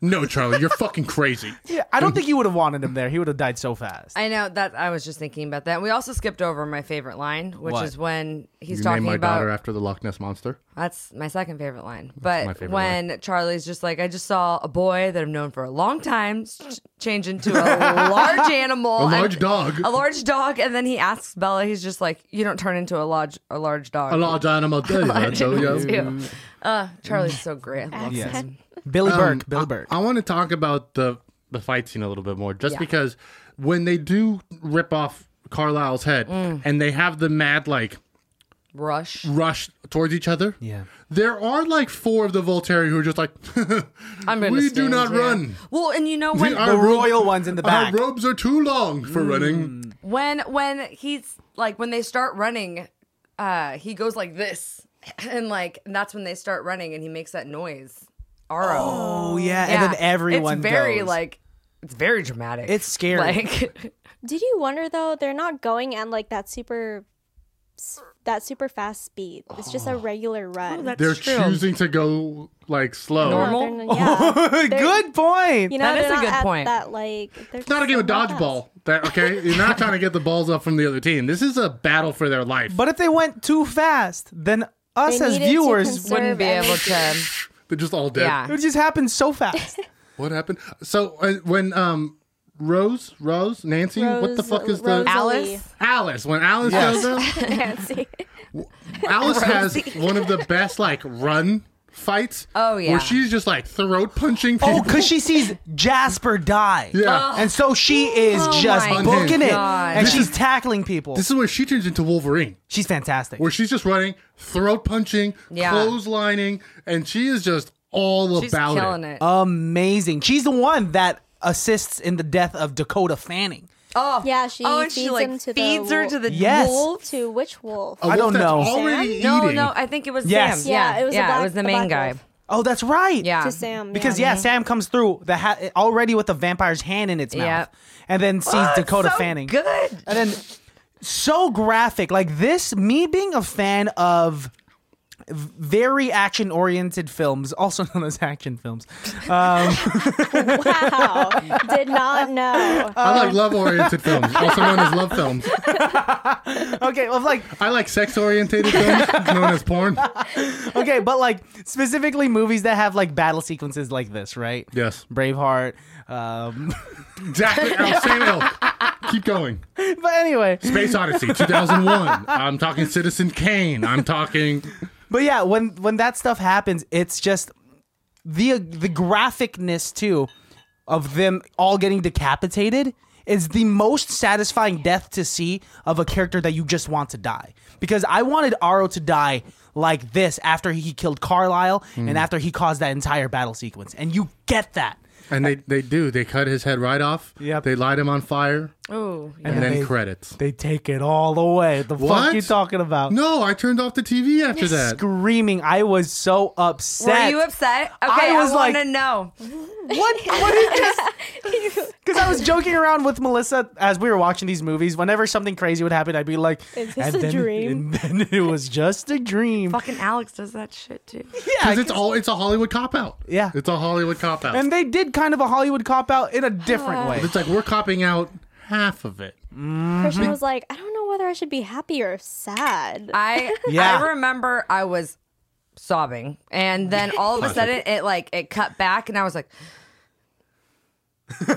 Speaker 2: No, Charlie, you're fucking crazy.
Speaker 1: Yeah, I don't think you would have wanted him there. He would have died so fast.
Speaker 5: I know that I was just thinking about that. We also skipped over my favorite line, which
Speaker 1: What?
Speaker 5: is when he's
Speaker 2: you named
Speaker 5: talking
Speaker 2: my daughter
Speaker 5: about
Speaker 2: after the Loch Ness monster.
Speaker 5: That's my second favorite line.
Speaker 2: my
Speaker 5: But
Speaker 2: favorite
Speaker 5: when Charlie's just like, I just saw a boy that I've known for a long time s- change into a large animal,
Speaker 2: A large
Speaker 5: and-
Speaker 2: dog.
Speaker 5: a large dog, and then he asks Bella, he's just like, you don't turn into a large a large dog.
Speaker 2: A large animal.
Speaker 5: Too. Uh, Charlie's so great. I love
Speaker 1: Yes.
Speaker 5: him.
Speaker 1: Billy Burke.
Speaker 2: Um,
Speaker 1: Billy
Speaker 2: I-
Speaker 1: Burke.
Speaker 2: I, want to talk about the the fight scene a little bit more, just
Speaker 5: Yeah.
Speaker 2: because when they do rip off Carlisle's head and they have the mad like
Speaker 5: Rush.
Speaker 2: rush towards each other,
Speaker 1: Yeah.
Speaker 2: there are like four of the Volturi who are just like,
Speaker 5: I'm gonna
Speaker 2: we do
Speaker 5: stand
Speaker 2: not
Speaker 5: here.
Speaker 2: run.
Speaker 5: Well, and you know when
Speaker 1: The royal ones in the
Speaker 2: Our
Speaker 1: back.
Speaker 2: robes are too long for running.
Speaker 5: when when he's like when they start running, uh, he goes like this, and like and that's when they start running, and he makes that noise. Aro.
Speaker 1: Oh yeah, and then everyone
Speaker 5: It's very
Speaker 1: goes.
Speaker 5: like it's very dramatic.
Speaker 1: It's scary.
Speaker 5: Like
Speaker 4: Did you wonder though? They're not going at like that super, s- that super fast speed. It's just a regular run.
Speaker 2: They're choosing to go like slow.
Speaker 4: No,
Speaker 5: normal.
Speaker 4: they're not- yeah.
Speaker 1: um, good point.
Speaker 4: You know,
Speaker 5: That is
Speaker 4: they're
Speaker 5: a
Speaker 4: not
Speaker 5: good
Speaker 4: at
Speaker 5: point.
Speaker 4: That like they're
Speaker 2: It's not a game of dodgeball. That okay? You're not trying to get the balls up from the other team. This is a battle for their life.
Speaker 1: but if they went too fast, then us as viewers would
Speaker 5: wouldn't be able to.
Speaker 2: They're just all dead.
Speaker 1: it
Speaker 5: Yeah.
Speaker 1: would just happen so fast.
Speaker 2: What happened? So uh, when um Rose, Rose, Nancy, what the fuck is the
Speaker 5: Alice?
Speaker 2: Alice? When Alice goes up,
Speaker 4: Nancy.
Speaker 2: Alice has one of the best like run fights.
Speaker 5: Oh, yeah.
Speaker 2: where she's just like throat punching people.
Speaker 1: oh, because she sees Jasper die. Oh.
Speaker 2: Yeah.
Speaker 1: And so she is
Speaker 5: Oh
Speaker 1: just
Speaker 5: my
Speaker 1: booking it,
Speaker 5: God.
Speaker 1: and
Speaker 5: This
Speaker 1: she's tackling people.
Speaker 2: This is where she turns into Wolverine,
Speaker 1: she's fantastic.
Speaker 2: where she's just running, throat punching,
Speaker 5: Yeah.
Speaker 2: clotheslining, and she is just all
Speaker 5: She's
Speaker 2: about
Speaker 5: killing it.
Speaker 1: Oh. Amazing. She's the one that assists in the death of Dakota Fanning.
Speaker 5: oh
Speaker 4: Yeah, she
Speaker 5: oh, and
Speaker 4: feeds
Speaker 5: she like
Speaker 4: him to the
Speaker 5: feeds her
Speaker 4: wo-
Speaker 5: to the
Speaker 1: Yes.
Speaker 5: wolf.
Speaker 4: to which wolf?
Speaker 2: A
Speaker 1: I
Speaker 2: wolf
Speaker 1: don't
Speaker 2: that's
Speaker 1: know.
Speaker 2: Already
Speaker 5: No,
Speaker 2: eating.
Speaker 5: no, I think it was
Speaker 1: Yes.
Speaker 5: Sam.
Speaker 4: Yeah, it was the
Speaker 5: yeah,
Speaker 4: black-
Speaker 5: it was the
Speaker 4: the
Speaker 5: main
Speaker 4: black
Speaker 5: guy.
Speaker 4: wolf.
Speaker 1: Oh, that's right.
Speaker 5: Yeah.
Speaker 4: to Sam.
Speaker 1: Because yeah, Sam comes through the ha- already with the vampire's hand in its mouth,
Speaker 5: Yep.
Speaker 1: and then sees
Speaker 5: Oh,
Speaker 1: Dakota
Speaker 5: so
Speaker 1: Fanning.
Speaker 5: Good.
Speaker 1: And then so graphic. Like this, me being a fan of very action oriented films, also known as action films.
Speaker 4: Wow. Did not know.
Speaker 2: I
Speaker 5: um,
Speaker 2: like love-oriented films, also known as love films.
Speaker 1: Okay, of like
Speaker 2: I like sex-oriented films, known as porn.
Speaker 1: okay, but like specifically movies that have like battle sequences like this, right?
Speaker 2: Yes.
Speaker 1: Braveheart. Um,
Speaker 2: Exactly. Al Sam Elk. Keep going.
Speaker 1: but anyway,
Speaker 2: Space Odyssey 2001. I'm talking Citizen Kane. I'm talking.
Speaker 1: but yeah, when when that stuff happens, it's just the the graphicness too of them all getting decapitated is the most satisfying death to see of a character that you just want to die. Because I wanted Aro to die like this after he killed Carlisle
Speaker 2: Mm.
Speaker 1: and after he caused that entire battle sequence, and you get that.
Speaker 2: And they, they do. They cut his head right off.
Speaker 1: Yep.
Speaker 2: They light him on fire.
Speaker 5: Ooh.
Speaker 2: And
Speaker 1: then
Speaker 2: then
Speaker 1: they-
Speaker 2: credits.
Speaker 1: They take it all away. The fuck
Speaker 2: What?
Speaker 1: you talking about?
Speaker 2: No, I turned off the TV after that.
Speaker 1: Screaming. I was so upset.
Speaker 5: Were you upset? Okay,
Speaker 1: I
Speaker 5: I,
Speaker 1: was
Speaker 5: want
Speaker 1: like-
Speaker 5: to know.
Speaker 1: What? What did you just? Because I was joking around with Melissa as we were watching these movies. Whenever something crazy would happen, I'd be like,
Speaker 4: Is this
Speaker 1: and
Speaker 4: a
Speaker 1: then,
Speaker 4: dream?"
Speaker 1: And then it was just a dream.
Speaker 5: Fucking Alex does that shit too.
Speaker 1: yeah.
Speaker 2: Because it's all it's a Hollywood cop out.
Speaker 1: Yeah.
Speaker 2: It's a Hollywood cop out.
Speaker 1: and they did kind of a Hollywood cop out in a different way.
Speaker 2: it's like we're copping out half of it.
Speaker 1: Mm-hmm.
Speaker 4: Christian was like, I don't know whether I should be happy or sad.
Speaker 5: I
Speaker 1: Yeah.
Speaker 5: I remember I was sobbing, and then all of a sudden it like it cut back, and I was like, and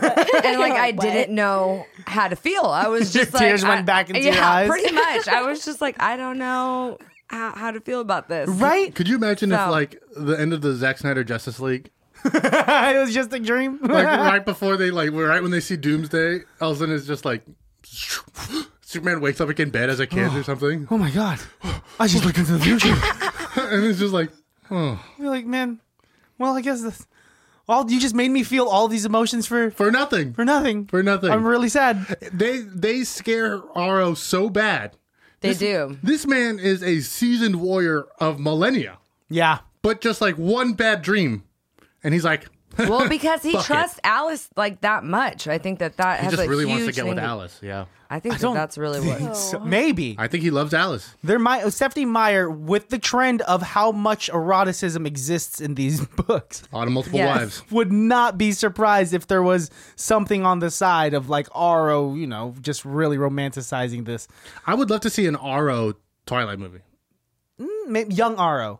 Speaker 5: like I
Speaker 4: What?
Speaker 5: didn't know how to feel. I was just like,
Speaker 1: tears
Speaker 5: I-
Speaker 1: went back into your
Speaker 5: yeah,
Speaker 1: eyes?
Speaker 5: pretty much. I was just like, I don't know how, how to feel about this.
Speaker 1: Right?
Speaker 2: Could you imagine if
Speaker 5: So-
Speaker 2: like the end of the Zack Snyder Justice League?
Speaker 1: it was just a dream.
Speaker 2: Like right before they like right when they see Doomsday, Elson is just like Superman wakes up like in bed as a kid or something.
Speaker 1: oh my god! I just looked into the future.
Speaker 2: and it's just like, oh,
Speaker 1: You're like, man. Well, I guess this. All you just made me feel all these emotions for
Speaker 2: for nothing,
Speaker 1: for nothing.
Speaker 2: for nothing.
Speaker 1: I'm really sad.
Speaker 2: they they scare Aro so bad
Speaker 5: They do.
Speaker 2: This man is a seasoned warrior of millennia,
Speaker 1: Yeah.
Speaker 2: but just like one bad dream, and he's like,
Speaker 5: Well, because he
Speaker 2: Fuck it.
Speaker 5: trusts Alice like that much. I think that that
Speaker 2: he
Speaker 5: has
Speaker 2: just
Speaker 5: a
Speaker 2: really
Speaker 5: huge
Speaker 2: wants to get
Speaker 5: thing
Speaker 2: with Alice. Yeah,
Speaker 5: I think that
Speaker 1: don't
Speaker 5: that's really what.
Speaker 1: So maybe.
Speaker 2: I think he loves Alice.
Speaker 1: There might Stephanie Meyer with the trend of how much eroticism exists in these books
Speaker 2: On multiple
Speaker 5: Yes.
Speaker 2: wives.
Speaker 1: would not be surprised if there was something on the side of like Aro, you know, just really romanticizing this
Speaker 2: I would love to see an RO Twilight movie.
Speaker 1: Ma- young Aro.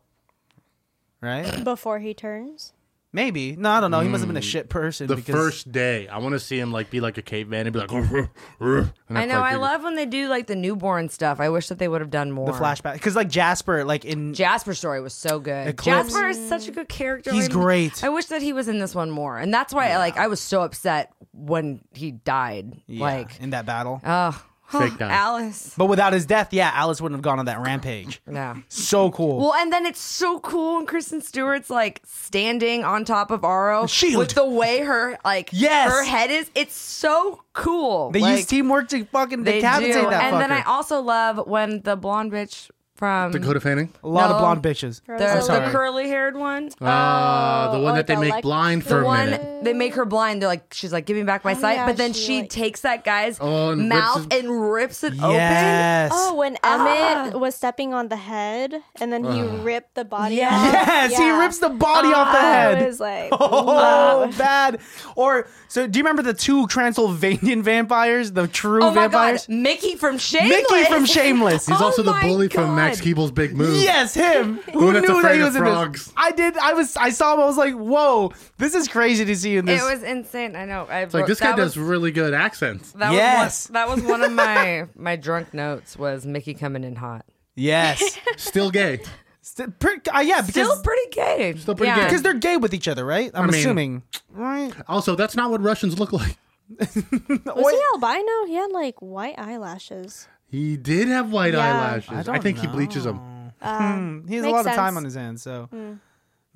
Speaker 1: Right?
Speaker 4: before he turns.
Speaker 1: Maybe. No, I don't know. He must have been a shit person
Speaker 2: Hmm. The
Speaker 1: because
Speaker 2: first day, I want to see him like be like a caveman and be like, "Ruh, ruh," and
Speaker 5: I
Speaker 2: that's,
Speaker 5: know.
Speaker 2: like,
Speaker 5: I
Speaker 2: big-
Speaker 5: love when they do like the newborn stuff. I wish that they would have done more.
Speaker 1: the flashback because like Jasper like in
Speaker 5: Jasper's story was so good.
Speaker 1: Eclipse.
Speaker 5: Jasper is such a good character.
Speaker 1: He's
Speaker 5: and
Speaker 1: great.
Speaker 5: I wish that he was in this one more, and that's why I like. I was so upset when he died.
Speaker 1: yeah,
Speaker 5: Like,
Speaker 1: in that battle.
Speaker 5: oh,
Speaker 2: Fake die.
Speaker 5: Alice.
Speaker 1: but without his death, yeah, Alice wouldn't have gone on that rampage.
Speaker 5: No.
Speaker 1: So cool.
Speaker 5: Well, and then it's so cool when Kristen Stewart's like standing on top of Aro
Speaker 1: Shield.
Speaker 5: with the way her like
Speaker 1: Yes.
Speaker 5: her head is. It's so cool.
Speaker 1: they
Speaker 5: like,
Speaker 1: use teamwork to fucking
Speaker 5: They do.
Speaker 1: decapitate that
Speaker 5: and
Speaker 1: fucker.
Speaker 5: then I also love when the blonde bitch from
Speaker 2: Dakota Fanning.
Speaker 1: a lot of
Speaker 5: No.
Speaker 1: blonde bitches.
Speaker 5: the,
Speaker 4: I'm
Speaker 5: the
Speaker 1: sorry. Uh,
Speaker 5: curly haired one.
Speaker 2: Ah, the one
Speaker 4: oh,
Speaker 2: that they
Speaker 4: the
Speaker 2: make
Speaker 4: elect-
Speaker 2: blind
Speaker 4: the
Speaker 2: for
Speaker 5: the
Speaker 2: a
Speaker 5: one
Speaker 2: minute.
Speaker 5: they make her blind. They're like, she's like, give me back my sight.
Speaker 4: yeah,
Speaker 5: but then Oh, she,
Speaker 4: she, like-
Speaker 5: takes that guy's
Speaker 2: Oh, and rips
Speaker 5: mouth
Speaker 2: his-
Speaker 5: and rips it
Speaker 1: Yes.
Speaker 4: Oh, when Emmett was stepping on the head and then he ripped the body
Speaker 5: Yes.
Speaker 4: off.
Speaker 1: Yes, he
Speaker 4: Yeah.
Speaker 1: rips the body off the
Speaker 4: I
Speaker 1: head.
Speaker 4: was like,
Speaker 1: Oh, bad. Or so, do you remember the two Transylvanian vampires, the true
Speaker 5: open. Oh my
Speaker 1: vampires?
Speaker 5: god, Mickey from Shameless.
Speaker 1: Mickey from Shameless.
Speaker 2: He's
Speaker 5: Oh
Speaker 2: also the
Speaker 5: my
Speaker 2: bully from
Speaker 5: God.
Speaker 2: Max Keeble's Big Move.
Speaker 1: Yes, him. Who
Speaker 2: one that's
Speaker 1: knew that
Speaker 2: afraid
Speaker 1: he
Speaker 2: of
Speaker 1: was in this?
Speaker 2: frogs?
Speaker 1: I did. I was. I saw him. I was like, "Whoa, this is crazy to see in
Speaker 5: It
Speaker 1: this."
Speaker 5: was insane. I know. I
Speaker 2: It's like this guy
Speaker 5: that was,
Speaker 2: does really good accents.
Speaker 5: That
Speaker 1: Yes.
Speaker 5: was one, that was one of my my drunk notes was Mickey coming in hot.
Speaker 1: yes.
Speaker 2: Still gay.
Speaker 1: St- per- uh, yeah, because
Speaker 5: Still pretty gay. Still
Speaker 2: pretty gay.
Speaker 1: because they're gay with each other, right? I'm
Speaker 2: mean-
Speaker 1: assuming. Right.
Speaker 2: Also, that's not what Russians look like.
Speaker 4: was he albino? He had like white eyelashes.
Speaker 2: He did have white
Speaker 4: Yeah.
Speaker 2: eyelashes. I,
Speaker 1: I don't
Speaker 2: think he bleaches them.
Speaker 1: He has a
Speaker 4: Makes
Speaker 1: lot of time
Speaker 4: sense.
Speaker 1: on his hands, so.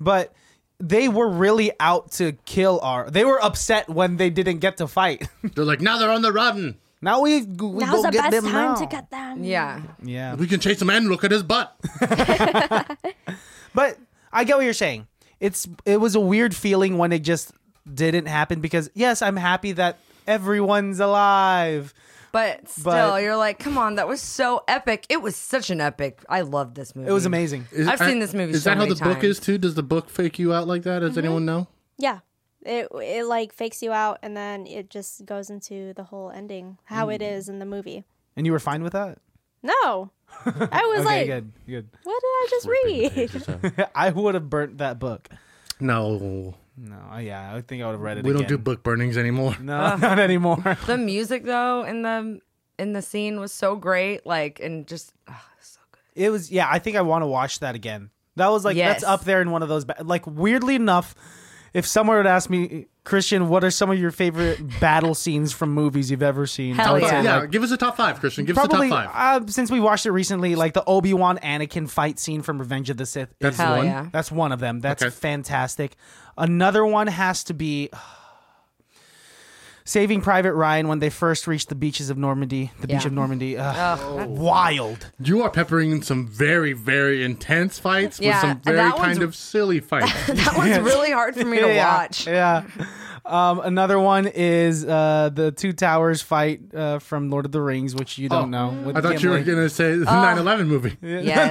Speaker 1: But they were really out to kill our. They were upset when they didn't get to fight.
Speaker 2: They're like, now they're on the run.
Speaker 1: now we, we
Speaker 4: Now's
Speaker 1: go
Speaker 4: the
Speaker 1: get
Speaker 4: best
Speaker 1: them
Speaker 4: time
Speaker 1: now.
Speaker 4: to get them.
Speaker 5: Yeah.
Speaker 1: Yeah.
Speaker 2: We can chase him and look at his butt.
Speaker 1: But I get what you're saying. It's it was a weird feeling when it just didn't happen because yes, I'm happy that everyone's alive.
Speaker 5: But still,
Speaker 1: But-
Speaker 5: you're like, come on, that was so epic. It was such an epic. I love this movie.
Speaker 1: It was amazing.
Speaker 2: Is-
Speaker 5: I've seen this movie
Speaker 2: Is
Speaker 5: so
Speaker 2: that how
Speaker 5: many Mm-hmm.
Speaker 2: the book is too? Does the book fake you out like that? Does anyone know?
Speaker 4: Yeah. It, it like fakes you out and then it just goes into the whole ending, how
Speaker 1: Mm.
Speaker 4: it is in the movie.
Speaker 1: And you were fine with that?
Speaker 4: No. I was
Speaker 1: Okay,
Speaker 4: like,
Speaker 1: good. Good.
Speaker 4: what did I just read?
Speaker 1: I would have burnt that book.
Speaker 2: No,
Speaker 1: No, I- yeah, I think I would have read it.
Speaker 2: we don't do
Speaker 1: again.
Speaker 2: book burnings anymore.
Speaker 1: No, not anymore.
Speaker 5: The music though in the in the scene was so great, like and just ah, so good.
Speaker 1: It was yeah. I think I want to watch that again. That was like
Speaker 5: Yes.
Speaker 1: that's up there in one of those. Ba- like weirdly enough, if someone would ask me, Christian, what are some of your favorite battle scenes from movies you've ever seen?
Speaker 5: Hell
Speaker 1: I would
Speaker 5: Oh, yeah.
Speaker 1: say
Speaker 2: yeah,
Speaker 1: like,
Speaker 2: give us a top five, Christian. Give
Speaker 1: probably
Speaker 2: us a top five.
Speaker 1: uh, since we watched it recently, like the Obi Wan Anakin fight scene from Revenge of the Sith.
Speaker 2: That's
Speaker 1: is,
Speaker 5: Hell
Speaker 2: one.
Speaker 5: yeah.
Speaker 1: that's one of them. That's
Speaker 2: Okay.
Speaker 1: fantastic. Another one has to be. Saving Private Ryan when they first reach the beaches of Normandy, the beach
Speaker 5: Yeah.
Speaker 1: of Normandy, Ugh, wild.
Speaker 2: You are peppering in some very, very intense fights
Speaker 5: Yeah,
Speaker 2: with some
Speaker 5: and
Speaker 2: very
Speaker 5: that
Speaker 2: kind
Speaker 5: one's-
Speaker 2: of silly fights.
Speaker 5: That was really hard for me to
Speaker 1: yeah,
Speaker 5: watch.
Speaker 1: Yeah. Um, another one is uh, the Two Towers fight uh, from Lord of the Rings, which you don't know. with
Speaker 2: Oh. I thought you were
Speaker 1: Gimli.
Speaker 2: going to say
Speaker 5: Oh.
Speaker 2: the 9 11 movie.
Speaker 5: Yes.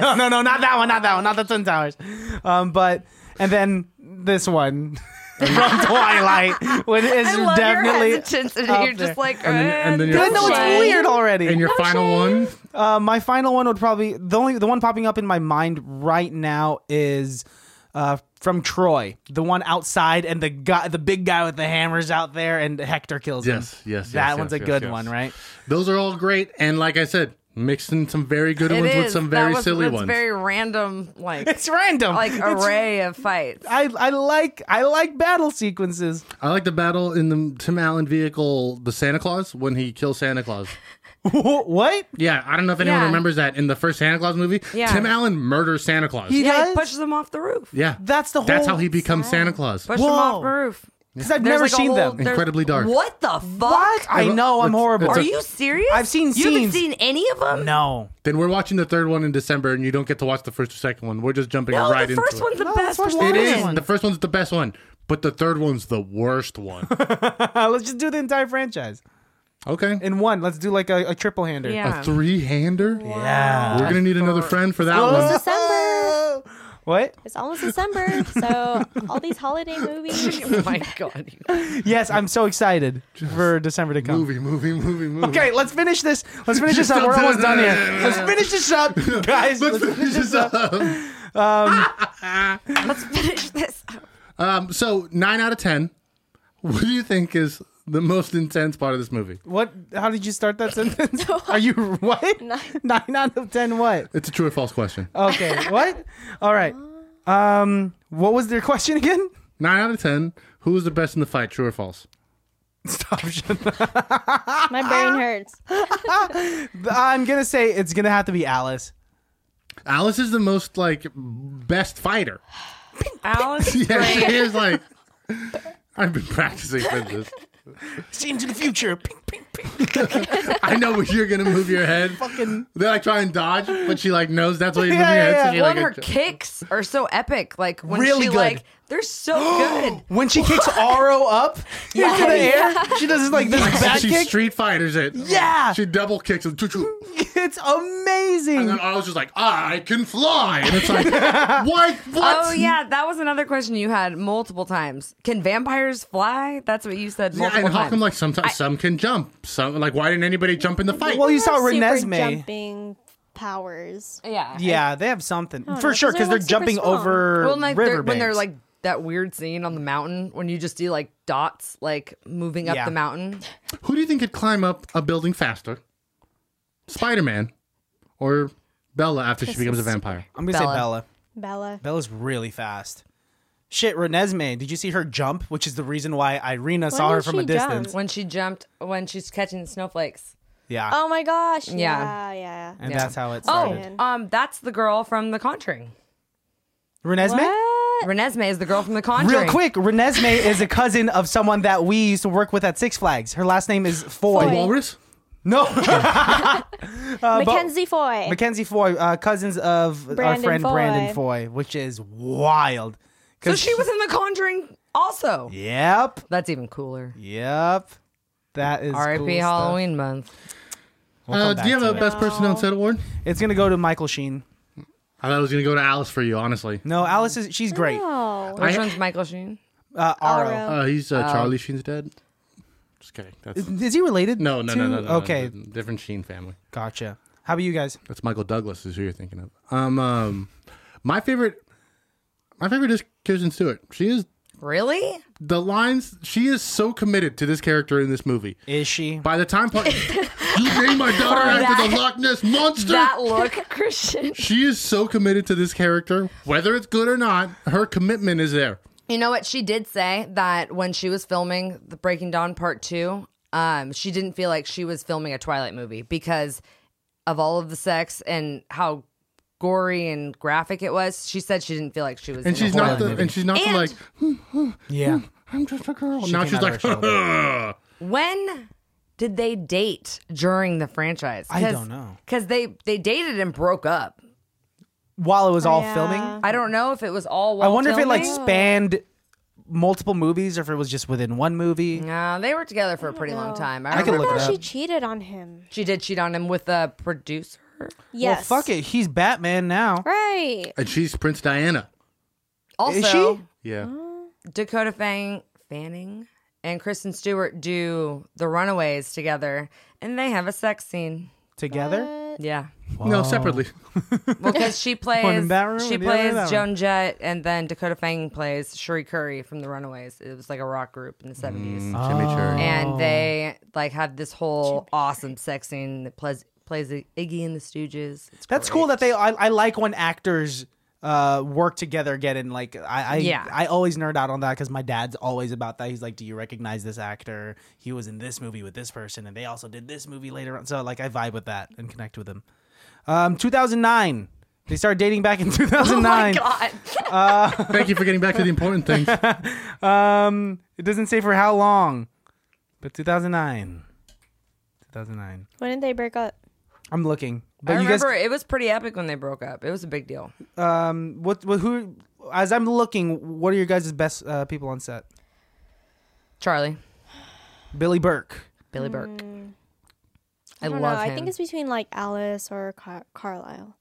Speaker 1: no, no, no, not that one, not that one, not the Twin Towers. Um, but and then this one from Twilight, which is
Speaker 5: I love
Speaker 1: definitely.
Speaker 5: your hesitance, and
Speaker 1: up
Speaker 5: you're just
Speaker 1: there.
Speaker 5: like,
Speaker 2: And then- and then
Speaker 5: eh,
Speaker 2: you're-
Speaker 1: I
Speaker 5: this
Speaker 1: know it's
Speaker 5: way.
Speaker 1: weird
Speaker 2: And
Speaker 1: already.
Speaker 2: your final one?
Speaker 1: Uh, my final one would probably the only the one popping up in my mind right now is uh, from Troy, the one outside, and the guy, the big guy with the hammers out there, and Hector kills him.
Speaker 2: Yes, yes,
Speaker 1: that
Speaker 2: yes,
Speaker 1: one's
Speaker 2: yes,
Speaker 1: a
Speaker 2: yes,
Speaker 1: good
Speaker 2: yes.
Speaker 1: one, right?
Speaker 2: Those are all great. And like I said, mixing some very good
Speaker 5: It
Speaker 2: ones with
Speaker 5: is.
Speaker 2: some
Speaker 5: That
Speaker 2: very
Speaker 5: was-
Speaker 2: silly
Speaker 5: that's
Speaker 2: ones.
Speaker 5: Very random, like
Speaker 1: It's random.
Speaker 5: like
Speaker 1: It's-
Speaker 5: array of fights.
Speaker 1: I, I like I like battle sequences.
Speaker 2: I like the battle in the Tim Allen vehicle, the Santa Claus, when he kills Santa Claus.
Speaker 1: what?
Speaker 2: Yeah, I don't know if anyone
Speaker 5: Yeah.
Speaker 2: remembers that in the first Santa Claus movie.
Speaker 5: Yeah.
Speaker 2: Tim Allen murders Santa Claus.
Speaker 1: He
Speaker 5: Yeah,
Speaker 1: does?
Speaker 5: he pushes them off the roof.
Speaker 2: yeah.
Speaker 1: That's the
Speaker 2: That's
Speaker 1: whole
Speaker 2: how he becomes Santa Claus.
Speaker 5: Push them off
Speaker 1: Whoa.
Speaker 5: the roof.
Speaker 1: because I've
Speaker 5: There's
Speaker 1: never
Speaker 5: like a
Speaker 1: seen
Speaker 5: whole-
Speaker 1: them.
Speaker 5: there's-
Speaker 2: Incredibly dark.
Speaker 5: What the fuck?
Speaker 1: What? I know I'm
Speaker 2: It's-
Speaker 1: horrible.
Speaker 2: it's
Speaker 5: Are
Speaker 2: a-
Speaker 5: you serious?
Speaker 1: I've seen
Speaker 5: You haven't
Speaker 1: scenes.
Speaker 5: seen any of them?
Speaker 1: No,
Speaker 2: Then we're watching the third one in December, and you don't get to watch the first or second one. We're just jumping
Speaker 5: No,
Speaker 2: right
Speaker 5: the
Speaker 2: into
Speaker 5: first
Speaker 2: it.
Speaker 5: one's the
Speaker 1: No,
Speaker 5: best
Speaker 1: the first
Speaker 5: one.
Speaker 2: It
Speaker 1: First
Speaker 2: is
Speaker 1: one.
Speaker 2: the first one's the best one, but the third one's the worst one.
Speaker 1: let's just do the entire franchise
Speaker 2: Okay,
Speaker 1: in one. Let's do like a, a triple hander.
Speaker 5: Yeah.
Speaker 2: a three-hander.
Speaker 1: Yeah.
Speaker 2: We're gonna need another friend for that one.
Speaker 4: December.
Speaker 1: What?
Speaker 4: It's almost December, so all these holiday movies.
Speaker 5: oh my god.
Speaker 1: Yes, I'm so excited for December to come.
Speaker 2: Movie, movie, movie, movie.
Speaker 1: Okay, let's finish this. Let's finish this up. We're almost done here. Let's finish this up, guys.
Speaker 2: Let's
Speaker 1: Let's-
Speaker 2: finish this up.
Speaker 5: Let's finish this.
Speaker 2: Um, so nine out of ten. What do you think is the most intense part of this movie?
Speaker 1: What? How did you start that sentence? Are you what? Nine. out of ten. What?
Speaker 2: It's a true or false question.
Speaker 1: Okay. What? All right. Um. What was their question again?
Speaker 2: Nine out of ten. Who was the best in the fight? True or false?
Speaker 1: Stop. shut up.
Speaker 4: My brain hurts.
Speaker 1: I'm gonna say it's gonna have to be Alice.
Speaker 2: Alice is the most like best fighter.
Speaker 5: Alice is
Speaker 2: Yeah,
Speaker 5: great.
Speaker 2: she is like. I've been practicing for this.
Speaker 1: See into the future. Ping, ping, ping.
Speaker 2: I know when you're gonna move your head.
Speaker 1: Fucking-
Speaker 2: Then I try and dodge, but she like knows that's why you move
Speaker 1: Yeah,
Speaker 2: your head.
Speaker 1: yeah,
Speaker 2: so
Speaker 1: yeah.
Speaker 2: she,
Speaker 5: Well,
Speaker 2: like, uh,
Speaker 5: and
Speaker 2: adj-
Speaker 5: her kicks are so epic. Like when
Speaker 1: Really
Speaker 5: she
Speaker 1: good.
Speaker 5: like they're so good.
Speaker 1: When she kicks Aro up into the air, she does like this back
Speaker 2: she
Speaker 1: kick.
Speaker 2: street fighters it.
Speaker 1: Yeah.
Speaker 2: She double kicks it. Choo-choo.
Speaker 1: it's amazing.
Speaker 2: And then I was just like, I can fly. And it's like, what? What?
Speaker 5: Oh yeah, that was another question you had multiple times. Can vampires fly? That's what you said
Speaker 2: Yeah,
Speaker 5: multiple
Speaker 2: and how
Speaker 5: times.
Speaker 2: come like sometimes some can jump? Some like why didn't anybody jump in the fight?
Speaker 1: Well, you saw
Speaker 4: Super
Speaker 1: Renesmee.
Speaker 4: jumping powers.
Speaker 5: yeah.
Speaker 1: Yeah, they have something
Speaker 4: no,
Speaker 1: for sure because
Speaker 4: 'cause
Speaker 1: they're
Speaker 4: they're, like, super
Speaker 1: jumping
Speaker 4: strong.
Speaker 1: over
Speaker 5: Well, and, like
Speaker 1: river
Speaker 5: they're, when they're
Speaker 1: banks.
Speaker 5: like that weird scene on the mountain when you just see like dots like moving up
Speaker 1: Yeah.
Speaker 5: the mountain.
Speaker 2: Who do you think could climb up a building faster? Spider Man or Bella after she becomes a vampire?
Speaker 1: I'm gonna
Speaker 5: Bella.
Speaker 1: say Bella.
Speaker 4: Bella.
Speaker 1: Bella's really fast. Shit, Renesmee, did you see her jump? Which is the reason why Irina saw her
Speaker 4: did
Speaker 1: from a
Speaker 4: she
Speaker 1: distance.
Speaker 4: jump?
Speaker 5: When she jumped, when she's catching snowflakes.
Speaker 1: Yeah,
Speaker 4: Oh my gosh.
Speaker 5: Yeah.
Speaker 4: Yeah, yeah.
Speaker 1: Ah. and
Speaker 5: yeah.
Speaker 1: that's how it
Speaker 5: Oh,
Speaker 1: started.
Speaker 4: man.
Speaker 5: um, that's the girl from The Conjuring.
Speaker 1: Renesmee.
Speaker 4: What?
Speaker 5: Renesmee is the girl from The Conjuring.
Speaker 1: Real quick, Renesmee is a cousin of someone that we used to work with at Six Flags. Her last name is Foy.
Speaker 2: The
Speaker 4: Foy.
Speaker 2: walrus?
Speaker 1: No, Uh,
Speaker 4: Mackenzie Foy.
Speaker 1: Mackenzie Foy, uh, cousins of our
Speaker 4: Eh. Brandon
Speaker 1: friend
Speaker 4: Foy.
Speaker 1: Brandon Foy, which is wild.
Speaker 5: So she was in The Conjuring also.
Speaker 1: Yep,
Speaker 5: That's even cooler.
Speaker 1: yep. That is
Speaker 5: R.I.P.
Speaker 1: cool stuff.
Speaker 5: Halloween month.
Speaker 1: We'll come
Speaker 2: uh,
Speaker 1: back
Speaker 2: do you have
Speaker 1: to
Speaker 2: a
Speaker 1: it.
Speaker 2: best person on set award?
Speaker 1: It's gonna go to Michael Sheen.
Speaker 2: I thought it was gonna go to Alice for you, honestly.
Speaker 1: No, Alice is she's great.
Speaker 4: Oh.
Speaker 5: Which one's Michael Sheen?
Speaker 1: Uh, Aro.
Speaker 4: Aro.
Speaker 2: Uh, he's uh,
Speaker 5: Oh.
Speaker 2: Charlie Sheen's dad. Just kidding. That's
Speaker 1: Is he related?
Speaker 2: Oh. no, no, no,
Speaker 1: to-
Speaker 2: no, no.
Speaker 1: Okay,
Speaker 2: no, different Sheen family.
Speaker 1: gotcha. How about you guys?
Speaker 2: That's Michael Douglas is who you're thinking of. Um, um, my favorite, my favorite is Kirsten Stewart. She is
Speaker 5: Really?
Speaker 2: the lines. She is so committed to this character in this movie.
Speaker 1: Is she?
Speaker 2: By the time part, you named my daughter after the Loch Ness monster.
Speaker 5: That look, Christian.
Speaker 2: she is so committed to this character, whether it's good or not. Her commitment is there.
Speaker 5: You know what? She did say that when she was filming the Breaking Dawn Part Two, um, she didn't feel like she was filming a Twilight movie because of all of the sex and how gory and graphic it was. She said she didn't feel like she was.
Speaker 2: And
Speaker 5: in a
Speaker 2: she's not
Speaker 5: horror
Speaker 2: the.
Speaker 5: movie.
Speaker 2: And she's not
Speaker 5: And-
Speaker 2: the like.
Speaker 1: Yeah.
Speaker 2: I'm just a girl. now
Speaker 1: came
Speaker 2: she's
Speaker 1: out of
Speaker 2: like.
Speaker 1: her
Speaker 5: When did they date during the franchise?
Speaker 1: I don't know.
Speaker 5: Because they they dated and broke up.
Speaker 1: While it was all
Speaker 4: Yeah.
Speaker 1: filming,
Speaker 5: I don't know if it was all.
Speaker 1: I
Speaker 5: While
Speaker 1: wonder if it like
Speaker 5: filming.
Speaker 1: spanned multiple movies or if it was just within one movie.
Speaker 5: Nah, they were together for a pretty long time. I,
Speaker 1: I could
Speaker 5: remember
Speaker 1: look
Speaker 4: How
Speaker 1: it
Speaker 4: she
Speaker 1: up.
Speaker 4: cheated on him.
Speaker 5: she did cheat on him with a producer.
Speaker 4: Yes.
Speaker 1: Well, fuck it. He's Batman now.
Speaker 4: Right.
Speaker 2: And she's Prince Diana.
Speaker 5: Also,
Speaker 1: she?
Speaker 2: Yeah.
Speaker 5: Dakota Fang, Fanning and Kristen Stewart do The Runaways together, and they have a sex scene.
Speaker 1: Together.
Speaker 5: Yeah,
Speaker 1: Oh.
Speaker 2: No, separately.
Speaker 5: because she
Speaker 1: One in
Speaker 5: plays
Speaker 1: that room
Speaker 5: she
Speaker 1: and the other in
Speaker 5: plays
Speaker 1: that room.
Speaker 5: Joan Jett, and then Dakota Fang plays Sheree Curry from The Runaways. It was like a rock group in the seventies,
Speaker 1: Mm. Oh.
Speaker 5: and they like have this whole awesome sex scene that plays plays Iggy and the Stooges. It's
Speaker 1: That's
Speaker 5: great.
Speaker 1: cool that they. I, I like when actors uh work together again and like I I,
Speaker 5: Yeah.
Speaker 1: I always nerd out on that because my dad's always about that. He's like, "Do you recognize this actor? He was in this movie with this person, and they also did this movie later on." So like I vibe with that and connect with him. Um, 2009. They started dating back in 2009.
Speaker 5: God.
Speaker 2: Thank you for getting back to the important things.
Speaker 1: Um, it doesn't say for how long, but 2009. 2009.
Speaker 4: When did they break up?
Speaker 1: I'm looking.
Speaker 5: I
Speaker 1: But you guys,
Speaker 5: remember it was pretty epic when they broke up. It was a big deal.
Speaker 1: um, what, what, who? As I'm looking, what are your guys' best uh, people on set?
Speaker 5: Charlie,
Speaker 1: Billy Burke.
Speaker 5: Billy Burke. I,
Speaker 4: Mm. I, don't
Speaker 5: love
Speaker 4: know.
Speaker 5: him.
Speaker 4: I think it's between like Alice or Car- Carlisle.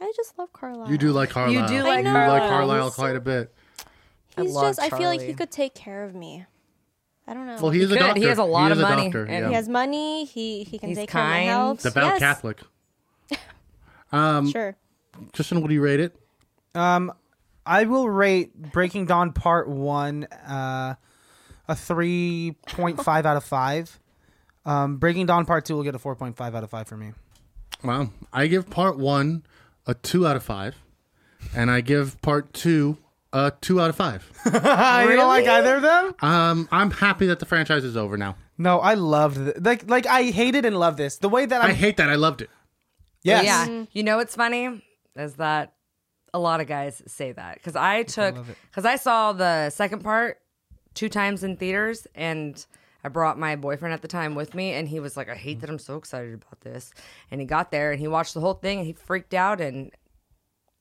Speaker 4: I just love Carlisle.
Speaker 2: You do like Carlisle.
Speaker 5: You do like
Speaker 2: you
Speaker 5: Carlisle.
Speaker 2: like Carlisle quite a bit.
Speaker 5: I
Speaker 4: He's
Speaker 5: love
Speaker 4: just. I feel like he
Speaker 5: Charlie.
Speaker 4: could take care of me. I don't know.
Speaker 2: Well, he is a
Speaker 5: could. He
Speaker 2: doctor.
Speaker 5: has a lot of
Speaker 2: is
Speaker 5: money,
Speaker 2: doctor,
Speaker 5: and
Speaker 2: yeah.
Speaker 4: He has money. He he can
Speaker 5: He's
Speaker 4: take care
Speaker 5: kind.
Speaker 4: of my health.
Speaker 2: It's about
Speaker 4: yes,
Speaker 2: Catholic.
Speaker 4: Sure.
Speaker 2: Justin, would you rate it?
Speaker 1: Um, I will rate Breaking Dawn Part One uh, a three point five out of five. Um, Breaking Dawn Part Two will get a four point five out of five for me.
Speaker 2: Well, I give part one a two out of five, and I give part two a two out of five.
Speaker 1: I don't like either of them.
Speaker 2: Um, I'm happy that the franchise is over now.
Speaker 1: No, I loved th- like like I hated and loved this. The way that I'm,
Speaker 2: I hate that. I loved it.
Speaker 1: yes,
Speaker 5: Yeah.
Speaker 4: Mm.
Speaker 5: You know what's funny is that a lot of guys say that because I took because I saw the second part two times in theaters and. I brought my boyfriend at the time with me, and he was like, "I hate that I'm so excited about this." And he got there, and he watched the whole thing, and he freaked out, and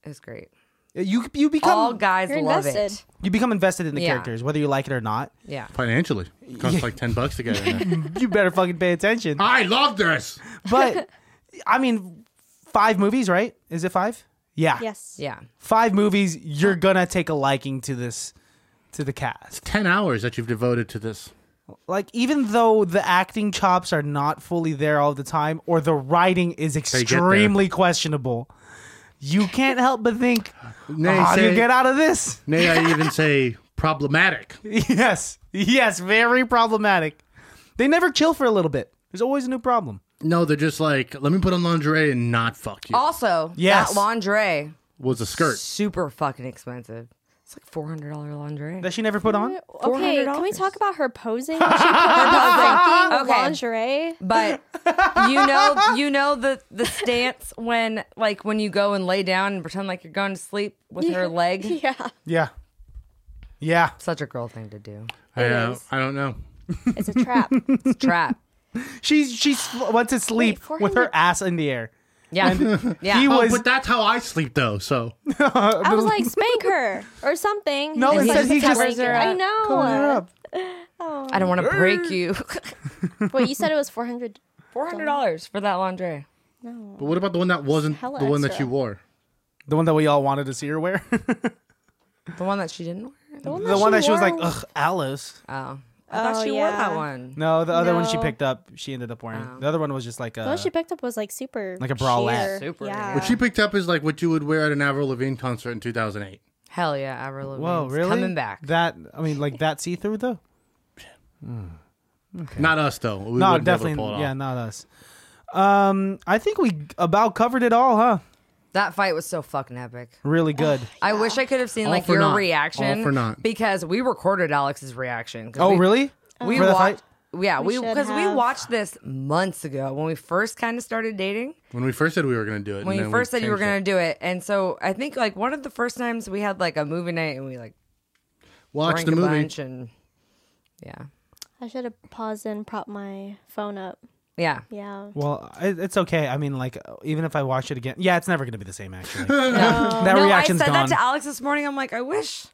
Speaker 5: it was great.
Speaker 1: you you become
Speaker 5: All guys
Speaker 4: You're
Speaker 5: love
Speaker 4: invested.
Speaker 5: it.
Speaker 1: you become invested in the
Speaker 5: Yeah.
Speaker 1: characters whether you like it or not.
Speaker 5: Yeah,
Speaker 2: Financially, it costs like ten bucks to get it. in there.
Speaker 1: You better fucking pay attention.
Speaker 2: I love this.
Speaker 1: But I mean, five movies, right? Is it five? Yeah,
Speaker 4: Yes.
Speaker 5: yeah.
Speaker 1: Five movies. You're gonna take a liking to this to the cast.
Speaker 2: Ten hours that you've devoted to this.
Speaker 1: like even though the acting chops are not fully there all the time or the writing is
Speaker 2: get there.
Speaker 1: extremely questionable you can't help but think
Speaker 2: Nay,
Speaker 1: how do
Speaker 2: say,
Speaker 1: Ah, you get out of this
Speaker 2: nay I even say problematic.
Speaker 1: yes yes very problematic they never chill for a little bit there's always a new problem
Speaker 2: No, they're just like, let me put on lingerie and not fuck you.
Speaker 5: Also,
Speaker 1: Yes.
Speaker 5: that lingerie
Speaker 2: Was a skirt.
Speaker 5: super fucking expensive. It's like four hundred dollar lingerie.
Speaker 1: that she never put on
Speaker 4: Okay, can we
Speaker 5: $400?
Speaker 4: talk about her posing? She put on fucking
Speaker 5: Okay.
Speaker 4: lingerie.
Speaker 5: But you know, you know the the stance when like when you go and lay down and pretend like you're going to sleep with her leg.
Speaker 4: Yeah,
Speaker 1: yeah yeah
Speaker 5: Such a girl thing to do.
Speaker 2: I, uh, I don't know.
Speaker 4: it's a trap.
Speaker 5: It's a trap.
Speaker 1: she's she's went to sleep
Speaker 4: Wait,
Speaker 1: with her
Speaker 4: 400
Speaker 1: ass in the air
Speaker 5: Yeah. yeah.
Speaker 1: he
Speaker 2: Oh,
Speaker 1: was
Speaker 2: but that's how I sleep though. So
Speaker 4: I was like, spank her or something.
Speaker 1: No,
Speaker 4: He's
Speaker 1: it
Speaker 4: like,
Speaker 1: says he just-
Speaker 4: covers her
Speaker 5: I
Speaker 4: up. I know.
Speaker 1: pulling her up.
Speaker 5: Oh, I don't want to break you.
Speaker 4: Wait, you said it was four hundred.
Speaker 5: Four hundred dollars for that lingerie.
Speaker 2: But what about the one that wasn't the
Speaker 4: hella
Speaker 2: one that
Speaker 4: extra.
Speaker 2: you wore?
Speaker 1: the one that we all wanted to see her wear
Speaker 5: The one that she didn't wear.
Speaker 4: The
Speaker 1: the one that she was
Speaker 4: wore
Speaker 1: like ugh alice
Speaker 5: Oh. I thought
Speaker 4: Oh,
Speaker 5: she wore
Speaker 4: yeah.
Speaker 5: that one.
Speaker 1: No, the other one she
Speaker 4: No.
Speaker 1: picked up, she ended up wearing.
Speaker 5: Oh.
Speaker 1: The other one was just like a.
Speaker 4: The one she picked up was like super,
Speaker 1: Like a bralette.
Speaker 4: sheer.
Speaker 5: Super,
Speaker 4: Yeah.
Speaker 5: yeah.
Speaker 2: What she picked up is like what you would wear at an Avril Lavigne concert in 2008.
Speaker 5: Hell yeah, Avril Lavigne.
Speaker 1: Whoa, really?
Speaker 5: Coming back.
Speaker 1: That I mean, like that see through though.
Speaker 2: Not us though.
Speaker 1: no,
Speaker 2: We wouldn't be able to
Speaker 1: definitely.
Speaker 2: pull it off.
Speaker 1: Yeah, not us. Um, I think we about covered it all, huh?
Speaker 5: that fight was so fucking epic.
Speaker 1: Really good.
Speaker 5: I wish I could have seen
Speaker 2: All
Speaker 5: like
Speaker 2: for
Speaker 5: your
Speaker 2: naught.
Speaker 5: reaction
Speaker 2: All for naught.
Speaker 5: because we recorded Alex's reaction. 'Cause
Speaker 1: oh,
Speaker 5: we- uh,
Speaker 1: really?
Speaker 5: We
Speaker 1: For the
Speaker 5: watched.
Speaker 1: fight?
Speaker 5: Yeah, we
Speaker 4: should
Speaker 5: because we
Speaker 4: have.
Speaker 5: watched this months ago when we first kind of started dating.
Speaker 2: When we first said we were going to do it. and
Speaker 5: When you
Speaker 2: then
Speaker 5: first said you were
Speaker 2: changed it.
Speaker 5: gonna do it, and so I think like one of the first times we had like a movie night and we like
Speaker 2: watch
Speaker 5: drank
Speaker 2: the
Speaker 5: a
Speaker 2: movie.
Speaker 5: bunch and yeah,
Speaker 4: I should have paused and propped my phone up.
Speaker 5: yeah.
Speaker 4: Yeah.
Speaker 1: Well, it, it's okay. I mean, like even if I watch it again, yeah, it's never gonna be the same. Actually, that
Speaker 5: no, I said
Speaker 1: reaction's gone.
Speaker 5: that to Alex this morning. I'm like, I wish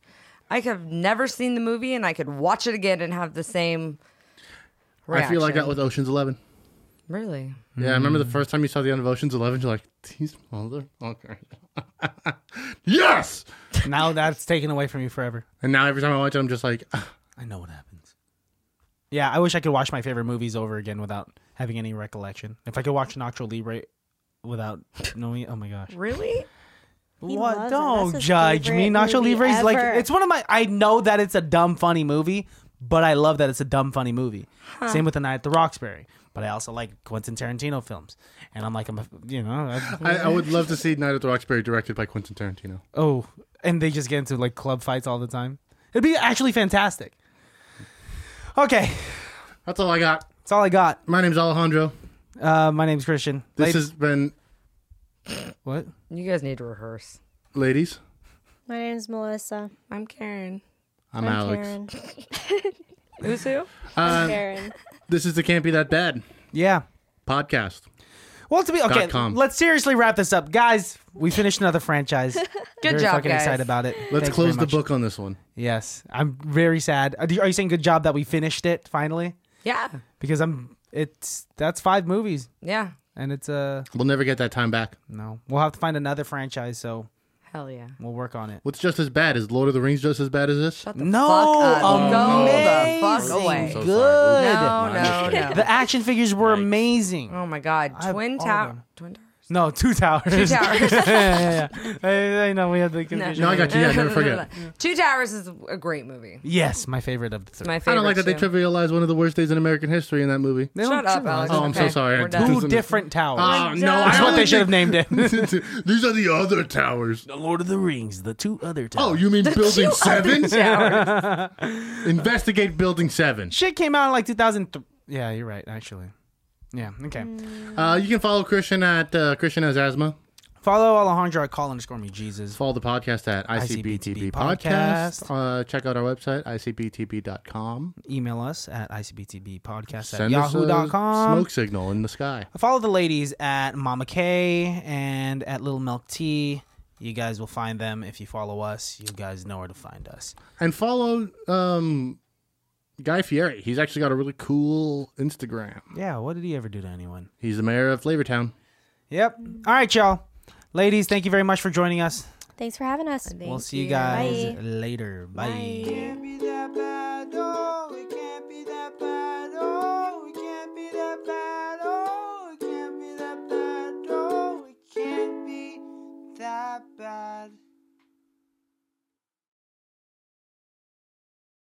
Speaker 5: I could have never seen the movie and I could watch it again and have the same.
Speaker 2: I feel like
Speaker 5: reaction.
Speaker 2: that was Ocean's Mm. 11.
Speaker 5: really.
Speaker 2: Yeah, I remember the first time you saw the end of Ocean's 11, you're like, these motherfuckers. yes!
Speaker 1: now that's taken away from you forever.
Speaker 2: And now every time I watch it, I'm just like, "Ah,
Speaker 1: I know what happens. Yeah, I wish I could watch my favorite movies over again without having any recollection. If I could watch Nacho Libre without knowing, oh my gosh.
Speaker 5: Really?
Speaker 1: What?
Speaker 4: He loves it. That's
Speaker 1: Don't
Speaker 4: his
Speaker 1: judge me.
Speaker 4: favorite
Speaker 1: Nacho
Speaker 4: movie
Speaker 1: Libre's like
Speaker 4: ever.
Speaker 1: it's one of my. I know that it's a dumb funny movie, but I love that it's a dumb funny movie. Same with The Night at the Roxbury, but I also like Quentin Tarantino films, and I'm like I'm a, you know I-
Speaker 2: I, I would love to see Night at the Roxbury directed by Quentin Tarantino.
Speaker 1: oh, and they just get into like club fights all the time. It'd be actually fantastic. Okay,
Speaker 2: That's all I got.
Speaker 1: that's all I got.
Speaker 2: My name's Alejandro.
Speaker 1: Uh, my name's Christian. Ladies-
Speaker 2: This has been
Speaker 1: What?
Speaker 5: You guys need to rehearse.
Speaker 2: Ladies,
Speaker 4: My name's Melissa.
Speaker 5: I'm Karen.
Speaker 2: I'm,
Speaker 4: I'm
Speaker 2: Alex.
Speaker 4: Karen.
Speaker 5: Who's who?
Speaker 1: Uh,
Speaker 4: I'm Karen.
Speaker 2: Um, This is the Can't Be That Bad
Speaker 1: Yeah.
Speaker 2: podcast.
Speaker 1: Well, to be okay,
Speaker 2: Dot com.
Speaker 1: let's seriously wrap this up, guys. We finished another franchise.
Speaker 5: Good
Speaker 1: very
Speaker 5: job,
Speaker 1: Fucking
Speaker 5: guys.
Speaker 1: excited about it.
Speaker 2: Let's
Speaker 1: Thanks very
Speaker 2: close the
Speaker 1: much.
Speaker 2: book on this one.
Speaker 1: Yes, I'm very sad. Are you, are you saying good job that we finished it finally?
Speaker 5: Yeah.
Speaker 1: Because I'm. It's that's five movies,
Speaker 5: Yeah.
Speaker 1: and it's uh
Speaker 2: We'll never get that time back.
Speaker 1: no. We'll have to find another franchise, so
Speaker 5: Hell yeah.
Speaker 1: we'll work on it.
Speaker 2: What's just as bad? Is Lord of the Rings just as bad as this?
Speaker 5: Shut the
Speaker 1: No,
Speaker 5: fuck up. Go the
Speaker 1: amazing.
Speaker 5: fuck away.
Speaker 2: So sorry.
Speaker 1: Good.
Speaker 5: No,
Speaker 2: No, I'm
Speaker 5: no,
Speaker 2: just
Speaker 5: no.
Speaker 1: The action figures were amazing.
Speaker 5: Oh my god.
Speaker 1: I have
Speaker 5: Twin
Speaker 1: all of
Speaker 5: tower.
Speaker 1: them.
Speaker 5: Twin towers.
Speaker 1: No, two towers.
Speaker 5: Two towers.
Speaker 1: yeah, yeah, yeah. I, I know we had the confusion.
Speaker 2: No, I got you. Yeah, never forget.
Speaker 5: Two towers is a great movie.
Speaker 1: Yes, my favorite of the three.
Speaker 5: It's my favorite.
Speaker 2: I don't like that they
Speaker 5: too.
Speaker 2: trivialized one of the worst days in American history in that movie.
Speaker 1: They
Speaker 5: Shut
Speaker 1: don't
Speaker 5: up,
Speaker 1: choose.
Speaker 5: Alex.
Speaker 2: Oh, I'm so
Speaker 5: Okay,
Speaker 2: sorry.
Speaker 5: we're
Speaker 2: It
Speaker 5: done.
Speaker 1: Two
Speaker 2: doesn't-
Speaker 1: different towers.
Speaker 2: Oh, no.
Speaker 1: That's
Speaker 2: I
Speaker 1: what they
Speaker 2: only
Speaker 1: should have named it.
Speaker 2: think- These are the other towers.
Speaker 1: The Lord of the Rings, the two other towers.
Speaker 2: Oh, you mean
Speaker 5: Two
Speaker 2: Building
Speaker 5: other
Speaker 2: 7?
Speaker 5: towers.
Speaker 2: Investigate Building 7.
Speaker 1: shit came out in like 2003. Yeah, you're right, actually. Yeah, okay.
Speaker 2: Uh, you can follow Christian at uh, Christian Has Asthma.
Speaker 1: Follow Alejandro at call underscore me Jesus.
Speaker 2: Follow the podcast at
Speaker 1: ICBTB
Speaker 2: ICBTB Podcast.
Speaker 1: podcast.
Speaker 2: Uh, check out our website, icbtb.com.
Speaker 1: Email us at icbtbpodcast at
Speaker 2: Send us a
Speaker 1: yahoo.com.
Speaker 2: smoke signal in the sky.
Speaker 1: Follow the ladies at Mama K and at Little Milk Tea. You guys will find them if you follow us. You guys know where to find us.
Speaker 2: And follow um, Guy Fieri. He's actually got a really cool Instagram.
Speaker 1: Yeah, what did he ever do to anyone?
Speaker 2: He's the mayor of Flavortown.
Speaker 1: Yep. All right, y'all. Ladies, thank you very much for joining us.
Speaker 4: Thanks for having us.
Speaker 1: We'll see
Speaker 5: you.
Speaker 1: you guys
Speaker 4: Bye.
Speaker 1: later. Bye.
Speaker 6: can't be that bad, oh, it can't be that bad, oh, it can't be that bad, oh, it can't be that bad, oh, it can't be that bad.